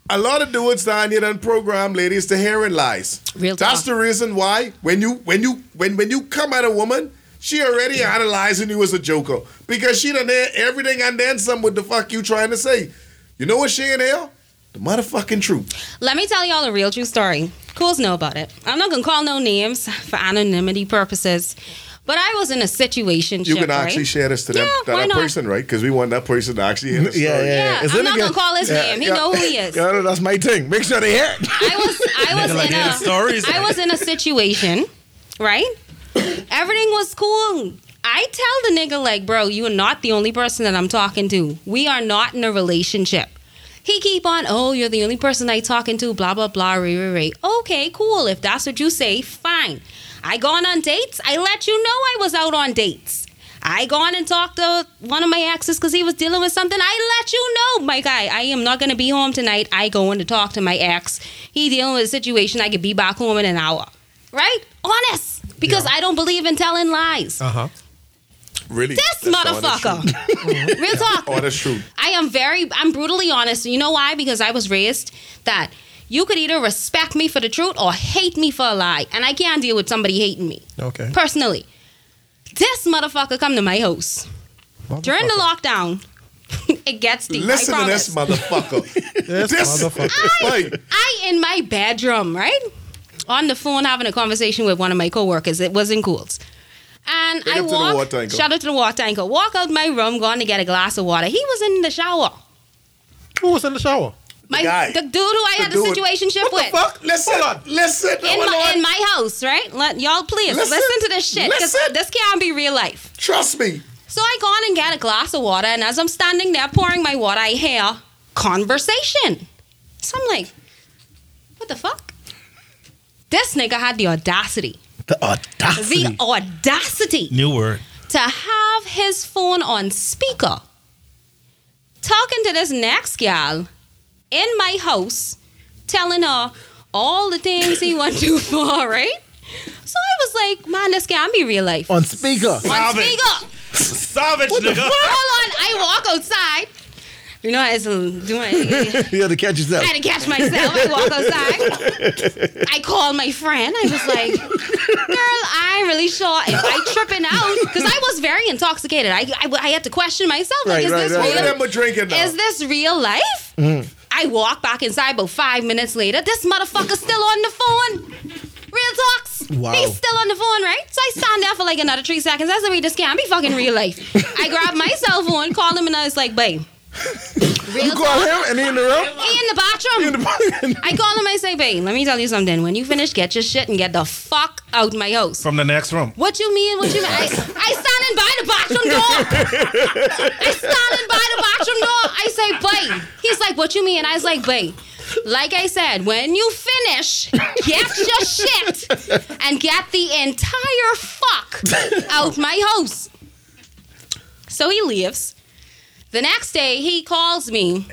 Speaker 6: A lot of dudes down here done program ladies to hearing lies.
Speaker 7: Real
Speaker 6: That's
Speaker 7: talk.
Speaker 6: the reason why when you when you when when you come at a woman, she already analyzing you as a joker because she done hear everything and then some with the fuck you trying to say. You know what she in hell? The motherfucking truth.
Speaker 7: Let me tell y'all a real true story. Cools know about it. I'm not gonna call no names for anonymity purposes, but I was in a situation.
Speaker 6: You can actually share this to them,
Speaker 7: Yeah,
Speaker 6: to
Speaker 7: why
Speaker 6: that
Speaker 7: not?
Speaker 6: person, right? Because we want that person to actually hear the story.
Speaker 3: Yeah, yeah.
Speaker 7: Yeah,
Speaker 3: Is it
Speaker 7: I'm not
Speaker 3: again?
Speaker 7: gonna call his name. He know who he is.
Speaker 3: Y'all know that's my thing. Make sure they hear it.
Speaker 7: I was I was
Speaker 5: Nigga like
Speaker 7: in
Speaker 5: that
Speaker 7: a
Speaker 5: in stories.
Speaker 7: I was in a situation, right? Everything was cool. I tell the nigga like, bro, you are not the only person that I'm talking to. We are not in a relationship. He keep on, oh, you're the only person I talking to, blah blah blah, re re re. Okay, cool. If that's what you say, fine. I gone on dates. I let you know I was out on dates. I gone and talked to one of my exes because he was dealing with something. I let you know, my guy, I am not gonna be home tonight. I going to talk to my ex. He dealing with a situation. I could be back home in an hour, right? Honest, because I don't believe in telling lies.
Speaker 8: Uh
Speaker 6: Uh-huh.
Speaker 8: huh.
Speaker 6: Really?
Speaker 7: this motherfucker, real talk.
Speaker 6: Oh, that's true.
Speaker 7: I am very, I'm brutally honest. You know why? Because I was raised that you could either respect me for the truth or hate me for a lie, and I can't deal with somebody hating me
Speaker 8: Okay.
Speaker 7: personally. This motherfucker come to my house during the lockdown. it gets deep.
Speaker 6: Listen
Speaker 7: I
Speaker 6: to
Speaker 7: promise.
Speaker 6: this motherfucker.
Speaker 8: This
Speaker 6: this
Speaker 8: motherfucker.
Speaker 6: Like,
Speaker 7: I in my bedroom, right? On the phone having a conversation with one of my coworkers. It was in Cools. And
Speaker 6: Shout
Speaker 7: I
Speaker 6: out to the
Speaker 7: walk,
Speaker 6: water tanker.
Speaker 7: shout out to the water tanker. Walk out my room, going to get a glass of water. He was in the shower.
Speaker 8: Who was in the shower?
Speaker 7: My
Speaker 6: guy.
Speaker 7: the dude who I had
Speaker 6: The
Speaker 7: the
Speaker 6: dude.
Speaker 7: situation situationship with.
Speaker 6: fuck, listen, listen,
Speaker 7: In
Speaker 6: hold
Speaker 7: my,
Speaker 6: on.
Speaker 7: in my house, right? Let, y'all please
Speaker 6: Listen.
Speaker 7: listen, to this shit. 'cause
Speaker 6: Listen.
Speaker 7: This can't be real life.
Speaker 6: Trust me.
Speaker 7: So I gone and get a glass of water, and as I'm standing there pouring my water, I hear conversation. So I'm like, what the fuck? This nigga had the audacity,
Speaker 3: The audacity.
Speaker 7: the audacity
Speaker 5: New word.
Speaker 7: to have his phone on speaker, talking to this next gal in my house, telling her all the things he want to do for, her, right? So I was like, man, this can't be real life.
Speaker 3: On speaker.
Speaker 7: On
Speaker 5: Stop it.
Speaker 7: speaker.
Speaker 5: Savage nigga.
Speaker 7: Hold on, I walk outside. You know, I was doing.
Speaker 3: you had to catch yourself.
Speaker 7: I had to catch myself. I walk outside. I called my friend. I was like, "Girl, I ain't really sure if I tripping out because I was very intoxicated. I, I, I had to question myself. Like,
Speaker 3: Right,
Speaker 7: is
Speaker 3: right,
Speaker 7: this
Speaker 3: right,
Speaker 6: All of
Speaker 7: real?
Speaker 6: them are drinking now.
Speaker 7: Is this real life? I walk back inside about five minutes later. This motherfucker's still on the phone. Real talks.
Speaker 3: Wow.
Speaker 7: He's still on the phone, right? So I stand there for like another three seconds. I said, wait, this can't be fucking real life. I grab my cell phone, call him, and I was like, babe, Real
Speaker 6: You call him and he in the room?
Speaker 7: He in the bathroom. I call him. I say, babe, let me tell you something. When you finish, get your shit and get the fuck out my house.
Speaker 5: From the next room.
Speaker 7: What you mean? What you mean? I, I standing by the bathroom door. I standing by the bathroom door. I say, babe. He's like, what you mean? I was like, babe. Like I said, when you finish, get your shit and get the entire fuck out my house. So he leaves. The next day, he calls me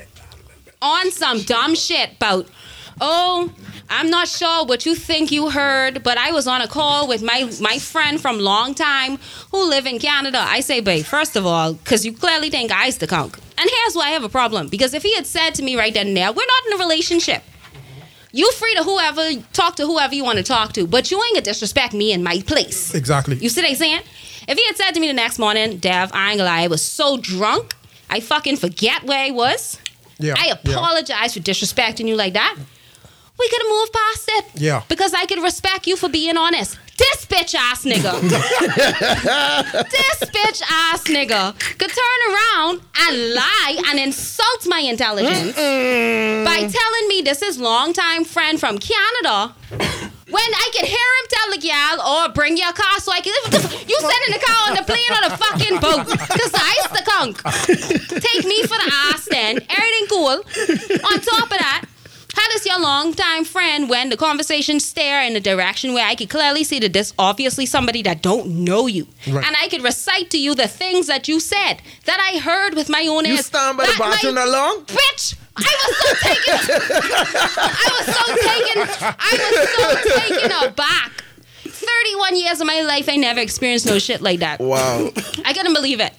Speaker 7: on some dumb shit about, oh, I'm not sure what you think you heard, but I was on a call with my my friend from long time who live in Canada. I say, babe, first of all, because you clearly think I's the conk. And here's why I have a problem. Because if he had said to me right then and there, we're not in a relationship. You free to whoever, talk to whoever you want to talk to, but you ain't gonna disrespect me in my place.
Speaker 8: Exactly.
Speaker 7: You see what I'm saying? If he had said to me the next morning, Dev, I ain't gonna lie, I was so drunk, I fucking forget where I was.
Speaker 8: Yeah,
Speaker 7: I
Speaker 8: yeah.
Speaker 7: apologize for disrespecting you like that. We could have moved past it.
Speaker 8: Yeah.
Speaker 7: Because I could respect you for being honest. This bitch ass nigga. this bitch ass nigga could turn around and lie and insult my intelligence by telling me this is longtime friend from Canada when I can hear him tell the gal, or bring your car so I can. You sending the car on the plane or the fucking boat. Because the ice the conk. Take me for the ass then. Everything cool. On top of that, how does your longtime friend, when the conversation stare in the direction where I could clearly see that this obviously somebody that don't know you,
Speaker 8: Right.
Speaker 7: and I could recite to you the things that you said that I heard with my own
Speaker 3: You
Speaker 7: ears.
Speaker 3: stand by the
Speaker 7: that my-
Speaker 3: bathroom that long?
Speaker 7: bitch. I was so taken. I was so taken. I was so taken aback. Thirty-one years of my life, I never experienced no shit like that.
Speaker 3: Wow.
Speaker 7: I couldn't believe it.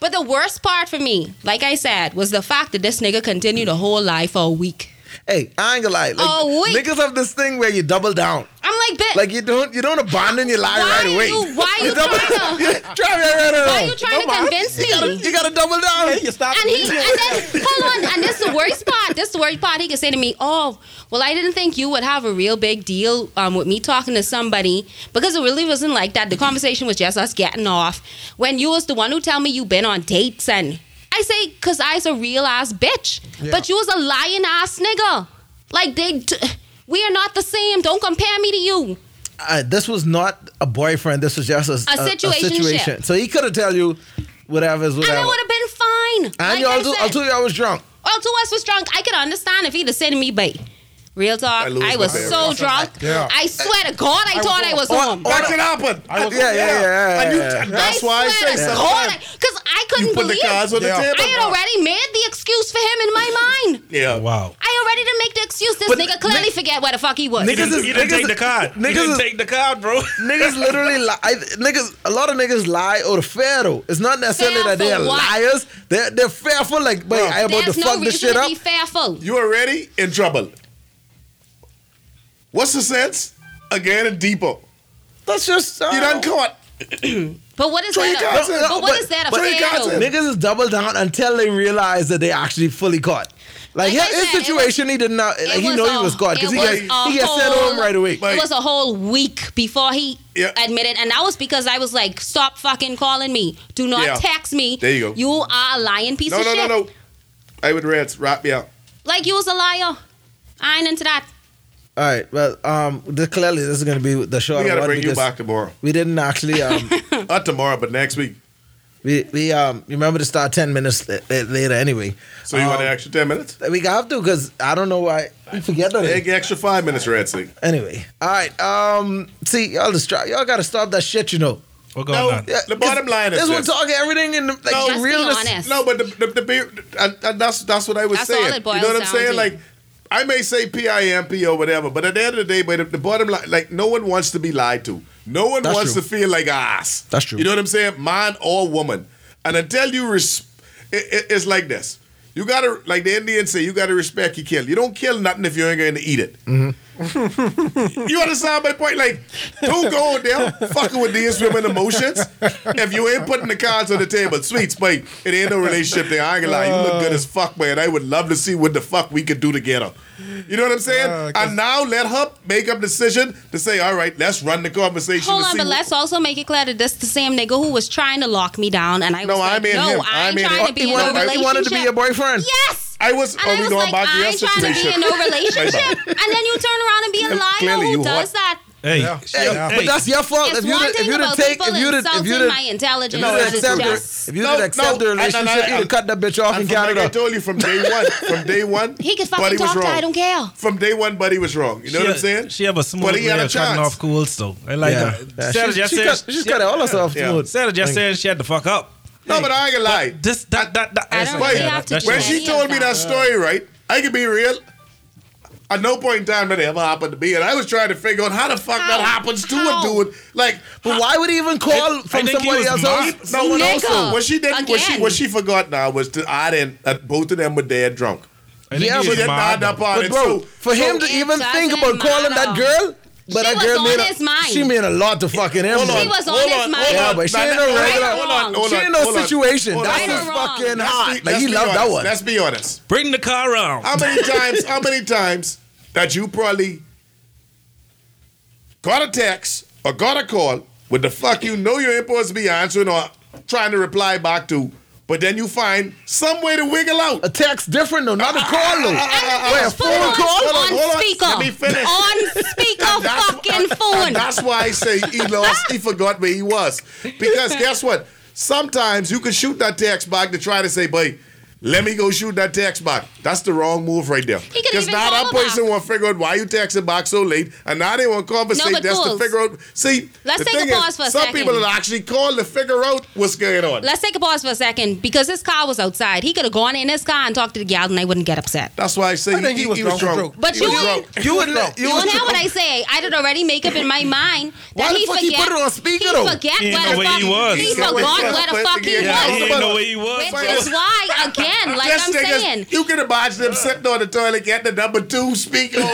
Speaker 7: But the worst part for me, like I said, was the fact that this nigga continued the whole lie for a week.
Speaker 3: Hey, I ain't gonna lie. Like,
Speaker 7: Oh, wait.
Speaker 3: Niggas have this thing where you double down.
Speaker 7: I'm like, bitch.
Speaker 3: Like you don't you don't abandon your lie
Speaker 7: Why
Speaker 3: right
Speaker 7: you-
Speaker 3: away.
Speaker 7: why you
Speaker 3: double
Speaker 7: trying to-
Speaker 3: You drive your head around.
Speaker 7: why you trying to convince me?
Speaker 3: You gotta, you gotta double down.
Speaker 8: Hey, you stop.
Speaker 7: And he and then hold on, and this is the worst part. This is the worst part. He could say to me, "Oh, well, I didn't think you would have a real big deal um, with me talking to somebody because it really wasn't like that. The conversation was just us getting off. When you was the one who tell me you been on dates and I say, cause I's a real ass bitch, but you was a lying ass nigga. Like they, t- we are not the same. Don't compare me to you.
Speaker 3: Uh, this was not a boyfriend. This was just a,
Speaker 7: A situationship.
Speaker 3: So he could have tell you whatever is
Speaker 7: And
Speaker 3: whatever.
Speaker 7: I would have been fine.
Speaker 3: And
Speaker 7: Like
Speaker 3: you
Speaker 7: I
Speaker 3: also, I'll
Speaker 7: said-
Speaker 3: tell you, I was drunk.
Speaker 7: Well, two us was drunk. I could understand if he'd have said to me, babe. Real talk,
Speaker 6: I lose
Speaker 7: I,
Speaker 6: my
Speaker 7: was
Speaker 6: bearings.
Speaker 7: so drunk.
Speaker 8: Yeah.
Speaker 7: I swear to God, I, thought I was home.
Speaker 6: That's what happened.
Speaker 8: I was-
Speaker 3: Yeah, yeah, yeah. yeah,
Speaker 6: And you,
Speaker 3: yeah.
Speaker 6: that's why I say
Speaker 7: swear to
Speaker 6: sometimes
Speaker 7: God, because I couldn't
Speaker 6: you put the
Speaker 7: believe.
Speaker 6: cards on the
Speaker 8: Yeah.
Speaker 7: I
Speaker 6: table.
Speaker 7: had already made the excuse for him in my mind.
Speaker 6: yeah.
Speaker 5: Wow.
Speaker 7: I already didn't make the excuse. This
Speaker 3: But
Speaker 7: nigga clearly forget where the fuck he was.
Speaker 5: You
Speaker 3: Niggas
Speaker 5: didn't,
Speaker 3: is-
Speaker 5: you didn't
Speaker 3: niggas
Speaker 5: take
Speaker 3: is-
Speaker 5: the card.
Speaker 3: niggas
Speaker 5: you didn't
Speaker 3: is-
Speaker 5: take the card, bro.
Speaker 3: Niggas literally lie. I, niggas, a lot of niggas lie or the fair though. It's not necessarily
Speaker 7: Fair
Speaker 3: that they're
Speaker 7: for what?
Speaker 3: liars. They're they're fearful. Like, wait, I about to
Speaker 7: There's no
Speaker 3: fuck this
Speaker 7: reason
Speaker 3: shit
Speaker 7: to
Speaker 3: up.
Speaker 7: be fearful.
Speaker 6: You already in trouble. What's the sense? Again and deeper.
Speaker 3: That's just uh,
Speaker 6: You done caught.
Speaker 7: But what is
Speaker 6: So you
Speaker 7: that?
Speaker 6: can't
Speaker 7: a-
Speaker 6: say-
Speaker 7: but what
Speaker 3: but-
Speaker 7: is that
Speaker 3: but-
Speaker 7: a fear?
Speaker 3: Niggas is double down until they realize that they actually fully caught. Like,
Speaker 7: Like
Speaker 3: here
Speaker 7: I
Speaker 3: is
Speaker 7: said, it
Speaker 3: situation he did not. Like, he
Speaker 7: was
Speaker 3: know he
Speaker 7: a-
Speaker 3: was caught because
Speaker 7: it
Speaker 3: he
Speaker 7: was
Speaker 3: gets
Speaker 7: a
Speaker 3: he gets sent
Speaker 7: whole-
Speaker 3: home right away.
Speaker 7: it was a whole week before he
Speaker 6: Yeah.
Speaker 7: admitted, and that was because I was like, "Stop fucking calling me. Do not
Speaker 6: Yeah.
Speaker 7: text me.
Speaker 6: There you go.
Speaker 7: You are a lying piece
Speaker 6: No,
Speaker 7: of
Speaker 6: no, no,
Speaker 7: shit.
Speaker 6: no. I would rants. Wrap me out.
Speaker 7: Like you was a liar. I ain't into that.
Speaker 3: All right, well, um, this, clearly this is gonna be the short
Speaker 6: We gotta
Speaker 3: one
Speaker 6: bring you
Speaker 3: because
Speaker 6: back tomorrow.
Speaker 3: We didn't actually um,
Speaker 6: Not tomorrow, but next week.
Speaker 3: We, we um remember to start ten minutes la- la- later anyway.
Speaker 6: So you want an extra 10 minutes?
Speaker 3: We have to because I don't know why we forget that.
Speaker 6: Egg extra five minutes, Ratsy.
Speaker 3: Anyway, all right. Um, see y'all distract. Y'all gotta stop that shit. You know.
Speaker 5: What's going on?
Speaker 3: Yeah,
Speaker 6: The bottom
Speaker 3: 'cause
Speaker 6: line is
Speaker 3: this one
Speaker 6: this.
Speaker 3: talking everything in the, like
Speaker 7: Just be
Speaker 3: realness-
Speaker 7: honest.
Speaker 6: No, but the the, the beer, and, and that's that's what I was
Speaker 7: That's all
Speaker 6: saying.
Speaker 7: it boils
Speaker 6: you know what I'm
Speaker 7: down
Speaker 6: saying?
Speaker 7: to.
Speaker 6: Like, I may say P-I-M-P or whatever, but at the end of the day, but the, the bottom line, like, no one wants to be lied to. No one
Speaker 3: That's
Speaker 6: wants
Speaker 3: true.
Speaker 6: to feel like ass.
Speaker 3: That's true.
Speaker 6: You know what I'm saying? Man or woman, and until you, res- it, it- it's like this. You gotta, like the Indians say, you gotta respect your kill. You don't kill nothing if you ain't gonna eat it. you understand my point? Like, don't go there fucking with these women emotions. If you ain't putting the cards on the table, sweet Spike, it ain't no relationship there. I ain't gonna lie, you look good as fuck, man. I would love to see what the fuck we could do together. You know what I'm saying?
Speaker 5: Oh,
Speaker 8: Uh, 'cause-
Speaker 6: and now let her make up decision to say, all right, let's run the conversation.
Speaker 7: Hold
Speaker 6: to
Speaker 7: on,
Speaker 6: see
Speaker 7: but
Speaker 6: wh-
Speaker 7: let's also make it clear that this the same nigga who was trying to lock me down, and I was
Speaker 6: No, I
Speaker 7: like,
Speaker 6: mean
Speaker 7: no,
Speaker 6: him.
Speaker 7: I
Speaker 6: I
Speaker 7: ain't
Speaker 6: mean
Speaker 7: trying
Speaker 6: him.
Speaker 7: to be
Speaker 3: He
Speaker 7: in a
Speaker 3: wanted,
Speaker 7: relationship.
Speaker 3: he wanted to be your boyfriend.
Speaker 7: Yes.
Speaker 6: I was
Speaker 7: And I
Speaker 6: only
Speaker 7: was
Speaker 6: going
Speaker 7: like,
Speaker 6: back to
Speaker 7: I
Speaker 6: your
Speaker 7: ain't trying to be in
Speaker 6: situation.
Speaker 7: no relationship. and then you turn around and be a liar.
Speaker 6: Clearly
Speaker 7: Who
Speaker 6: you
Speaker 7: does
Speaker 6: hot.
Speaker 7: that?
Speaker 5: Hey,
Speaker 8: Yeah.
Speaker 5: she-
Speaker 3: Hey,
Speaker 5: hey,
Speaker 3: but that's your fault.
Speaker 7: It's
Speaker 3: if you
Speaker 7: one
Speaker 3: did, if
Speaker 7: thing
Speaker 3: you didn't
Speaker 7: about
Speaker 3: take,
Speaker 7: people
Speaker 3: if you did,
Speaker 7: insulting
Speaker 3: if you did,
Speaker 7: my intelligence,
Speaker 3: if you didn't
Speaker 7: it's
Speaker 3: accept her,
Speaker 7: just
Speaker 3: if you
Speaker 6: No,
Speaker 3: didn't accept
Speaker 6: no,
Speaker 3: the
Speaker 6: and- and
Speaker 3: relationship,
Speaker 6: I-
Speaker 3: you would cut that bitch off and
Speaker 6: And from
Speaker 3: carried
Speaker 6: like I
Speaker 3: on.
Speaker 6: told you from day one, from day one,
Speaker 7: he can
Speaker 6: Buddy
Speaker 7: fucking
Speaker 6: was
Speaker 7: talk to.
Speaker 6: wrong.
Speaker 7: I don't care.
Speaker 6: From day one, Buddy was wrong. You know
Speaker 5: she
Speaker 6: what I'm
Speaker 5: a-
Speaker 6: saying?
Speaker 5: She have a smooth
Speaker 6: But
Speaker 5: way
Speaker 6: he had a
Speaker 5: of cutting
Speaker 6: chance.
Speaker 5: off cool though. I like
Speaker 3: Yeah.
Speaker 5: that. Sarah
Speaker 3: She's-
Speaker 5: just
Speaker 3: she
Speaker 5: said-
Speaker 3: cut- she's cutting all herself
Speaker 6: Yeah.
Speaker 3: smooth.
Speaker 5: Sarah just said she had to fuck up.
Speaker 6: No, but I ain't gonna lie.
Speaker 5: This that that that.
Speaker 7: I don't
Speaker 6: really
Speaker 5: Yeah,
Speaker 7: have to
Speaker 5: that-
Speaker 7: do
Speaker 5: that
Speaker 6: when
Speaker 5: shit-
Speaker 7: any
Speaker 6: she told me
Speaker 7: of that.
Speaker 6: that story, right? I can be real. At no point in time that ever happened to me, and I was trying to figure out how the fuck
Speaker 7: How?
Speaker 6: that happens to
Speaker 7: How?
Speaker 6: a dude. Like,
Speaker 3: But why would he even call from
Speaker 5: think he
Speaker 3: somebody
Speaker 5: was
Speaker 3: else?
Speaker 5: mad.
Speaker 3: else?
Speaker 6: no one
Speaker 7: Nigga,
Speaker 6: also. What she did, what she
Speaker 7: again.
Speaker 6: what she forgot now was to I didn't. Uh, both of them were dead drunk.
Speaker 5: I think
Speaker 3: Yeah,
Speaker 5: he
Speaker 6: So
Speaker 5: was
Speaker 6: that add
Speaker 5: mad,
Speaker 6: up
Speaker 5: though.
Speaker 6: on
Speaker 3: But
Speaker 6: it.
Speaker 3: bro,
Speaker 6: So-
Speaker 3: for him
Speaker 7: so
Speaker 3: to
Speaker 7: it
Speaker 3: even think
Speaker 7: doesn't
Speaker 3: about calling that
Speaker 7: matter.
Speaker 3: girl, but
Speaker 7: She
Speaker 3: that
Speaker 7: was
Speaker 3: girl
Speaker 7: on
Speaker 3: meant a-
Speaker 7: his mind.
Speaker 3: she meant a lot to fucking him.
Speaker 6: Hold
Speaker 3: bro.
Speaker 7: She was on
Speaker 6: hold
Speaker 7: his
Speaker 6: on,
Speaker 7: mind.
Speaker 6: hold
Speaker 3: Yeah,
Speaker 6: on.
Speaker 3: but she
Speaker 6: Now,
Speaker 3: ain't
Speaker 6: now,
Speaker 3: no
Speaker 6: hold on,
Speaker 3: regular.
Speaker 6: hold on, hold
Speaker 3: She
Speaker 6: on,
Speaker 3: ain't no
Speaker 6: hold on.
Speaker 3: situation.
Speaker 6: Hold
Speaker 3: That's
Speaker 6: on.
Speaker 7: Right
Speaker 3: just
Speaker 7: or wrong?
Speaker 3: fucking
Speaker 6: Let's
Speaker 3: hot.
Speaker 6: be-
Speaker 3: Like he
Speaker 6: let's be
Speaker 3: loved that
Speaker 6: honest.
Speaker 3: one.
Speaker 6: Let's be honest.
Speaker 5: Bring the car around.
Speaker 6: How many times? How many times that you probably got a text or got a call with the fuck you know you ain't supposed to be answering or trying to reply back to, but then you find some way to wiggle out.
Speaker 3: A text different though, not a call though. Wait, a
Speaker 7: Phone
Speaker 3: phone call?
Speaker 7: on
Speaker 6: hold on.
Speaker 7: speaker.
Speaker 6: Let me finish.
Speaker 7: On speaker
Speaker 6: That's-
Speaker 7: fucking
Speaker 6: and-
Speaker 7: phone.
Speaker 6: and that's why I say he lost. he forgot where he was because guess what? Sometimes you can shoot that text back to try to say, "Boy, let me go shoot that text back." That's the wrong move right there.
Speaker 7: could've
Speaker 6: Because
Speaker 7: even
Speaker 6: now that
Speaker 7: called her
Speaker 6: person
Speaker 7: back.
Speaker 6: want to figure out why you texting back so late, and now they want to conversate
Speaker 7: but
Speaker 6: just
Speaker 7: Jules,
Speaker 6: to figure out. See,
Speaker 7: let's
Speaker 6: the
Speaker 7: take a
Speaker 6: thing is,
Speaker 7: pause for a
Speaker 6: some
Speaker 7: second.
Speaker 6: people that actually call to figure out what's going on.
Speaker 7: Let's take a pause for a second because his car was outside. He could have gone in his car and talked to the gal, and I wouldn't get upset.
Speaker 6: that's why I say
Speaker 8: I think he was
Speaker 6: was
Speaker 8: drunk.
Speaker 6: drunk.
Speaker 7: But
Speaker 6: He
Speaker 7: you
Speaker 6: was
Speaker 7: ain't-
Speaker 6: drunk.
Speaker 3: You would let you
Speaker 7: You
Speaker 3: would
Speaker 7: don't know what I say. I did already make up in my mind
Speaker 3: Why
Speaker 7: that
Speaker 3: the
Speaker 7: he
Speaker 3: fuck
Speaker 7: forget.
Speaker 3: he put it on speaker,
Speaker 7: he
Speaker 3: though?
Speaker 7: forget
Speaker 5: He
Speaker 7: where
Speaker 5: know
Speaker 7: the
Speaker 5: where
Speaker 7: fuck
Speaker 5: he was.
Speaker 7: He
Speaker 5: He
Speaker 7: forgot where the fuck he
Speaker 5: Yeah, he
Speaker 7: was.
Speaker 5: didn't know where he was.
Speaker 7: Which is why, again, like
Speaker 6: Just
Speaker 7: I'm
Speaker 6: niggas,
Speaker 7: saying,
Speaker 6: You can imagine them sitting on the toilet getting the number two speaker on.
Speaker 7: no.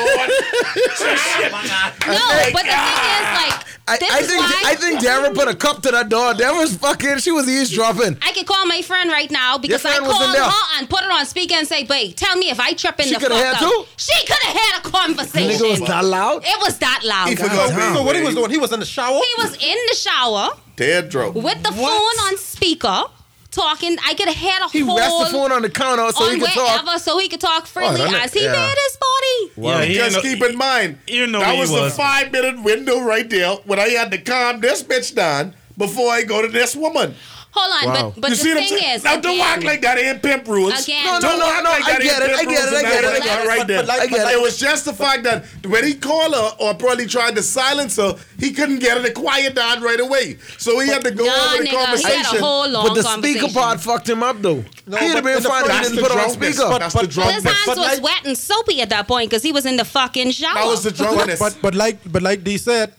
Speaker 7: But the thing is, like,
Speaker 3: I,
Speaker 7: this
Speaker 3: I
Speaker 7: is
Speaker 3: think
Speaker 7: why
Speaker 3: I think Dara put a cup to that door. Dara was fucking she was eavesdropping.
Speaker 7: I could call my friend right now because I
Speaker 3: friend was in
Speaker 7: called
Speaker 3: there.
Speaker 7: her and put it on speaker and say, "Babe, tell me if I trip in
Speaker 3: She
Speaker 7: the fuck
Speaker 3: coulda had
Speaker 7: up."
Speaker 3: too?
Speaker 7: She could have had a conversation.
Speaker 3: Nigga was that loud.
Speaker 7: It was that loud.
Speaker 6: He
Speaker 7: He
Speaker 6: forgot where
Speaker 8: So what he was
Speaker 6: was
Speaker 8: doing? He was in the shower.
Speaker 7: was in the shower
Speaker 6: dead drunk.
Speaker 7: with the phone on speaker, talking. I could have had a
Speaker 3: He
Speaker 7: whole
Speaker 3: rests the phone on the counter so
Speaker 7: on
Speaker 3: he could
Speaker 7: wherever,
Speaker 3: talk.
Speaker 7: so he could talk freely
Speaker 3: Oh, that-
Speaker 7: as he
Speaker 3: yeah.
Speaker 7: made his body.
Speaker 3: Uh,
Speaker 5: Yeah, he
Speaker 6: Just
Speaker 5: know-
Speaker 6: keep in mind,
Speaker 5: you know
Speaker 6: that
Speaker 5: he
Speaker 6: was,
Speaker 5: was.
Speaker 6: the five minute window right there when I had to calm this bitch down before I go to this woman.
Speaker 7: Hold on,
Speaker 3: Wow.
Speaker 7: but, but
Speaker 6: you
Speaker 7: the
Speaker 6: see what I'm
Speaker 7: thing
Speaker 6: saying?
Speaker 7: is,
Speaker 6: Now don't
Speaker 7: again,
Speaker 6: act like that ain't pimp rules.
Speaker 7: Again.
Speaker 3: No, no,
Speaker 6: Don't
Speaker 3: no,
Speaker 6: act
Speaker 3: no.
Speaker 6: like
Speaker 3: I
Speaker 6: that
Speaker 3: get
Speaker 6: ain't
Speaker 3: it. I
Speaker 6: pimp
Speaker 3: get it.
Speaker 6: rules
Speaker 3: I
Speaker 6: and
Speaker 3: get
Speaker 6: that
Speaker 3: it. I
Speaker 6: ain't
Speaker 3: get
Speaker 6: all
Speaker 3: it.
Speaker 6: right
Speaker 3: But-
Speaker 6: there.
Speaker 3: but like-
Speaker 6: I get
Speaker 3: but like-
Speaker 6: it. It was just the fact that when he called her or probably tried to silence her, he couldn't get her to quiet down right away. So he had to go
Speaker 7: nah,
Speaker 6: over the
Speaker 7: nigga, he had a
Speaker 6: conversation.
Speaker 7: whole long
Speaker 3: But the
Speaker 7: conversation.
Speaker 3: speaker part fucked him up though.
Speaker 8: No,
Speaker 3: He'd have
Speaker 8: but
Speaker 3: been
Speaker 8: in the
Speaker 3: fine if he
Speaker 8: front-
Speaker 6: That's
Speaker 3: didn't
Speaker 6: the
Speaker 3: put it on
Speaker 6: drunkness.
Speaker 3: speaker.
Speaker 6: That's the
Speaker 8: But- but-
Speaker 7: His
Speaker 6: drunkness.
Speaker 7: hands
Speaker 8: But
Speaker 7: was
Speaker 8: like-
Speaker 7: wet and soapy at that point because he was in the fucking shower.
Speaker 6: That was the drunkenness.
Speaker 8: But but like but like D said,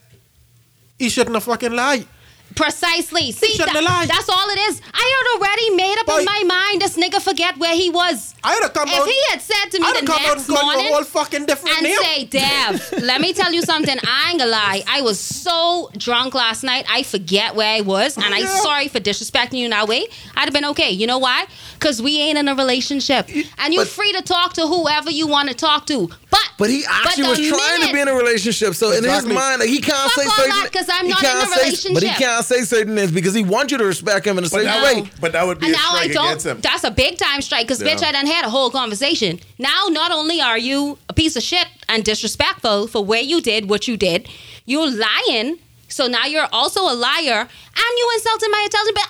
Speaker 8: he shouldn't have fucking lied.
Speaker 7: Precisely. See,
Speaker 8: shouldn't
Speaker 7: that-
Speaker 8: have lied.
Speaker 7: that's all it is. I had already made up in
Speaker 8: Boy.
Speaker 7: my mind this nigga forget where he was.
Speaker 8: I would have come
Speaker 7: If
Speaker 8: out.
Speaker 7: he had said to me
Speaker 8: I'd
Speaker 7: the
Speaker 8: have come out
Speaker 7: next
Speaker 8: and called you
Speaker 7: morning
Speaker 8: a whole fucking different
Speaker 7: and
Speaker 8: name.
Speaker 7: say, Dev, let me tell you something. I ain't gonna lie. I was so drunk last night, I forget where I was, and I'm
Speaker 8: Yeah.
Speaker 7: sorry for disrespecting you in that way. I'd have been okay. You know why? Because we ain't in a relationship. And you're
Speaker 3: But-
Speaker 7: free to talk to whoever you want to talk to. But
Speaker 3: But he actually
Speaker 7: the
Speaker 3: was trying to
Speaker 7: minute-
Speaker 3: be in a relationship. So in his
Speaker 8: Exactly.
Speaker 3: mind, like, he can't
Speaker 7: Fuck
Speaker 3: say
Speaker 7: all
Speaker 3: certain
Speaker 7: that, 'cause I'm
Speaker 3: he
Speaker 7: not in a
Speaker 3: can't say- But he
Speaker 7: relationship.
Speaker 3: can't say certain things because he wants you to respect him in a certain
Speaker 7: that-
Speaker 3: way.
Speaker 6: But that would be
Speaker 7: And
Speaker 6: a
Speaker 7: now I
Speaker 6: strike
Speaker 7: don't.
Speaker 6: against him.
Speaker 7: That's a big time strike because bitch,
Speaker 6: Yeah.
Speaker 7: I done had a whole conversation. Now, not only are you a piece of shit and disrespectful for where you did what you did, you're lying. So now you're also a liar, and you insulted my intelligence. But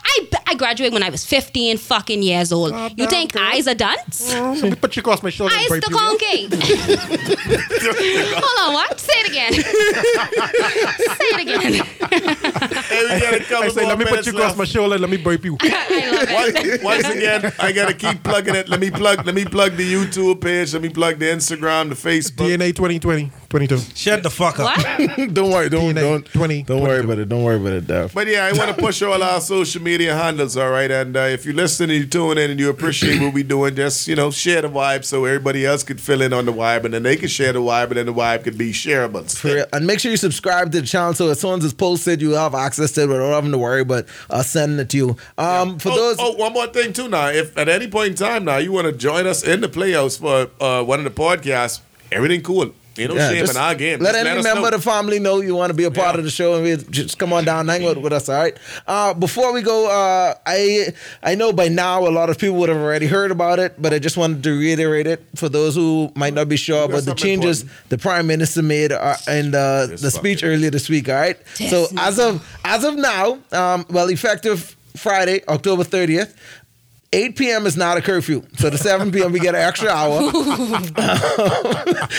Speaker 7: I, I graduated when I was 15 fucking years old. you think eyes are done?
Speaker 6: Oh.
Speaker 3: Mm-hmm.
Speaker 8: Mm, Put you across my shoulder.
Speaker 7: Eyes
Speaker 8: break
Speaker 7: the
Speaker 8: you, yeah.
Speaker 7: conky. Hold on, what? Say it again. Say it again.
Speaker 6: Hey, we got a couple
Speaker 8: I say,
Speaker 6: more
Speaker 8: let me put
Speaker 6: minutes
Speaker 8: you across
Speaker 6: left.
Speaker 8: my shoulder. Let me break you.
Speaker 7: I love it.
Speaker 6: once, once again, I gotta keep plugging it. Let me plug. Let me plug the YouTube page. Let me plug the Instagram, the Facebook.
Speaker 8: DNA 2020. 22.
Speaker 5: Shut the fuck up.
Speaker 7: What?
Speaker 6: don't worry, don't
Speaker 8: DNA,
Speaker 6: don't
Speaker 8: 20,
Speaker 6: don't worry about it. Don't worry about it, Daph. But yeah, I want to push all our social media handles. All right, and uh, if you listen and you tune in and you appreciate what we doing, just you know share the vibe so everybody else could fill in on the vibe, and then they could share the vibe, and then the vibe could be shareable.
Speaker 3: For real. And make sure you subscribe to the channel so as soon as it's posted, you have access to it without having to worry about us sending it to you. Um, for
Speaker 6: oh,
Speaker 3: those,
Speaker 6: oh, one more thing too. Now, if at any point in time now you want to join us in the playoffs for uh, one of the podcasts, everything cool. You know,
Speaker 3: yeah,
Speaker 6: shame
Speaker 3: just
Speaker 6: in our game.
Speaker 3: Let
Speaker 6: Just
Speaker 3: any
Speaker 6: us
Speaker 3: member
Speaker 6: know.
Speaker 3: of the family know you want to be a part
Speaker 6: Yeah.
Speaker 3: of the show and we just come on down, hang out with us, all right? Uh, before we go, uh, I I know by now a lot of people would have already heard about it, but I just wanted to reiterate it for those who might not be sure
Speaker 6: got
Speaker 3: about the
Speaker 6: something
Speaker 3: changes
Speaker 6: important.
Speaker 3: the Prime Minister made uh, in the, the speech
Speaker 6: fucker.
Speaker 3: earlier this week, all right? So as of as of now, um, well, effective Friday, October 30th, 8 p.m. is not a curfew. So to 7 p.m. we get an extra hour.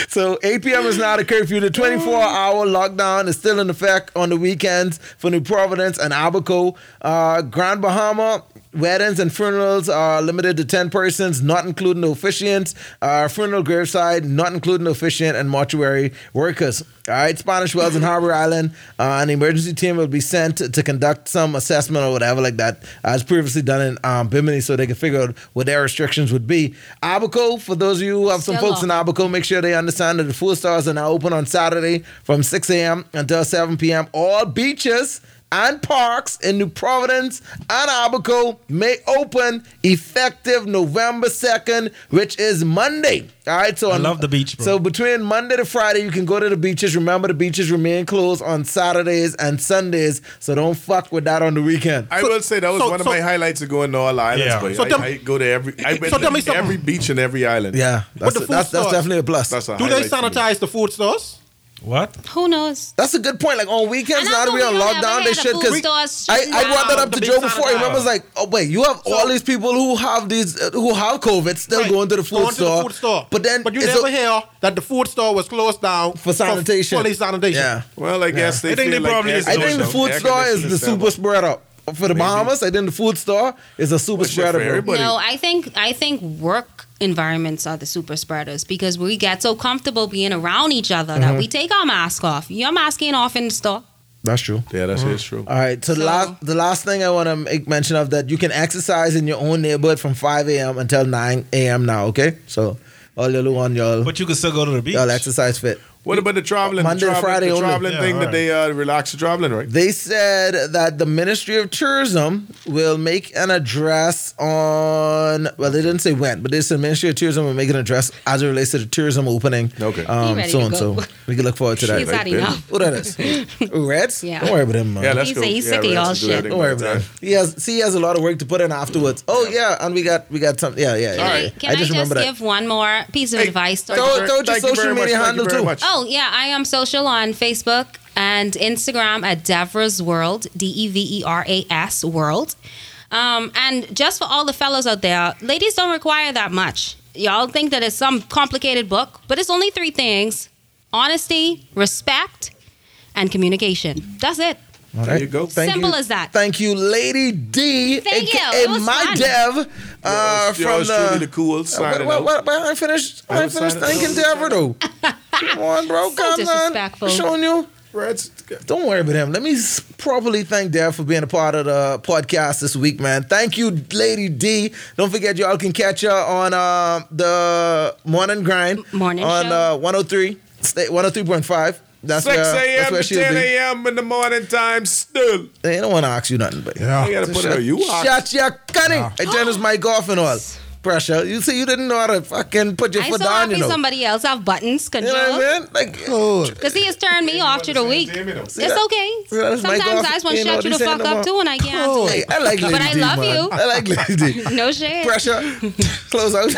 Speaker 3: So 8 p.m. is not a curfew. The 24-hour lockdown is still in effect on the weekends for New Providence and Abaco. Uh, Grand Bahama weddings and funerals are limited to 10 persons, not including the officiants. Uh, funeral graveside, not including the officiant and mortuary workers. All right, Spanish Wells and Harbor Island, uh, an emergency team will be sent to, to conduct some assessment or whatever like that, as previously done in um, Bimini, so they can figure out what their restrictions would be. Abaco, for those of you who have some
Speaker 7: Still
Speaker 3: folks in
Speaker 7: off.
Speaker 3: Abaco, make sure they understand that the full stars are now open on Saturday from 6 a.m. until 7 p.m. All beaches and parks in New Providence and Abaco may open effective November 2nd, which is Monday. All right, so
Speaker 5: I love the beach, bro.
Speaker 3: So between Monday to Friday, you can go to the beaches. Remember, the beaches remain closed on Saturdays and Sundays, so don't fuck with that on the weekend.
Speaker 6: I will say that was
Speaker 8: so-
Speaker 6: one of
Speaker 8: so-
Speaker 6: my highlights of going to all islands.
Speaker 5: Yeah.
Speaker 6: But
Speaker 8: So
Speaker 6: I,
Speaker 8: tell-
Speaker 6: I go to every, I went
Speaker 8: so tell me
Speaker 6: to
Speaker 8: something.
Speaker 6: every beach and every island.
Speaker 3: Yeah, that's,
Speaker 8: the food
Speaker 3: that's, that's
Speaker 8: stores-
Speaker 3: definitely a plus.
Speaker 6: that's a
Speaker 8: Do they
Speaker 6: highlight for me.
Speaker 8: sanitize the food stores?
Speaker 5: What?
Speaker 7: Who knows?
Speaker 3: That's a good point. Like on weekends,
Speaker 7: And
Speaker 3: now that
Speaker 7: also
Speaker 3: we on
Speaker 7: we don't have
Speaker 3: lockdown,
Speaker 7: any
Speaker 3: they
Speaker 7: other
Speaker 3: should.
Speaker 7: food
Speaker 3: Cause
Speaker 7: stores
Speaker 3: I,
Speaker 7: shutting
Speaker 3: I brought that
Speaker 7: down.
Speaker 3: up to
Speaker 8: The
Speaker 3: Joe
Speaker 8: big
Speaker 3: before. I
Speaker 8: Saturday.
Speaker 3: remember, it's like, oh wait, you have all these people who have these uh, who have COVID still
Speaker 8: Right.
Speaker 3: going to the food,
Speaker 8: Going
Speaker 3: store,
Speaker 8: the food store.
Speaker 3: But then
Speaker 8: but you
Speaker 3: it's
Speaker 8: never
Speaker 3: a-
Speaker 8: hear that the food store was closed down
Speaker 3: for sanitation.
Speaker 8: For, for sanitation.
Speaker 3: Yeah,
Speaker 6: Well, I guess they
Speaker 5: I think
Speaker 6: feel
Speaker 5: they
Speaker 6: like
Speaker 5: probably
Speaker 6: air
Speaker 5: is
Speaker 3: I think the
Speaker 5: No,
Speaker 6: conditioning-
Speaker 3: food
Speaker 6: air
Speaker 3: store is
Speaker 6: conditioning
Speaker 3: the
Speaker 6: system.
Speaker 3: super spreader for the
Speaker 6: Maybe.
Speaker 3: Bahamas. I think the food store is a super
Speaker 6: shit for
Speaker 3: spreader. bro.
Speaker 6: everybody.
Speaker 7: No, I think I think work environments are the super spreaders because we get so comfortable being around each other that we take our mask off. Your mask ain't off in the store.
Speaker 3: That's true.
Speaker 6: Yeah, that's it's true.
Speaker 3: All right. So, the
Speaker 7: So-
Speaker 3: last the last thing I want to make mention of that you can exercise in your own neighborhood from 5 a.m. until 9 a.m. now. Okay. So all your little one, y'all,
Speaker 5: But you can still go to the beach.
Speaker 3: y'all exercise fit.
Speaker 6: What about the traveling?
Speaker 3: Mm-hmm. Monday to
Speaker 6: the traveling,
Speaker 3: Friday
Speaker 6: the
Speaker 3: only.
Speaker 6: traveling
Speaker 5: Yeah,
Speaker 6: thing that
Speaker 5: alright.
Speaker 6: they uh, relax the traveling, right?
Speaker 3: They said that the Ministry of Tourism will make an address on. Well, they didn't say when, but they said Ministry of Tourism will make an address as it relates to the tourism opening.
Speaker 6: Okay.
Speaker 3: Um,
Speaker 7: He ready
Speaker 3: so
Speaker 7: to
Speaker 3: and so
Speaker 7: go.
Speaker 3: we can look forward to that.
Speaker 7: He's had
Speaker 6: right, baby.
Speaker 7: enough.
Speaker 3: Who that is? Reds?
Speaker 7: Yeah.
Speaker 3: Don't worry about him, man.
Speaker 6: Yeah, let's
Speaker 7: He
Speaker 6: go.
Speaker 7: say he's
Speaker 6: yeah,
Speaker 7: sick of
Speaker 6: let's
Speaker 7: y'all
Speaker 6: do that
Speaker 7: shit.
Speaker 6: thing
Speaker 3: Don't worry
Speaker 6: one
Speaker 3: about
Speaker 6: time.
Speaker 3: it. He has see he has a lot of work to put in afterwards. Oh yeah, and we got we got some yeah, yeah. yeah.
Speaker 7: Can I, can I just, give one more piece of
Speaker 6: Hey,
Speaker 7: advice? To
Speaker 6: thank
Speaker 3: Throw-
Speaker 6: you very-
Speaker 3: throw your
Speaker 6: thank you
Speaker 3: social
Speaker 6: very much,
Speaker 3: media
Speaker 6: thank you
Speaker 3: handle,
Speaker 6: very
Speaker 3: too.
Speaker 6: much.
Speaker 7: Oh yeah, I am social on Facebook and Instagram at Devra's World, D E V E R A S World. Um, and just for all the fellas out there, ladies don't require that much. Y'all think that it's some complicated book, but it's only three things: honesty, respect, and communication. That's it.
Speaker 6: There you go.
Speaker 3: Thank
Speaker 7: Simple
Speaker 3: you-
Speaker 7: as that.
Speaker 3: Thank you, Lady D,
Speaker 7: Thank you.
Speaker 3: aka
Speaker 7: It was
Speaker 3: my
Speaker 7: fun.
Speaker 3: dev, uh,
Speaker 6: Yours- yours truly
Speaker 3: from
Speaker 6: the
Speaker 3: the.
Speaker 6: cool
Speaker 3: What,
Speaker 6: signing
Speaker 3: what,
Speaker 6: out.
Speaker 3: what, but I ain't finished. I ain't
Speaker 6: Outside
Speaker 3: finished
Speaker 6: of-
Speaker 3: thanking Deborah though. Come on, bro.
Speaker 7: So
Speaker 3: Come
Speaker 7: disrespectful.
Speaker 3: on. Showing you.
Speaker 6: Reds,
Speaker 3: Don't worry about him. Let me s- properly thank Dev for being a part of the podcast this week, man. Thank you, Lady D. Don't forget, y'all can catch her on uh, the Morning Grind.
Speaker 7: Morning
Speaker 3: On
Speaker 7: show.
Speaker 3: Uh, 103, sta- 103.5. That's
Speaker 6: 6
Speaker 3: where, that's
Speaker 6: a.m.
Speaker 3: where
Speaker 6: to
Speaker 3: she'll
Speaker 6: 10
Speaker 3: be.
Speaker 6: a.m. in the morning time still.
Speaker 3: They don't want to ask you nothing, but
Speaker 8: Yeah.
Speaker 6: I gotta put it on you. Ah. Ox.
Speaker 3: Shut your cunning. I turned his mic off and all. Pressure. You see, you didn't know how to fucking put your
Speaker 7: I'm
Speaker 3: foot
Speaker 7: so
Speaker 3: down,
Speaker 7: happy
Speaker 3: you know.
Speaker 7: somebody else have buttons
Speaker 3: you know what
Speaker 7: control.
Speaker 3: I mean? Like,
Speaker 8: Good.
Speaker 7: Because he has turned me off through the week. It's
Speaker 3: that- see that
Speaker 7: okay.
Speaker 3: is my
Speaker 7: Sometimes
Speaker 3: God-
Speaker 7: I just want to
Speaker 3: ain't
Speaker 7: shut
Speaker 3: all
Speaker 7: you the
Speaker 3: these ain't
Speaker 7: fuck
Speaker 3: no more.
Speaker 7: up too, and I can't. do
Speaker 3: Hey,
Speaker 7: it.
Speaker 3: I like Lady
Speaker 7: But I
Speaker 3: D,
Speaker 7: love
Speaker 3: man.
Speaker 7: you.
Speaker 3: I like Lady D.
Speaker 7: No shit.
Speaker 3: Pressure. Close out.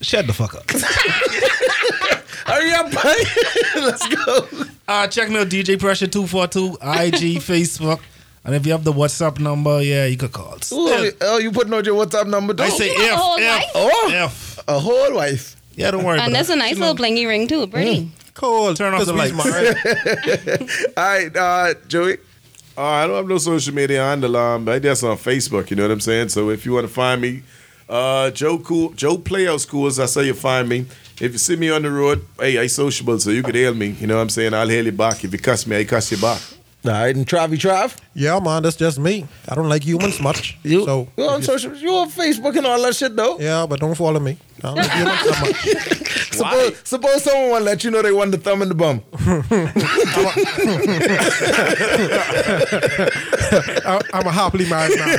Speaker 5: Shut the fuck up.
Speaker 3: Hurry up, buddy. Let's go.
Speaker 5: Uh, check me out, DJ Pressure 242, IG, Facebook. And if you have the WhatsApp number, yeah, you could call.
Speaker 3: Ooh, oh, you putting out your WhatsApp number? Too?
Speaker 5: I say
Speaker 7: You got a whole
Speaker 5: F, F,
Speaker 7: life?
Speaker 3: Oh.
Speaker 5: F.
Speaker 3: a whole wife.
Speaker 5: Yeah, don't worry
Speaker 7: And
Speaker 5: about
Speaker 7: that's a nice little blingy ring too,
Speaker 5: Mm.
Speaker 7: pretty.
Speaker 8: Cool.
Speaker 5: Turn off
Speaker 8: Cause
Speaker 5: the
Speaker 8: we's
Speaker 5: lights.
Speaker 8: married.
Speaker 3: All right, uh, Joey.
Speaker 6: Ah, Uh, I don't have no social media handle. Um, I guess on Facebook. You know what I'm saying. So if you want to find me, Uh, Joe Cool, Joe Playhouse Schools. I say you find me. If you see me on the road, hey, I sociable, so you could hail me. You know what I'm saying? I'll hail you back. If you cuss me, I cuss you back.
Speaker 3: All right, and Travi Trav,
Speaker 8: Yeah, man, that's just me. I don't like humans much.
Speaker 3: you
Speaker 8: so
Speaker 3: you on
Speaker 8: if you-
Speaker 3: social, you on Facebook and all that shit though.
Speaker 8: Yeah, but don't follow me. I don't like humans that much.
Speaker 3: Suppose suppose someone want to let you know they want the thumb in the bum.
Speaker 8: I, I'm a happily married man.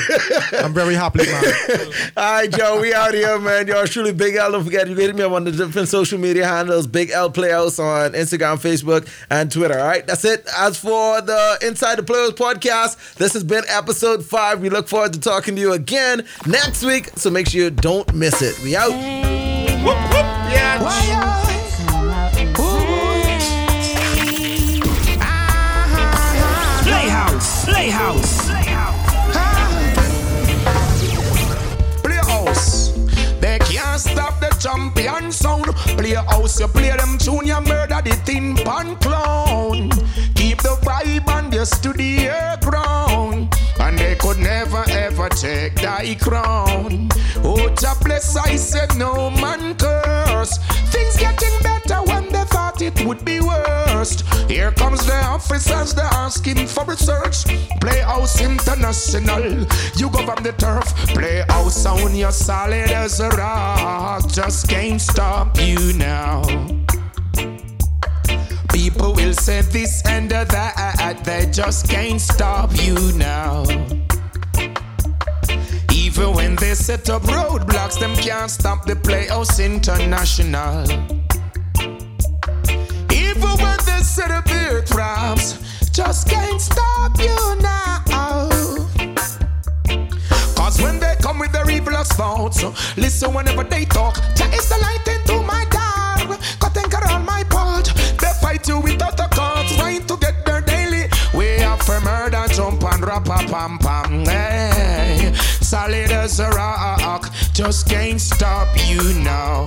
Speaker 8: I'm very happily married.
Speaker 3: All right, y'all, we out here, man. Y'all, truly Big L. Don't forget, you can hit me up on the different social media handles Big L Playhouse on Instagram, Facebook, and Twitter. All right, that's it. As for the Inside the Playhouse podcast, this has been episode five. We look forward to talking to you again next week, so make sure you don't miss it. We out.
Speaker 4: Come out and play.
Speaker 1: Playhouse, Playhouse, Playhouse.
Speaker 9: Playhouse. They can't stop the champion sound. Playhouse, you play them tune, you murder the tin pan clown. Keep the vibe and just to the air ground. And they could never ever take thy crown. Oh, bless I said no man curse. Things getting better when they thought it would be worse. Here comes the officers, they're asking for research. Playhouse International, you go from the turf. Playhouse sound, you're solid as a rock. Just can't stop you now. People will say this and that, they just can't stop you now. Even when they set up roadblocks, them can't stop the Playhouse International. Even when they set up beer traps, just can't stop you now. Cause when they come with their evil thoughts, uh, listen whenever they talk. There is the light into my dark, cut and cut on my part. They fight you without a cause, trying to get their daily. We up for murder, jump and rap a pam pam. Hey, solid as a rock, just can't stop you now.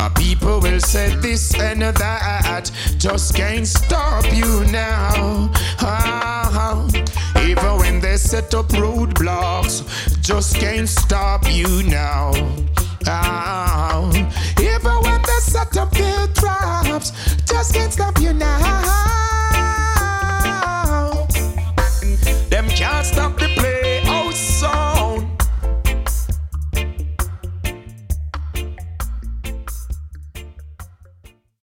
Speaker 9: Uh, people will say this and that, just can't stop you now. Ah, even when they set up roadblocks, just can't stop you now. Ah, Oh,